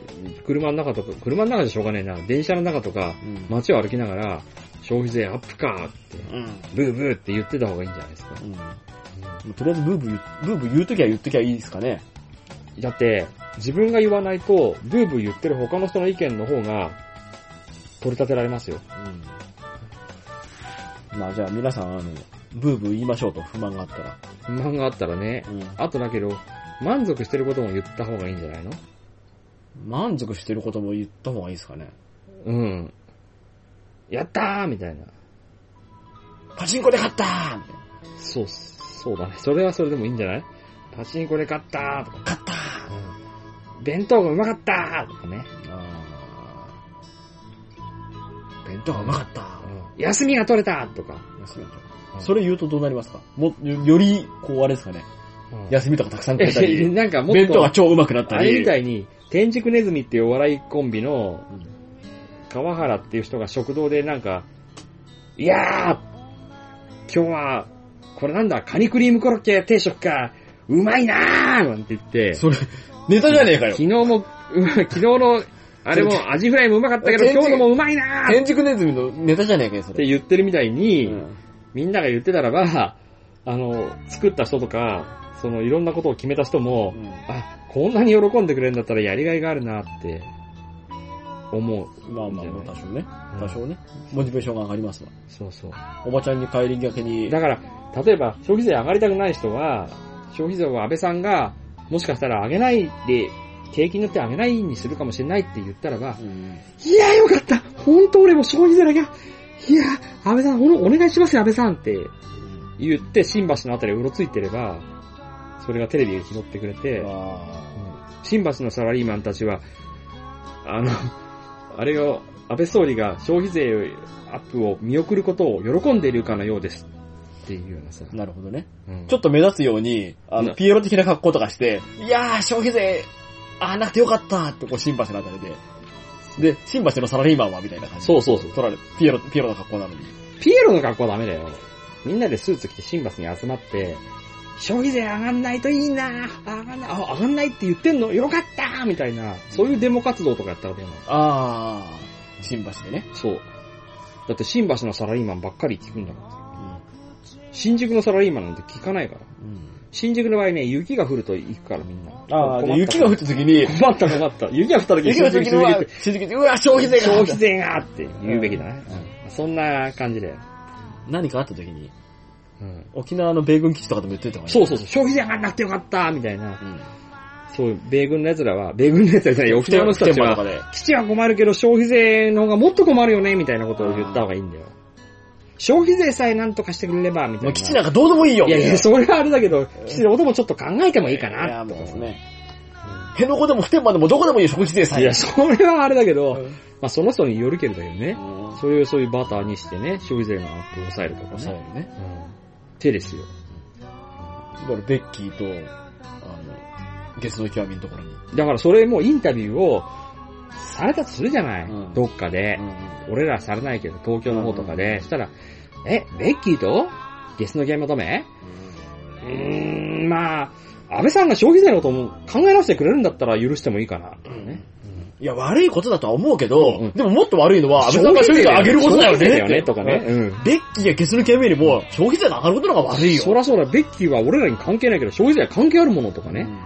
Speaker 1: 車の中とか、車の中じゃしょうがねえな。電車の中とか、
Speaker 2: うん
Speaker 1: 街を歩きながら、消費税アップかって、
Speaker 2: うん
Speaker 1: ブーブーって言ってた方がいいんじゃないですか。
Speaker 2: うんとりあえずブーブー、ブーブー言うときは言っときゃいいですかね。
Speaker 1: だって、自分が言わないと、ブーブー言ってる他の人の意見の方が、取り立てられますよ。
Speaker 2: まあじゃあ皆さん、あの、ブーブー言いましょうと不満があったら。
Speaker 1: 不満があったらね。あとだけど、満足してることも言った方がいいんじゃないの
Speaker 2: 満足してることも言った方がいいですかね。
Speaker 1: うん。やったーみたいな。
Speaker 2: パチンコで勝ったーみたいな
Speaker 1: そう、そうだね。それはそれでもいいんじゃないパチンコで勝ったーとか、
Speaker 2: 勝ったー
Speaker 1: 弁当がうまかったーとかね。
Speaker 2: あー弁当がうまかった
Speaker 1: 休みが取れたーとか。
Speaker 2: 休みましょう
Speaker 1: うん
Speaker 2: それ言うとどうなりますかも、よより、こうあれですかね。
Speaker 1: や
Speaker 2: 休みとかたくさん食えた
Speaker 1: え
Speaker 2: り、
Speaker 1: なんかもっ
Speaker 2: 弁当が
Speaker 1: と、
Speaker 2: 超うまくなった
Speaker 1: あ
Speaker 2: り。
Speaker 1: れみたいに、天竺ネズミっていうお笑いコンビの
Speaker 2: うん
Speaker 1: 川原っていう人が食堂でなんか、いやー今日は、これなんだ、カニクリームコロッケ定食か、うまいなーなんて言って、
Speaker 2: それ、ネタじゃねえかよ
Speaker 1: 昨。日も、うわ昨日の、あれも、アジフライもうまかったけど、
Speaker 2: 天竺
Speaker 1: 今日のもうまいなーっ
Speaker 2: 天竺ネズミのネタじゃねえかよ、そ
Speaker 1: て
Speaker 2: れ。
Speaker 1: 言ってるみたいうに、
Speaker 2: ん
Speaker 1: みんなが 言ってたらば、あの、作った人とか、その、いろんなことを決めた人も、あ、こんなに喜んでくれるんだったらやりがいがあるなって、思う。
Speaker 2: まあまあまあ、多少ね。多少ね。モチベーションが上がりますわ。
Speaker 1: そうそう。
Speaker 2: おばちゃんに帰りがけに、
Speaker 1: だから、例えば、消費税上がりたくない人は、消費税は安倍さんが、もしかしたら上げないで、景気によって上げないにするかもしれないって言ったらば、
Speaker 2: うん
Speaker 1: いや、よかった本当俺も消費税だけはいや、安倍さん、おお願いしますよ、安倍さんって言って、新橋のあたりをうろついてれば、それがテレビで拾ってくれて、
Speaker 2: あ
Speaker 1: 新橋のサラリーマンたちは、あの、あれを、安倍総理が消費税アップを見送ることを喜んでいるかのようです。っていうようなさ。
Speaker 2: ーなるほどね。
Speaker 1: うん
Speaker 2: ちょっと目立つように、あ
Speaker 1: う
Speaker 2: の、
Speaker 1: ん
Speaker 2: ピエロ的な格好とかして、いやー、消費税、あーなくてよかったって、こう、新橋のあたりで。で、新橋のサラリーマンは、みたいな感じ。
Speaker 1: そうそうそう。
Speaker 2: 取られ、ピエロ、ピエロの格好なのに。
Speaker 1: ピエロの格好はダメだよ。みんなでスーツ着て新橋に集まって、消費税上がんないといいな上がんない、あ、上がんないって言ってんのよかったみたいな、そういうデモ活動とかやったらどうなの
Speaker 2: あー、新橋でね。
Speaker 1: そう。だって新橋のサラリーマンばっかり聞くんだから。新宿のサラリーマンなんて聞かないから。新宿の場合ね、雪が降ると行くからみんな。
Speaker 2: あー、
Speaker 1: 困っ
Speaker 2: で、雪が降った時に、
Speaker 1: た困った困った。雪が降った時に
Speaker 2: 雪が降った時に
Speaker 1: 新宿
Speaker 2: は、新宿で、うわ、消費税が
Speaker 1: 消費税がって言うべきだね。そんな感じだよ。
Speaker 2: 何かあった時に、
Speaker 1: うん。
Speaker 2: 沖縄の米軍基地とかでも言ってたからね
Speaker 1: そうそうそう、消費税上がんなくてよかったみたいな。
Speaker 2: うん。
Speaker 1: そう、米軍の奴らは、米軍の奴らじゃない、沖縄の人たち
Speaker 2: 普
Speaker 1: は、
Speaker 2: 天間とか
Speaker 1: 基地は困るけど消費税の方がもっと困るよね、みたいなことを言った方がいいんだよ。消費税さえなんとかしてくれれば、みた
Speaker 2: で
Speaker 1: い
Speaker 2: も
Speaker 1: な。
Speaker 2: う基地なんかどうでもいいよ
Speaker 1: いやいや、それはあれだけど、基地のこともちょっと考えてもいいかな。
Speaker 2: いや、もうですね。辺野古でも普天間でもどこでもいいよ、食事でさ
Speaker 1: い
Speaker 2: え
Speaker 1: や、。それはあれだけど、
Speaker 2: うん
Speaker 1: まあその人によるけれどよね。
Speaker 2: うん
Speaker 1: それをそういうバターにしてね、消費税のアップを抑えるとか
Speaker 2: 抑え
Speaker 1: ね。
Speaker 2: るね。
Speaker 1: うん。手ですよ。
Speaker 2: だからベッキーと、あの、ゲスの極みのところに。
Speaker 1: だからそれもインタビューをされたとするじゃない、
Speaker 2: うん
Speaker 1: どっかで。俺らはされないけど、東京の方とかで。したら、え、ベッキーとゲスのゲーム止めうーん、まあ、安倍さんが消費税のことも考え直してくれるんだったら許してもいいかな。ね。
Speaker 2: いや、悪いことだとは思うけど、
Speaker 1: うん
Speaker 2: でももっと悪いのは、安倍さんが消費税上げることだよね。
Speaker 1: 消費税だよね、とかね。。うん。
Speaker 2: ベッキーがゲスの極みよりも、消費税が上がることの方が悪いよ。
Speaker 1: そらそうだ、ベッキーは俺らに関係ないけど、消費税は関係あるものとか
Speaker 2: う
Speaker 1: ね。
Speaker 2: ん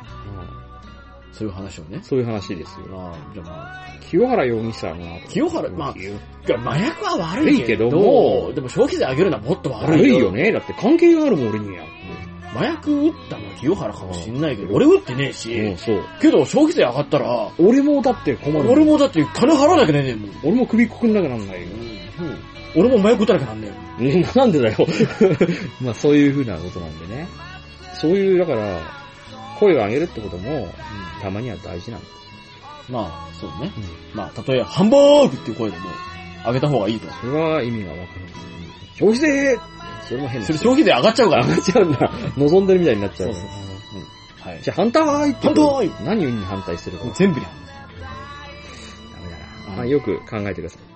Speaker 2: そういう話をね。
Speaker 1: そういう話ですよ。
Speaker 2: まあ、じゃあまあ、
Speaker 1: 清原容疑者が。
Speaker 2: 清原まあ
Speaker 1: 清
Speaker 2: いや麻薬は悪いけど、
Speaker 1: 悪いけども
Speaker 2: でも消費税上げるのはもっと悪
Speaker 1: 悪
Speaker 2: い
Speaker 1: い
Speaker 2: よ
Speaker 1: よ。ね。だって関係があるもん、俺には。
Speaker 2: 麻薬打ったのは清原かもしんないけど、俺打ってねえし、
Speaker 1: うん、そう。
Speaker 2: けど消費税上がったら、
Speaker 1: 俺もだって困る。
Speaker 2: 俺、もだって金払わなきゃねえもん。
Speaker 1: 俺も首くくんなくなんないよ。
Speaker 2: 俺も麻薬打たなきゃなんね
Speaker 1: うん なんでだよ。まあそういう風なことなんでね。そういう、だから、声を上げるってことも、たまには大事なんだ。
Speaker 2: えもん。まあ、そうね
Speaker 1: うん。
Speaker 2: まあ、たとえハンバーグっていう声でも、上げた方がいいと。
Speaker 1: それは意味がわかる。消費税それも変で
Speaker 2: それ
Speaker 1: すよ。
Speaker 2: 消費税上がっちゃうから。
Speaker 1: 上がっちゃうんだ。望んでるみたいになっちゃうから。
Speaker 2: はい。
Speaker 1: じゃあ反対って
Speaker 2: 反対
Speaker 1: 何に反対するか。
Speaker 2: 全部に
Speaker 1: ダメだな。まあよく考えてください。